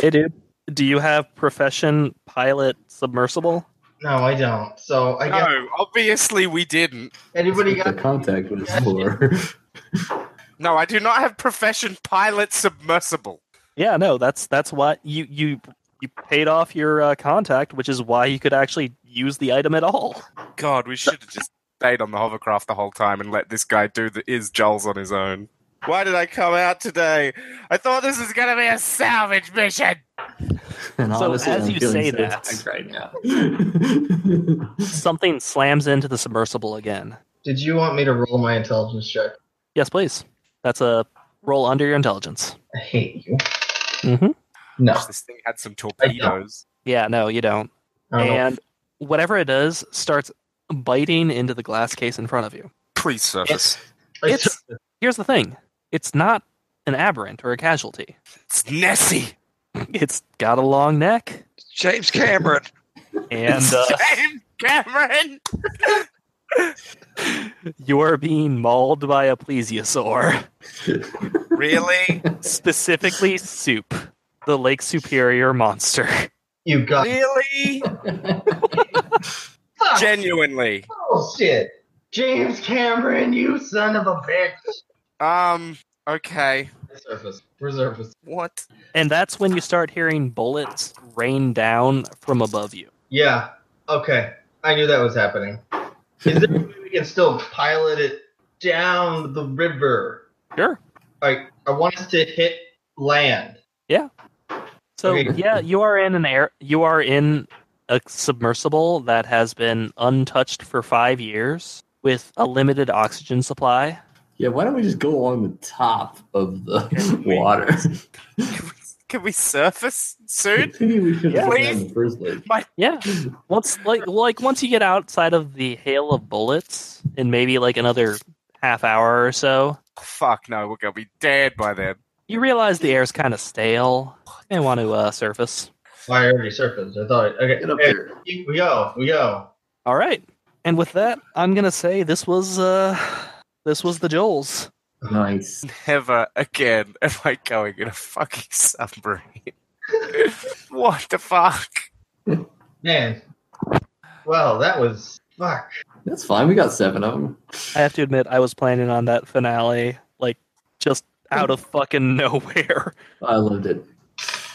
A: hey, dude, do you have profession pilot submersible?
D: No, I don't. So I guess
G: No, obviously we didn't.
D: anybody
C: That's
D: got
C: what the contact was for.
G: No, I do not have profession pilot submersible.
A: Yeah, no, that's that's why you you you paid off your uh, contact, which is why you could actually use the item at all.
G: God, we should have just stayed on the hovercraft the whole time and let this guy do the is Joel's on his own. Why did I come out today? I thought this was gonna be a salvage mission.
C: (laughs) And
A: So
C: honestly,
A: as
C: I'm
A: you
C: feeling
A: say
C: so
A: that-
C: attacked right
D: (laughs)
C: now.
A: Something slams into the submersible again.
D: Did you want me to roll my intelligence check?
A: Yes, please. That's a roll under your intelligence.
D: I hate you.
A: Mm-hmm.
D: No.
G: This thing had some torpedoes.
A: Yeah, no, you don't.
D: I don't know.
A: and whatever it does starts biting into the glass case in front of you.
G: Please surface.
D: I
A: It's-
D: took-
A: Here's the thing it's not an aberrant or a casualty.
G: It's Nessie.
A: It's got a long neck
F: James Cameron.
D: (laughs)
A: and uh,
G: (laughs) James Cameron.
A: you're being mauled by a plesiosaur.
G: Really?
A: Specifically soup. The Lake Superior monster.
D: You got
G: Really?
D: fuck
G: Genuinely.
D: bullshit. Oh, James Cameron, you son of a bitch.
G: Um. Okay.
D: Resurface. Resurface.
G: What?
A: And that's when you start hearing bullets rain down from above you.
D: Yeah. Okay. I knew that was happening. Is there a way we can still pilot it down the river?
A: Sure.
D: Like I want us to hit land.
A: So
D: Okay.
A: yeah, you are in an air. You are in a submersible that has been untouched for five years with a limited oxygen supply.
C: Yeah, why don't we just go along the top of the
G: we-
C: water?
G: Can we surface soon?
C: (laughs) Maybe we should have done that
G: Please.
C: in the first place.
A: Yeah. Once like like once you get outside of the hail of bullets in maybe like another half hour or so,
G: Fuck no. We're gonna be dead by then.
A: you realize the air's kind of stale. They want to uh, surface.
D: Well, I already surfaced. I thought. Okay.
C: Get up
D: okay,
C: there.
D: We go. We go.
A: All right. And with that, I'm gonna say this was uh this was the Joel's.
C: Nice.
G: Never again am I going in a fucking submarine. (laughs) what the fuck?
D: Man. Well, that was fuck.
C: That's fine. We got seven of them.
A: I have to admit, I was planning on that finale like just out of fucking nowhere. (laughs)
C: I loved it.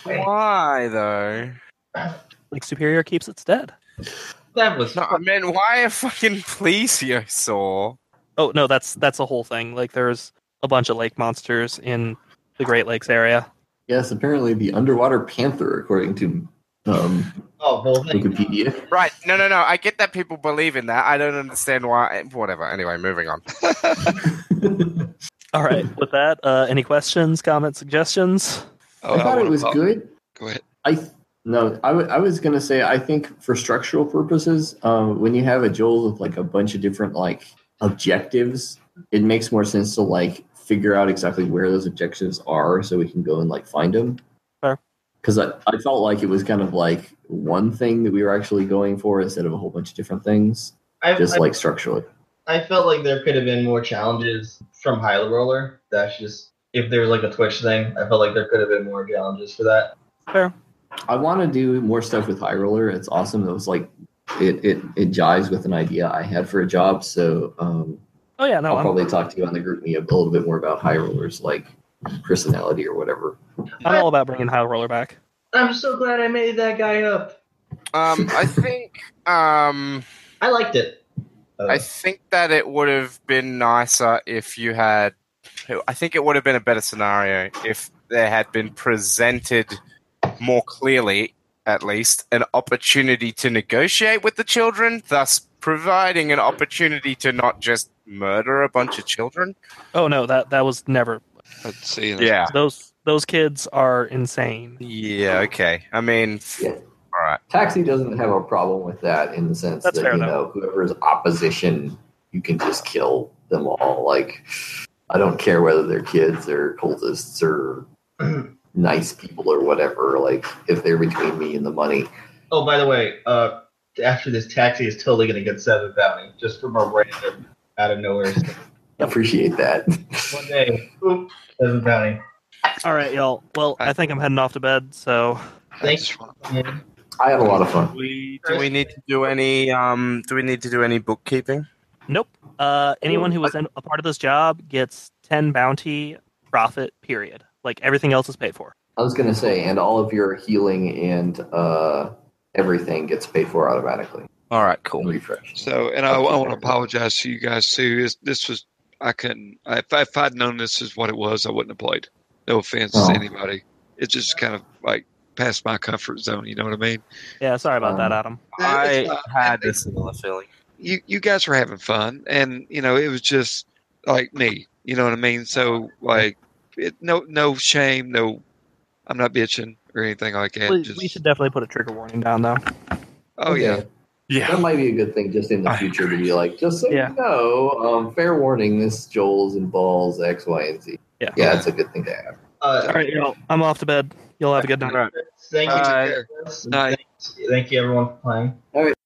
G: Why though?
A: Like Superior keeps its dead.
D: That was
G: No, I mean, why a fucking plesiosaur?
A: Oh no, that's that's a whole thing. Like there's a bunch of lake monsters in the Great Lakes area.
C: Yes, apparently the underwater panther, according to um,
D: oh, well, thank God.
C: Wikipedia.
G: Right? No, no, no. I get that people believe in that. I don't understand why. Whatever. Anyway, moving on.
A: All (laughs) right. With that, uh, any questions, comments, suggestions?
F: Oh,
C: I thought it
F: wanna
C: was
F: pop-
C: good.
F: Go ahead.
C: I th- no, I wa- I was gonna say I think for structural purposes, um, when you have a Joel with like a bunch of different like objectives, it makes more sense to like figure out exactly where those objectives are so we can go and like find them.
A: Fair.
C: Because I, I felt like it was kind of like one thing that we were actually going for instead of a whole bunch of different things,
D: I,
C: just
D: I-
C: like structurally.
D: I felt like there could have been more challenges from High Roller. That's just if there's like a Twitch thing, I felt like there could have been more challenges for that.
C: I want to do more stuff with High Roller. It's awesome. It was like it it it jives with an idea I had for a job. So um,
A: Oh yeah, no,
C: I'll
A: I'm,
C: probably talk to you on the group meetup a little bit more about High Rollers, like personality or whatever.
A: I'm all about bringing High Roller back.
D: I'm so glad I made that guy up.
G: Um, I think. Um,
D: I liked it. Uh,
G: I think that it would have been nicer if you had. I think it would have been a better scenario if there had been presented more clearly, at least, an opportunity to negotiate with the children, thus providing an opportunity to not just murder a bunch of children.
A: Oh no, that that was never.
F: Let's see.
G: Yeah.
A: Those those kids are insane.
G: Yeah, okay. I mean, f-
C: Yeah.
G: all right.
C: Taxi doesn't have a problem with that in the sense
A: That's
C: that
A: fair,
C: you
A: though.
C: know whoever's opposition, you can just kill them all. Like I don't care whether they're kids or cultists or nice people or whatever. Like if they're between me and the money,
D: oh, by the way, uh, after this taxi is totally gonna get seven bounty just from a random out of nowhere.
C: I appreciate that. (laughs)
D: One day, oop, seven bounty.
A: All right, y'all. Well, I think I'm heading off to bed. So
F: I
D: Thank
F: just want
C: I had a lot of fun.
G: We, do we need to do any? Um, do we need to do any bookkeeping?
A: nope. Uh, anyone who was in, a part of this job gets ten bounty profit. Period. Like everything else is paid for.
C: I was gonna say, and all of your healing and uh, everything gets paid for automatically.
G: All right, cool.
C: Refresh.
F: So, and I, I want to apologize to you guys too. This, this was I couldn't. If, if I'd known this is what it was, I wouldn't have played. No offense
C: Oh.
F: to anybody. It just kind of like past my comfort zone. You know what I mean?
A: Yeah, sorry about that,
C: Um,
A: Adam.
F: It's
G: I
F: not-
G: had a similar feeling.
F: you you guys were having fun, and you know it was just like me. You know what I mean? So like, it, no no shame. No, I'm not bitching or anything like that.
A: We,
F: just
A: we should definitely put a trigger warning down, though.
F: oh yeah.
G: Yeah.
C: That might be a good thing just in the
G: I
C: future to be like, just so
A: Yeah.
C: you know, um, fair warning, this Joel's involves X, Y, and Z.
A: Yeah.
C: yeah, that's a good thing to have.
A: All
D: Uh,
A: right, y'all. I'm off to bed. Y'all have a good night.
D: thank you.
F: Uh,
D: to everyone.
F: night.
D: Thank- Thank you, everyone, for playing.